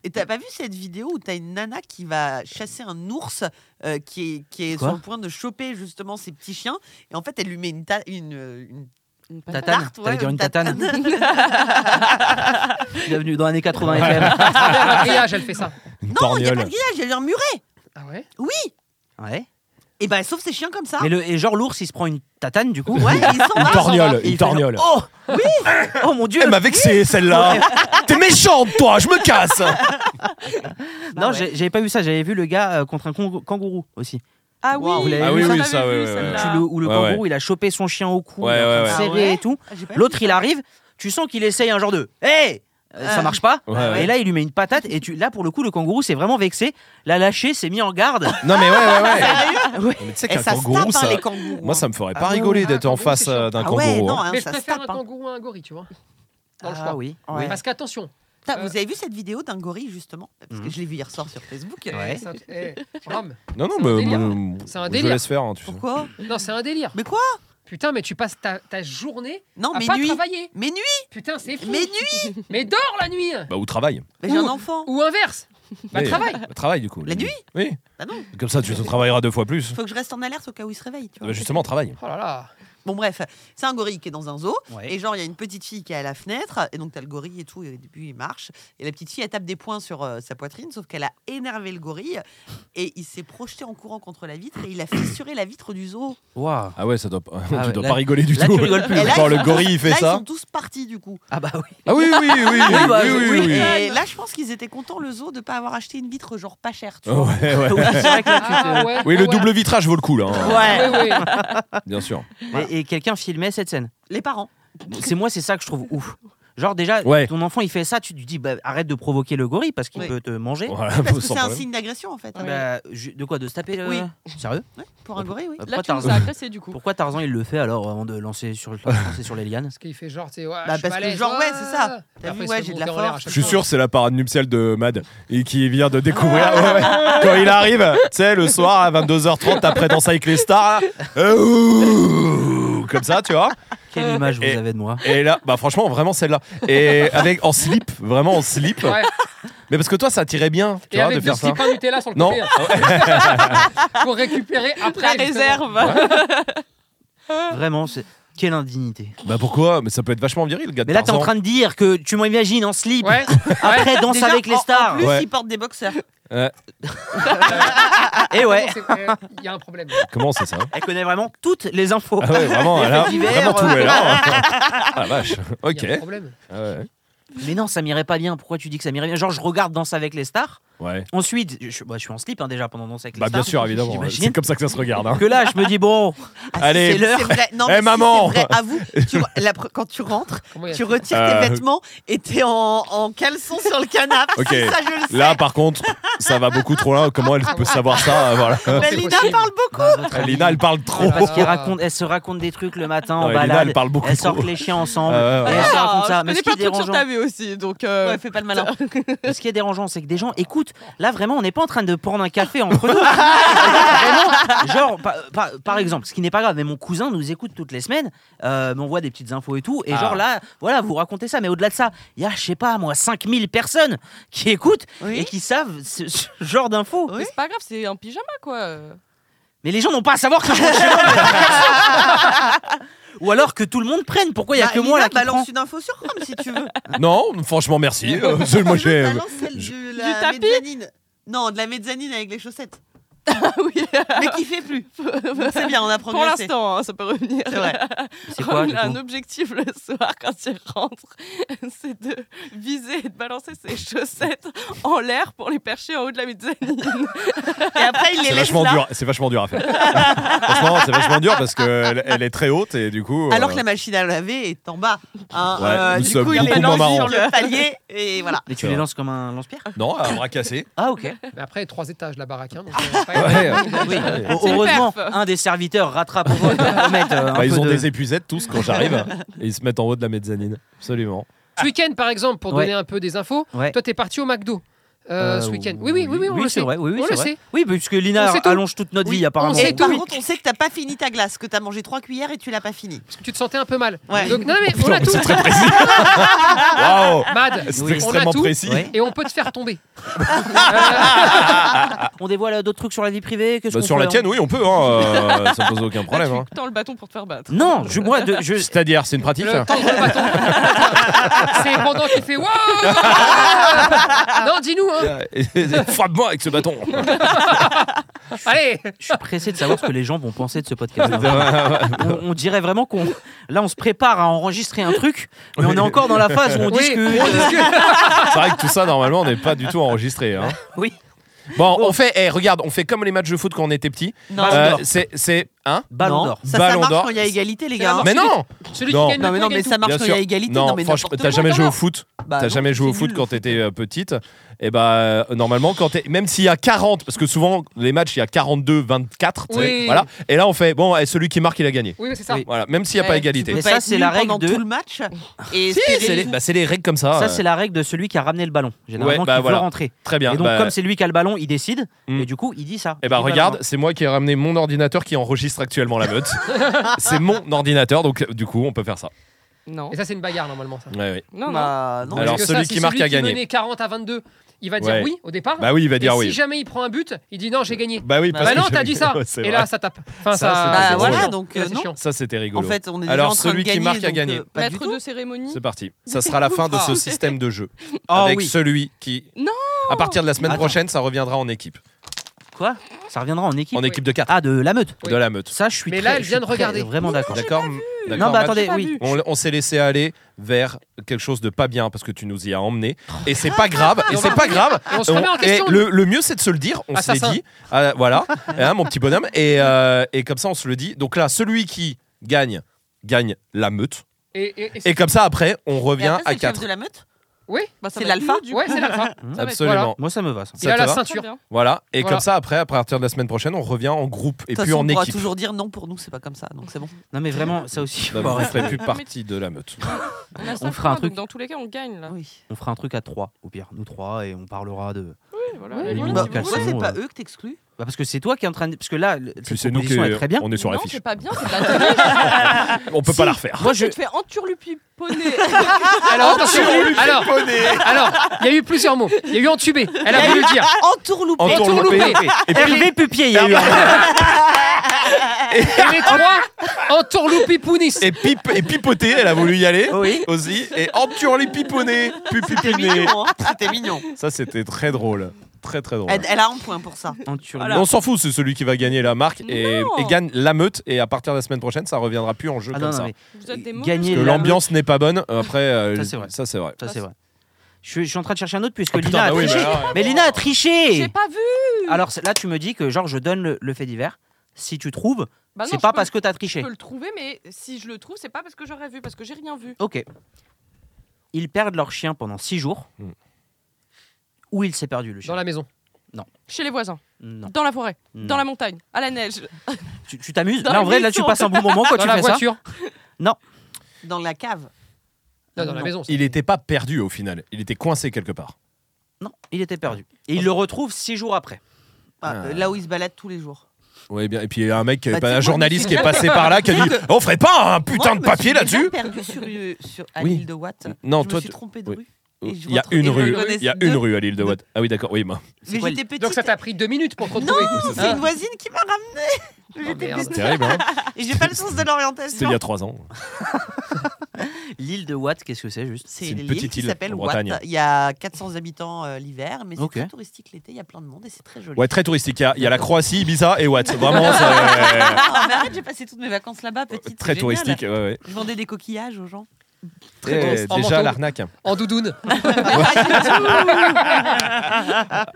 Et t'as pas vu cette vidéo où t'as une nana qui va chasser un ours euh, qui est, qui est
Quoi
sur le point de choper justement ses petits chiens et en fait elle lui met une, ta- une, euh, une
Une patate.
Tatane,
tarte,
t'allais
ouais,
dire une
une
tatane. Bienvenue dans l'année 80 FM.
Un grillage, elle fait ça.
Une
non il y a pas
torgnole.
de grillage il y a un muret
Ah ouais
oui
Ouais.
et ben sauf ses chiens comme ça
Mais le, et genre, l'ours, il se prend une tatane, du coup.
ouais ils sont
Une
marrent.
torgnole.
Et il
Une
fait genre,
torgnole.
Oh Oui Oh mon dieu
Eh
Elle
ben,
m'a vexé celle-là. T'es méchante toi, je me casse.
Non,
ouais.
j'ai- j'avais pas vu ça. J'avais vu le gars euh, contre un con- kangourou aussi.
Ah oui,
Wow. Vous l'avez
Ah oui,
j'en
oui,
avais
ça,
vu,
ouais, ouais,
celle-là.
Tu le- où le
Ouais,
kangourou, il a chopé son chien au cou,
Ouais,
il est en train de
ouais,
ouais.
serrer
Ah ouais
et tout.
Ah, j'ai pas vu.
L'autre, il arrive. Tu sens qu'il essaye un genre de Hé Euh, Ça
Ah.
marche pas.
Ouais, ouais.
Et là, il lui met une patate. Et tu, là, pour le coup, le kangourou s'est vraiment vexé, l'a lâché, s'est mis en garde.
Non, mais ouais, ouais, ouais.
Ouais.
Non, mais tu sais
Eh,
qu'un
ça se
kangourou,
tape hein,
ça.
les kangourous
Moi,
hein.
ça me ferait
Ah
pas
bon
rigoler d'être
Ah,
en
kangourou,
face
c'est
euh,
chaud.
d'un
ah ouais
kangourou.
non
hein.
hein,
Mais je
ça se
préfère un
tape hein.
kangourou à un gorille, tu vois. Dans le
Ah
sport.
oui.
Ouais.
Ouais.
Parce qu'attention.
Putain,
Euh.
vous avez vu cette vidéo d'un gorille justement parce
Hmm.
Mhm.
que je l'ai vu hier soir sur Facebook
Ah,
Ouais.
c'est un- eh, Rome.
Non, non,
C'est un
mais
délire.
moi,
C'est un
je
délire.
laisse faire. hein, tu sais.
pourquoi
Non, c'est un délire.
mais quoi
Putain, mais tu passes ta, ta journée
non
à
mais
Ah, pas
nuit
travailler.
mais nuit
Putain, c'est fou.
mais nuit
Mais dors la nuit
Bah, ou travail.
Mais j'ai un
Ouh.
enfant
Ou inverse. Bah,
Oui.
travaille.
Bah, Travail, du coup.
La nuit
Oui.
Ah non.
Comme ça, tu te travailleras deux fois plus.
faut que je reste en alerte au cas où il se réveille tu vois
Bah, justement, travail.
Oh là là.
Bon, bref, c'est un gorille qui est dans un zoo.
Ouais.
Et genre, il y a une petite fille qui est à la fenêtre. Et donc, t'as le gorille et tout. Et au début, il marche. Et la petite fille, elle tape des poings sur euh, sa poitrine. Sauf qu'elle a énervé le gorille. Et il s'est projeté en courant contre la vitre. Et il a fissuré la vitre du zoo.
Waouh.
Ah ouais, ça doit pas- tu
ouais,
dois
là-
pas rigoler du
là,
tout.
tu rigoles plus.
Et là,
Quand
ils
le
sont
gorille il fait
là, ils
ça.
sont tous partis du coup.
Ah bah oui.
Ah oui, oui, oui, oui,
bah,
oui, oui, oui.
Et là, je pense qu'ils étaient contents, le zoo, de pas avoir acheté une vitre genre pas chère. Tu
Ouais,
vois.
ouais.
Oui, c'est vrai que là, tu te-
Ah ouais,
Oui, le
ouais.
double vitrage vaut le coup, là. hein.
Ouais,
Ouais, ouais.
Bien sûr.
Et, et quelqu'un filmait cette scène.
les parents.
C'est moi, c'est ça que je trouve ouf. Genre déjà,
Ouais.
ton enfant il fait ça, tu te dis bah, arrête de provoquer le gorille parce qu'il
Oui.
peut te manger.
Voilà,
Parce que
sans
c'est un
problème.
signe d'agression en fait. hein.
Bah, ju- de quoi De se taper euh,
Oui.
Sérieux
Ouais, pour un gorille, oui.
Euh,
Là,
pourquoi
tu nous
Tarzan,
as agressé du coup.
pourquoi Tarzan, il le fait alors avant de lancer sur, lancer sur les lianes
Parce qu'il fait genre, tu sais, ouais,
Bah,
je suis
parce que
balèze,
genre, ouais, c'est ça.
Et
T'as
après,
vu,
il
ouais,
se fait
j'ai de
monter
la
en l'air à
force.
chaque
Je suis
fois.
sûr, c'est la parade nuptiale de Mad et qui vient de découvrir. Ouais, ouais. Quand il arrive, tu sais, le soir à 22h30, après danser avec les stars, là. Euh, ouh, comme ça, tu vois.
Euh.
Quelle image vous
Et-
avez de moi
Et là, bah franchement, vraiment celle-là. Et avec en slip, vraiment en slip.
Ouais.
Mais parce que toi, ça tirait bien, tu
Et
vois, de
avec du
faire ça.
slip à Nutella sur le
Non.
côté. hein. Pour récupérer après.
La
justement.
réserve.
Euh.
Vraiment, c'est- quelle indignité.
Bah pourquoi Mais ça peut être vachement viril, le gars. de
Mais là t'es en
Tarzan.
train de dire que tu m'imagines en slip
Ouais.
après danse
Déjà,
avec les
en-
stars.
En plus,
Ouais.
ils portent des boxeurs.
Et ouais,
C'est- euh, Il y a un problème.
Comment c'est ça
elle connaît vraiment toutes les infos.
Ah ouais, vraiment, elle a
faits divers,
vraiment tout.
euh.
Elle a. Ah la vache.
Il
Ok.
y a un problème.
Ah ouais.
Mais non, ça m'irait pas bien. Pourquoi tu dis que ça m'irait bien Genre je regarde danse avec les stars.
Ouais.
Ensuite, je, bah, je suis en slip hein, déjà pendant danse avec les
Bah
stars.
bien sûr, évidemment.
J'imagine.
C'est comme ça que ça se regarde. hein.
Que là, je me dis, bon,
Ah, si,
Allez.
c'est l'heure. vrai. Non,
Eh,
mais si,
maman.
c'est vrai. Avoue, tu re- la pre- quand tu rentres,
Comment il y a-
tu retires
Euh,
tes vêtements et t'es en, en caleçon sur le canapé.
Ok.
Ça, je le sais.
Là, par contre, ça va beaucoup trop loin. Comment elle peut savoir ça euh, voilà.
Mais
c'est
Ben, Lina
possible.
parle beaucoup.
bah, votre
Euh,
ami,
Lina, elle parle trop.
parce qu'elle
Ah.
raconte, elle se raconte des trucs le matin en
Ouais, Lina,
balade.
elle parle beaucoup
Elle sort
trop.
les chiens ensemble.
Ah ouais,
et
ouais.
elle se raconte
Ah,
ça.
je
Mais ce qui
connais plein
est
de trucs sur
dérangeant,
ta vie aussi, donc. euh,
Ouais, fais pas le malin.
ce qui est dérangeant, c'est que des gens écoutent. Là, vraiment, on n'est pas en train de prendre un café entre nous. Vraiment, genre, par, par- par exemple, ce qui n'est pas grave, mais mon cousin nous écoute toutes les semaines, euh, m'envoie des petites infos et tout. Et
Ah.
genre là, voilà, vous racontez ça. Mais au-delà de ça, il y a, je sais pas, moi, 5000 personnes qui écoutent
Oui. Bah,
et qui savent ce, ce genre d'infos.
Mais c'est pas grave, c'est un pyjama quoi.
Mais les gens n'ont pas à savoir que je suis homme. Ou alors que tout le monde prenne. Pourquoi il n'y a
Bah,
que
Lina,
moi là qui prend
balance une info sur Rome si tu veux.
Non, franchement, merci. Euh, c'est- moi, j'ai.
balance celle
je-
de
Du
la
tapis
mezzanine. Non, de la mezzanine avec les chaussettes.
Ah oui.
mais qui fait plus. Donc, C'est bien, on a
Pour
progressé.
l'instant, hein, ça peut revenir.
C'est vrai.
C'est quoi
On
du
a un
coup
objectif le soir quand il rentre, c'est de viser et de balancer ses chaussettes en l'air pour les percher en haut de la mezzanine.
Et après, il les
C'est
laisse
vachement
là.
dur. C'est vachement dur à faire. Franchement, c'est vachement dur parce que elle est très haute et du coup.
Alors
euh,
que la machine à laver est en bas. hein,
Ouais, nous
du
sommes
coup, il
beaucoup
est
moins
lancé sur
marrants.
le palier et voilà.
Mais tu
C'est
les
vrai.
lances comme un lance-pierre
non, à bras cassé.
Ah, ok.
Mais après, trois étages la baraque. hein, donc, euh, après,
Ouais.
Oui.
C'est
Heureusement,
perf.
un des serviteurs rattrape pour mettre euh, un
Bah, ils
peu
ont
de-
des épuisettes tous quand j'arrive et ils se mettent en haut de la mezzanine. Absolument.
Ce week-end, par exemple, pour
Ouais.
donner un peu des infos,
Ouais.
toi, t'es parti au McDo euh,
Euh,
ce week-end. Oui, oui, oui, oui, on le
c'est
sait.
vrai. Oui, oui,
on
c'est
le
vrai.
sait.
Oui, parce que Lina
On sait tout.
allonge toute notre
Oui,
vie, apparemment.
on
Et
sait tout.
par
oui.
contre, on sait que t'as pas fini ta glace, que t'as mangé trois cuillères et tu l'as pas fini.
Parce que tu te sentais un peu mal.
Ouais.
Donc, non, mais on
Non,
a
mais
tout.
c'est très précis.
Ah,
Waouh
Mad,
C'est
Oui.
on
extrêmement
a tout.
précis. Bah,
Ouais.
Et on peut te faire tomber.
On dévoile euh, d'autres trucs sur la vie privée qu'est-ce
Bah,
qu'on
sur
fait,
la
hein
tienne, oui, on peut. Hein, euh, ça pose aucun problème.
Là,
hein.
tu tends le bâton pour te faire battre.
Non, je, moi, de- je,
C'est-à-dire, c'est une pratique.
Le
ça
tendre le bâton. C'est pendant qu'il fait Waouh Non, dis-nous. Hein.
Frappe-moi avec ce bâton.
Allez
je suis pressé de savoir ce que les gens vont penser de ce podcast. on, on dirait vraiment qu'on. Là, on se prépare à enregistrer un truc, mais on est encore dans la phase où on
Oui,
discute.
on discute.
C'est vrai que tout ça, normalement, on n'est pas du tout enregistré. hein.
Oui.
Bon, on fait. eh, regarde, on fait comme les matchs de foot quand on était petit.
Non,
Euh, c'est, c'est, hein
Ballon
Non.
d'or.
Ça, ça
Ballon
marche
d'or.
quand il y a égalité, les
Ça
gars. hein.
marche.
Mais non,
Celui
Non.
qui gagne
Non, mais
le
non,
point
mais
gagne
ça
tout.
marche
Bien
quand il y a
sûr.
égalité.
non,
Non, mais
franchement,
n'importe
t'as
quoi,
jamais joué au
non.
foot.
Bah
T'as
non,
jamais joué au
c'est
foot
nul,
quand
le
t'étais euh, petite. Et bah, euh, normalement, quand t'es- même s'il y a 40, parce que souvent, les matchs, il y a 42, 24. tu sais,
Oui.
Voilà. Et là, on fait, bon, eh, celui qui marque, il a gagné.
Oui, mais c'est ça.
Oui.
Voilà, même s'il n'y a
Eh,
pas
tu
égalité.
peux Mais
Tu peux
ça,
être
c'est
nul
la règle
pendant
de-
tout le match. Et
Si,
espérer-
c'est les, bah, c'est les règles comme ça.
Ça,
euh,
c'est la règle de celui qui a ramené le ballon. Généralement,
Ouais, bah
qui
voilà.
veut rentrer.
Très bien.
et donc,
bah,
comme c'est lui qui a le ballon, il décide.
Hmm.
Et du coup, il dit ça.
Eh ben
Il dit
regarde,
ballon.
c'est moi qui ai ramené mon ordinateur qui enregistre actuellement la meute. c'est mon ordinateur, donc du coup on peut faire ça.
Non.
Et ça, c'est une bagarre normalement. Ça.
Ouais, ouais.
Non, non.
Bah, non.
Alors,
Parce que
celui
ça,
qui
si
marque a gagné.
menait 40 à 22, il va dire
Ouais.
oui au départ.
Bah oui, il va dire
et
oui.
Si jamais il prend un but, il dit non, j'ai gagné.
Bah oui, parce
Bah
que
non,
j'ai-
t'as dit ça.
Ouais, c'est
Et
vrai.
là, ça tape.
Ça,
Enfin, ça.
c'est-
Bah,
c'est
voilà,
drôle.
donc,
Et là,
euh,
c'est
non.
chiant.
Ça c'était rigolo.
En fait, on est déjà
Alors,
en train
celui
de
qui
gagner,
marque a
donc,
gagné.
euh, pas du
Maître
tout.
de cérémonie.
C'est parti. Ça sera la fin de ce système de jeu.
Ah
avec
oui.
celui qui
Non.
à partir de la semaine
Attends.
prochaine, ça reviendra en équipe.
Quoi Ça reviendra en équipe.
En équipe de 4
Ah, de la meute.
Oui. Oh,
de la meute.
Ça, je suis.
Mais
très-
là, elle
je
vient
suis
de
très-
regarder.
Vraiment d'accord.
D'accord
Non, bah
D'accord. Matt
attendez,
pas
oui.
vu.
On, on s'est laissé aller vers quelque chose de pas bien parce que tu nous y as emmené et c'est pas grave et c'est pas grave
Et on se remet en
et
question.
le, le mieux c'est de se le dire on se l'est
Assassin.
dit Euh, voilà Hein, mon petit bonhomme et, euh, et comme ça on se le dit donc là celui qui gagne gagne la meute
Et, et- et-
et comme ça après on
Et
revient
après, c'est
à
le chef
4
de la meute
Bah, ça
C'est
va être
l'alpha.
nous, du
Ouais,
coup.
c'est l'alpha.
Ça va être-
absolument
Moi, ça me va. Ça.
Il
Ça
a
te
la
va
ceinture.
Très bien.
voilà et
Voilà.
comme ça après à partir de la semaine prochaine on revient en groupe et
De toute
puis
façon,
en
On pourra
équipe
toujours dire non pour nous, c'est pas comme ça, donc c'est bon.
Non mais vraiment, ça aussi. faut
Bah, vous ne
arrêter.
ferez plus partie de la meute
On, a cinq
fera un
points,
truc.
donc Dans tous les cas, on gagne là.
Ah Oui.
On fera un truc à trois, au pire, nous trois, et on parlera de.
Oui, voilà.
Oui,
la
oui,
limite,
Bah,
si vous
pourquoi
voulez.
pourquoi
c'est
c'est
pas
pas eux que t'exclus
Bah, parce que c'est toi qui est en train de. Parce que là, le-
Puis
cette proposition est très bien.
euh, on est sur
non,
l'affiche
c'est pas bien, c'est de la
on peut
Si.
pas la refaire
Moi,
je...
Ah, je.
Tu te fais enturlupiponner.
Alors, attention. Alors, alors, il y a eu plusieurs mots. Il y a eu entubé. Elle a voulu le dire.
Entourloupé
En
Entourloupé.
tourloupé. Et puis-
Ah, Hervé Pupier, il y a eu un-
Et les trois, entourloupipounis.
et, pipe, et pipoter, elle a voulu y aller
Oui.
aussi. Et enture les piponnés, pupiponner.
mignon, hein. C'était mignon.
Ça, c'était très drôle. Très, très drôle.
Elle, elle a un point pour ça.
Un turbo.
On s'en fout, c'est celui qui va gagner la marque et,
Non.
et gagne la meute. Et à partir de la semaine prochaine, ça reviendra plus en jeu
Ah
comme
non, non,
ça.
mais
Vous êtes
Gagner
des mauvais
la-
Que
joueurs.
l'ambiance n'est pas bonne. Après, euh,
Ça, c'est vrai.
Ça, c'est vrai.
ça c'est vrai. Je, suis- je suis en train de chercher un autre puisque
Ah, putain,
Lina a
bah oui,
triché.
bah alors,
mais Lina a triché
J'ai pas vu.
Alors c'est- là, tu me dis que genre je donne le, le fait divers. Si tu trouves,
Bah non,
c'est
je
pas
peux-
parce que t'as
Je
triché.
peux le trouver, mais si je le trouve, c'est pas parce que j'aurais vu, parce que j'ai rien vu.
Ok. Ils perdent leur chien pendant 6 jours.
Hmm.
Où il s'est perdu le chien
Dans la maison.
Chez les voisins,
Non.
dans la forêt,
non.
dans la montagne, à la neige,
Tu tu t'amuses
Dans
Là en
la
vrai, là tu
maison.
passes un bon moment quand
Dans
tu
la
fais ça.
voiture.
Dans la cave.
Non, dans la
Non.
maison. ça.
Il n'était pas perdu au final. Il était coincé quelque part.
Non, il était perdu. Et il le retrouve 6 jours après.
Ah, euh,
Ah.
Là où ils se baladent tous les jours.
Ouais, bien. Et puis, il y a un mec, qui-
Bah,
pas-
tu
un
vois,
journaliste
je
qui est
sais
passé par là qui a dit On ferait pas un putain
Moi, je
de
me
papier
suis bah, déjà
là-dessus
perdue sur, euh, sur, à
Oui.
l'île de Watt.
Non,
je
toi,
me suis
tu-
trompée de
oui. Oh.
rue. Et je
Il y a
retrouve- et
une
je
rue.
reconnaissais
Il y a une
deux.
rue à l'île de Watt. Ah oui, d'accord. Oui, bah,
C'est
Mais
quoi,
j'étais petite.
Donc ça t'a pris deux minutes pour te retrouver.
C'est
Hein
une voisine qui m'a ramenée.
Oh, merde.
c'est terrible. hein.
Et j'ai pas le sens de
C'était
l'orientation.
il y a 3 ans.
L'île de Watt, qu'est-ce que c'est juste
C'est
C'est une
une
petite
qui
île
s'appelle
en
Watt.
Bretagne.
Il y a 400 habitants euh, l'hiver, mais c'est
Ok.
très touristique l'été. Il y a plein de monde et c'est très joli.
Ouais, très touristique. Il y a, il y a la Croatie, Ibiza et Watt. Vraiment, c'est
Ah, mais arrête, j'ai passé toutes mes vacances là-bas,
Euh,
petite.
très
c'est génial.
touristique. ouais, ouais.
Je vendais des coquillages aux gens.
Très
Eh,
dense, en
déjà
manteau.
l'arnaque.
En doudoune. Ah,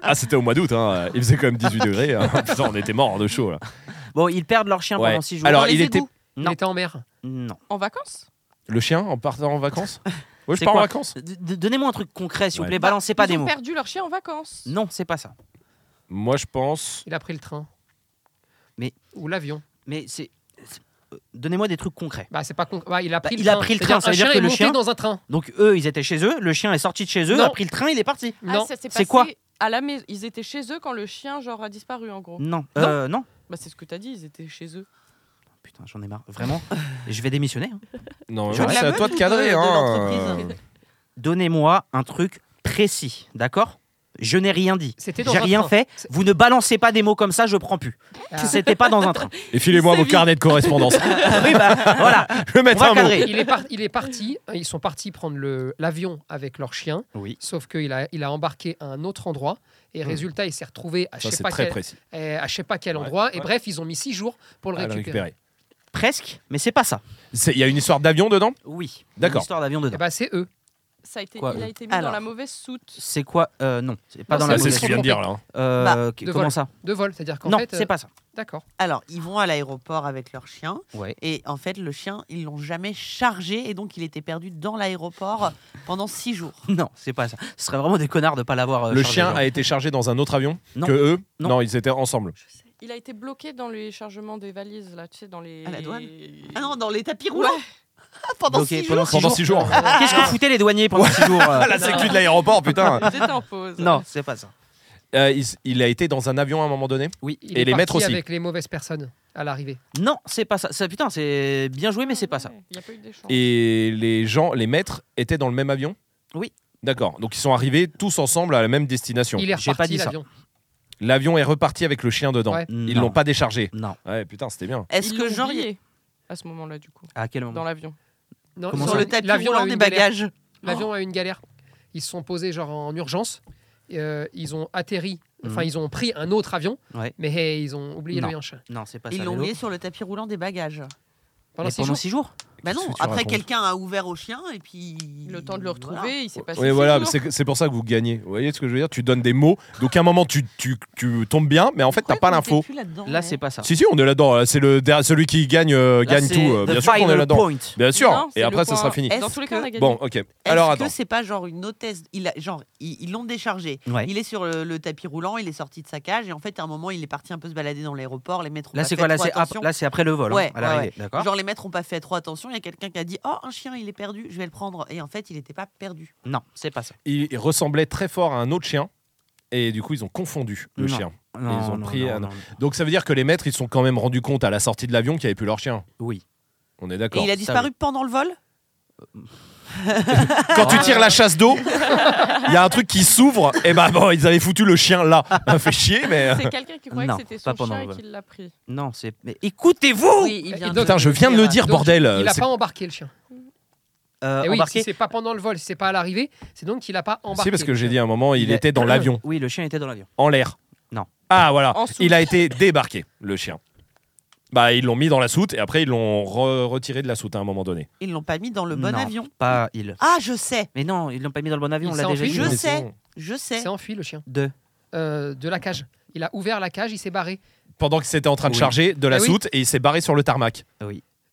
Ah, c'était au mois d'août. hein. Il faisait quand même 18 degrés. hein. Putain, on était mort de chaud. Là.
Bon, ils perdent leur chien
Ouais.
pendant 6 jours.
Alors,
Dans les
il était-
égouts.
Il
Non.
était en mer.
Non.
En vacances
Le chien en partant en vacances Ouais, je
C'est
pars en
quoi
vacances.
D- d- Donnez-moi un truc concret, s'il vous
Ouais.
Bah,
plaît. Balancez pas
Ils
des
ont
mots.
perdu leur chien en vacances.
Non, c'est pas ça.
Moi, je pense.
Il a pris le train.
Mais-
Ou l'avion.
Mais c'est. c'est- euh, Donnez-moi des trucs concrets.
Bah, c'est pas con. Bah, il a pris
Bah,
le
il a
train.
pris le
C'est-à-dire,
train, ça veut
un
dire
chien
que
est
le
monté
chien-
dans un train.
Donc, eux, ils étaient chez eux, le chien est sorti de chez eux,
Non.
a pris le train, il est parti.
Ah,
Non.
ça s'est
C'est
passé
quoi
à la maison. Ils étaient chez eux quand le chien genre a disparu en gros.
Non. Euh, non.
Bah c'est ce que t'as dit, ils étaient chez eux.
Putain, j'en ai marre. Vraiment, je vais démissionner. hein.
Non,
Je
ouais,
veux de
c'est
la
à toi
meute
de
ou de-
cadrer.
de
hein.
l'entreprise
Donnez-moi un truc précis, d'accord Je n'ai rien dit.
C'était dans
J'ai
un
rien
train.
fait.
C'est-
Vous ne balancez pas des mots comme ça, je prends plus.
Ah.
C'était pas dans un train.
Et filez-moi
Il s'est
vos
mis.
carnets de correspondance.
Oui, bah voilà.
je vais
On
mettre
va
un mot.
cadrer.
Il est, par- il est parti, ils sont partis prendre le- l'avion avec leur chien,
Oui. Hmm.
sauf qu'il a, il a embarqué à un autre endroit, et résultat, il s'est retrouvé à je
Ça,
sais
c'est
pas
très
quel,
précis.
eh, à je sais pas quel
Ouais.
endroit, et
Ouais.
bref, ils ont mis six jours pour le
Ah, le
récupérer.
récupérer.
Presque, mais c'est pas ça.
C'est- Il y a une histoire d'avion dedans
Oui. Il y a
D'accord.
Une histoire d'avion
Eh
dedans.
ben, c'est eux.
Ça a été,
Quoi,
il a
eux
été mis
Alors.
dans la mauvaise soute.
C'est quoi euh, Non, c'est pas
Non,
dans
Ça,
la
c'est
c'est-
mauvaise
ce
qu'on
qu'il vient de dire là. hein.
Euh,
Bah,
qu-
de
comment
vol.
ça
De vol, c'est-à-dire qu'en
Non,
fait... euh,
c'est pas ça.
D'accord.
Alors, ils vont à l'aéroport avec leur chien.
Ouais.
Et en fait, le chien, ils l'ont jamais chargé. Et donc, il était perdu dans l'aéroport pendant six jours.
Non, c'est pas ça. Ce serait vraiment des connards de pas l'avoir. euh,
Le
chargé,
chien
genre.
a été chargé dans un autre avion
Non.
que eux
Non.
ils étaient ensemble.
Il a été bloqué dans les chargements des valises là, tu sais, dans les.
À la douane Ah non, dans les tapis roulants
Ouais.
pendant
Ok,
six
pendant
jours.
six
Pendant
jours.
six jours.
Ah, Qu'est-ce que foutaient les douaniers pendant six jours euh
Ah, la sécu de l'aéroport, putain.
Ils étaient en pause.
Non, c'est pas ça.
Euh, il, s- il a été dans un avion à un moment donné.
Oui.
Il
Et
est
les maîtres
parti
aussi.
avec les mauvaises personnes à l'arrivée.
Non, c'est pas ça. Ça, Putain, c'est bien joué, mais c'est pas ça.
Il n'y a pas eu des chances.
Et les gens, les maîtres, étaient dans le même avion
Oui.
D'accord. Donc ils sont arrivés tous ensemble à la même destination.
Il est
j'ai
reparti
pas dit ça.
l'avion.
L'avion est reparti avec le chien dedans.
Ouais.
Ils
Mmh. Non.
l'ont pas déchargé.
Non.
Ouais, putain, c'était bien.
Est-ce
Ils
que
l'ont
genre,
oublié à ce moment-là du coup
À quel
dans
moment
l'avion.
Non,
Comment
ils
sur
ont-
ça
le tapis
l'avion a
roulant
eu
des
une galère.
bagages
L'avion a eu une galère. Ils se sont posés genre en urgence. et, euh, ils ont atterri, enfin
Mhm.
ils ont pris un autre avion,
Ouais.
mais hey, ils ont oublié
Non.
le chien.
Non, c'est pas ça.
Ils l'ont
Lélo.
mis sur le tapis roulant des bagages.
Mais
Pendant six
Pendant
jours.
six jours
Bah non,
que tu
après
racontes
quelqu'un a ouvert au chien et puis.
Le temps de le retrouver,
Voilà.
il s'est passé.
Oui,
six
voilà,
jours.
c'est c'est pour ça que vous gagnez. Vous voyez ce que je veux dire Tu donnes des mots, donc à un moment tu, tu- tu tombes bien, mais en fait t'as
Pourquoi
pas
on était
l'info.
plus là-dedans,
Là,
Ah ouais.
c'est pas ça.
Si, si, on est là-dedans. là. C'est le der- celui qui gagne, euh,
Là,
gagne
c'est
tout. euh,
the
Bien sûr qu'on est
final
là-dedans.
point.
Bien sûr.
Non,
Et
c'est
après,
le
ça
point.
sera fini.
Dans
Est-ce
tous les cas, on a
que-
gagné.
Bon, ok.
Est-ce
Alors attends.
que c'est pas genre une hôtesse il a, Genre, ils ils l'ont déchargé.
Ouais.
Il est sur le, le tapis roulant, il est sorti de sa cage et en fait, à un moment, il est parti un peu se balader dans l'aéroport. Les maîtres ont
Là,
pas
c'est
fait
quoi Là,
trop
c'est ap-
attention.
là, c'est après le vol, hein,
Ouais,
à
ouais,
l'arrivée.
ouais.
D'accord
Genre, les maîtres ont pas fait trop attention. Il y a quelqu'un qui a dit Oh, un chien, il est perdu, je vais le prendre. Et en fait, il n'était pas perdu.
Non, c'est pas ça.
il il ressemblait très fort à un autre chien. Et du coup, ils ont confondu le
Non.
chien.
Non,
Ils ont
non,
pris
non,
un-
non.
Donc ça veut dire que les maîtres, ils se sont quand même rendus compte à la sortie de l'avion qu'il n'y avait plus leur chien.
Oui.
On est
Et
d'accord.
il a
ça,
disparu pendant le vol
Quand tu tires la chasse d'eau, il y a un truc qui s'ouvre. Et bah bon, ils avaient foutu le chien là. Ça fait chier, mais. euh.
C'est quelqu'un qui croyait
Non,
que c'était
pas
son
pendant
chien
le
et
vol. Ah,
qui l'a pris.
Non, c'est. Mais
Oh
écoutez-vous
Oui, il
Et
vient
donc,
de-
Putain, je viens de le dire,
Donc,
bordel. euh,
Il n'a
C'est-
pas embarqué le chien.
Euh,
Eh
Et oui,
embarqué-
si c'est pas pendant le vol, si c'est pas à l'arrivée, c'est donc qu'il n'a pas embarqué.
Si, parce que
le
j'ai
chien.
dit à un moment, il
a-
était dans l'avion,
euh, Oui, le chien était dans l'avion.
en l'air.
Non.
Ah voilà.
En soute.
Il a été débarqué, le chien. Bah, ils l'ont mis dans la soute et après, ils l'ont re- retiré de la soute à un moment donné.
Ils l'ont pas mis dans le bon
Non,
avion.
Pas il.
Ah, je sais,
Mais non, ils l'ont pas mis dans le bon avion,
Il
on l'a
s'est
déjà
enfui.
dit.
Je
Mais
sais.
bon,
je sais.
C'est enfui le chien
Deux.
euh, de la cage. Il a ouvert la cage, il s'est barré.
Pendant qu'il s'était en train de
Oui.
charger de la
Eh oui.
soute et il s'est barré sur le tarmac.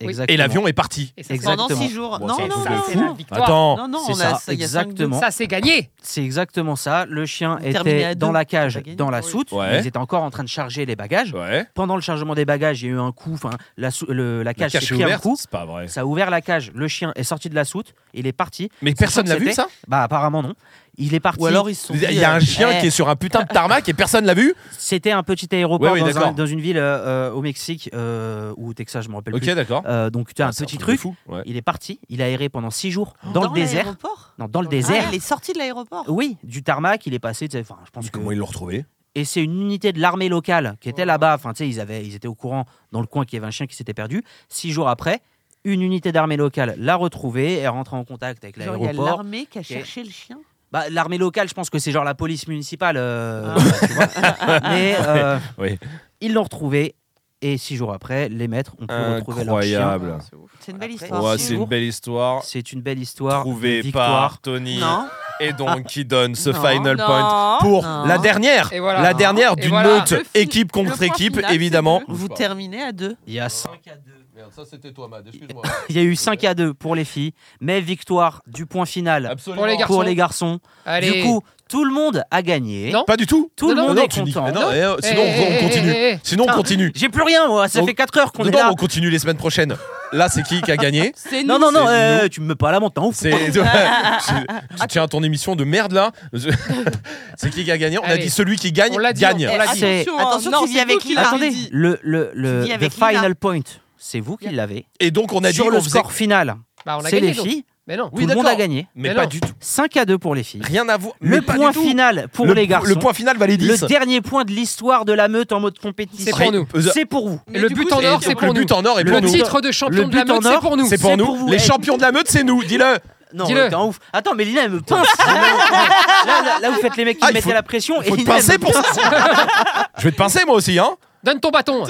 Exactement.
Et l'avion est parti.
Et ça, c'est-
Exact.
Pendant
Exactement.
six jours.
Bon,
Oh, non,
c'est un
non,
truc de
non,
fou.
c'est la victoire.
Attends.
non, non,
C'est
on a
ça,
ça, il y a cinq
exactement.
Ça, c'est gagné.
C'est exactement ça. Le chien
Vous terminez à
était dans
deux.
la cage,
T'as gagné.
dans la
Oui.
soute.
Ouais.
mais Ils étaient encore en train de charger les bagages.
Ouais.
Pendant le chargement des bagages, il y a eu un coup. Enfin, la, sou- le- la
La
cage s'est
cache est
pris un
ouverte.
coup.
C'est pas vrai.
Ça a ouvert la cage. Le chien est sorti de la soute. Il est parti.
Mais personne l'a vu ça
Bah apparemment non. Il est parti.
Ou alors ils se sont.
Il
dit,
y a un
euh,
chien
eh,
qui est sur un putain de tarmac et personne l'a vu
C'était un petit aéroport
Ouais, ouais,
dans, un-
d'accord.
dans une ville euh, euh, au Mexique euh, ou au Texas, je me rappelle
Ok,
plus.
d'accord.
Euh, donc tu as un
C'est
petit
de
truc.
fou. ouais.
Il est parti. Il a erré pendant six jours
Oh,
dans, le désert.
l'aéroport
Non, dans le
Ah,
désert.
Ah, il est sorti de l'aéroport.
Oui, du tarmac, il est passé. tu sais, Enfin, je pense que.
Comment ils l'ont retrouvé
Et c'est une unité de l'armée locale qui était là-bas. Enfin, tu sais, ils avaient, ils étaient au courant dans le coin qu'il y avait un chien qui s'était perdu. Six jours après, une unité d'armée locale l'a retrouvé et rentré en contact avec
Genre, il y a
l'aéroport.
l'armée qui a
qui est-
cherché le chien.
Bah, l'armée locale, je pense que c'est genre la police municipale. euh, tu vois. Mais euh,
Oui.
ils l'ont retrouvé et six jours après, les maîtres ont pu retrouver leur chien.
Incroyable.
Ah, C'est ouf.
C'est une belle
Après-
histoire.
Ouais,
Six
c'est une
jours.
belle histoire.
C'est une belle histoire. une
Trouvée
victoire.
par Tony.
Non,
Et donc, qui donne ce
Non.
final point
Non.
pour
Non.
la dernière.
Et voilà.
La dernière
Et
d'une
voilà.
meute,
Le fi-
équipe
le
contre
point
équipe,
final, c'est
évidemment.
deux.
vous terminez à deux.
Il y, a cin-
Merde, ça c'était toi, Mad, excuse-moi.
il y a eu 5 à 2 pour les filles, mais victoire du point
Ah,
final
Absolument.
Pour les garçons.
pour les garçons.
Allez.
Du coup, tout le monde a gagné.
Non.
Pas du tout.
Tout le
Non, non,
monde
non,
est
tu dis-
content.
mais non, eh, euh,
Eh,
sinon,
eh,
on
eh,
continue.
eh, eh.
Sinon, on continue.
J'ai plus rien, moi. Ça
Donc-
fait 4 heures qu'on
Non,
est
non,
là.
on continue les semaines prochaines. Là, c'est qui qui a gagné
C'est
Non,
nul.
non, non,
C'est
euh, tu me mets pas à la montre, t'es un ouf.
C'est tu, tu tiens ton émission de merde là. c'est qui qui a gagné On a
Allez.
dit celui qui gagne
On l'a dit,
gagne.
Eh,
on l'a dit.
Attention, hein.
Attention,
Non,
tu vis
c'est
avec
nous qui
Lila.
l'avons
Attendez,
dit.
le, le, le
Tu dis
the
avec
final
Lina.
point, c'est vous qui l'avez.
Et donc on a Ah, dit
Sur le
on faisait-
score final,
Bah, on a
c'est
gagné,
les
donc.
filles.
Mais non.
Oui,
tout le monde
d'accord.
a gagné.
mais
Mais
pas
non.
du tout.
5 à 2 pour les filles.
Rien à voir. mais
Le
pas
point
du tout.
final pour
le,
les garçons.
Le point final valait 10.
Le dernier point de l'histoire de la meute en mode
C'est
compétition.
pour nous.
Euh,
C'est pour vous.
Mais
le
du
but
coup,
en
et
c'est-
or, c'est
le
pour nous.
but en or est pour
Le
nous.
titre de
Le
champion de
but
la meute,
en
c'est
or,
pour nous.
C'est pour
C'est
nous.
pour vous.
Les
Eh.
champions de la meute, c'est nous. Dis-le.
Non,
Dis-le.
t'es un ouf. Attends, mais Lina, elle me pince. là, là, là, vous faites les mecs qui
Ah,
me
il
mettaient
faut-
la pression.
Faut
et
te
Lina, elle
pincer
me-
pour ça. Je vais te pincer moi aussi, hein.
Donne ton bâton.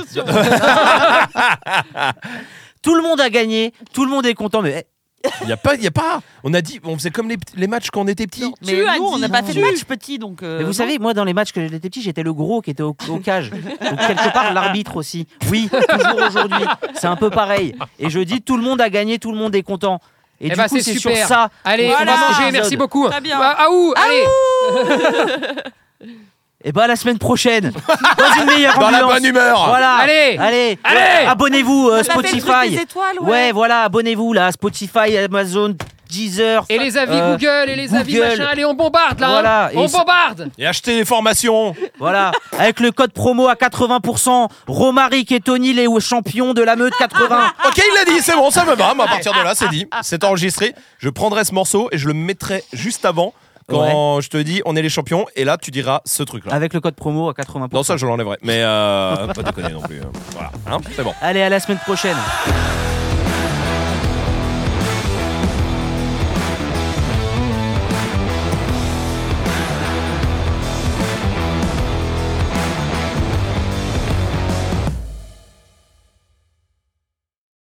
Tout le monde a gagné. Tout le monde est content. Mais eh,
Il y a pas, il y a pas. On a dit, on faisait comme les, les matchs quand on était petits.
Tu
Mais
as
nous, on
dit
n'a pas fait de
non.
match petit, donc. euh,
mais vous
non.
savez, moi, dans les matchs que j'étais petit, j'étais le gros qui était au, au cage. Donc, quelque part, l'arbitre aussi. Oui, toujours aujourd'hui. C'est un peu pareil. Et je dis, tout le monde a gagné. Tout le monde est content. Et,
Eh
du
bah,
coup,
c'est
c'est sur
super.
ça.
Allez,
Voilà.
on va manger. Merci beaucoup.
Très bien.
Bah, Aou, allez.
Et bah, à la semaine prochaine. Dans une meilleure
Dans la
ambulance.
bonne humeur.
Voilà.
Allez.
Allez.
Allez.
Abonnez-vous euh,
On a fait le truc
Spotify.
des étoiles,
Ouais, voilà, abonnez-vous là, Spotify, Amazon, Deezer.
Et les avis
Euh,
Google et les avis
Google.
machin. Allez, on bombarde là. hein.
Voilà, et
On
ça-
bombarde.
Et acheter les formations.
Voilà, avec le code promo à 80%, Romaric et Tony, les champions de la meute 80.
Ok, il l'a dit, c'est bon, ça me va. Moi, à partir de là, c'est dit, c'est enregistré. Je prendrai ce morceau et je le mettrai juste avant quand je te dis on est les champions. Et là, tu diras ce truc-là.
Avec le code promo à 80%.
Non, ça, je l'enlèverai. Mais euh, pas déconner non plus. Voilà, hein, c'est bon.
Allez, à la semaine prochaine.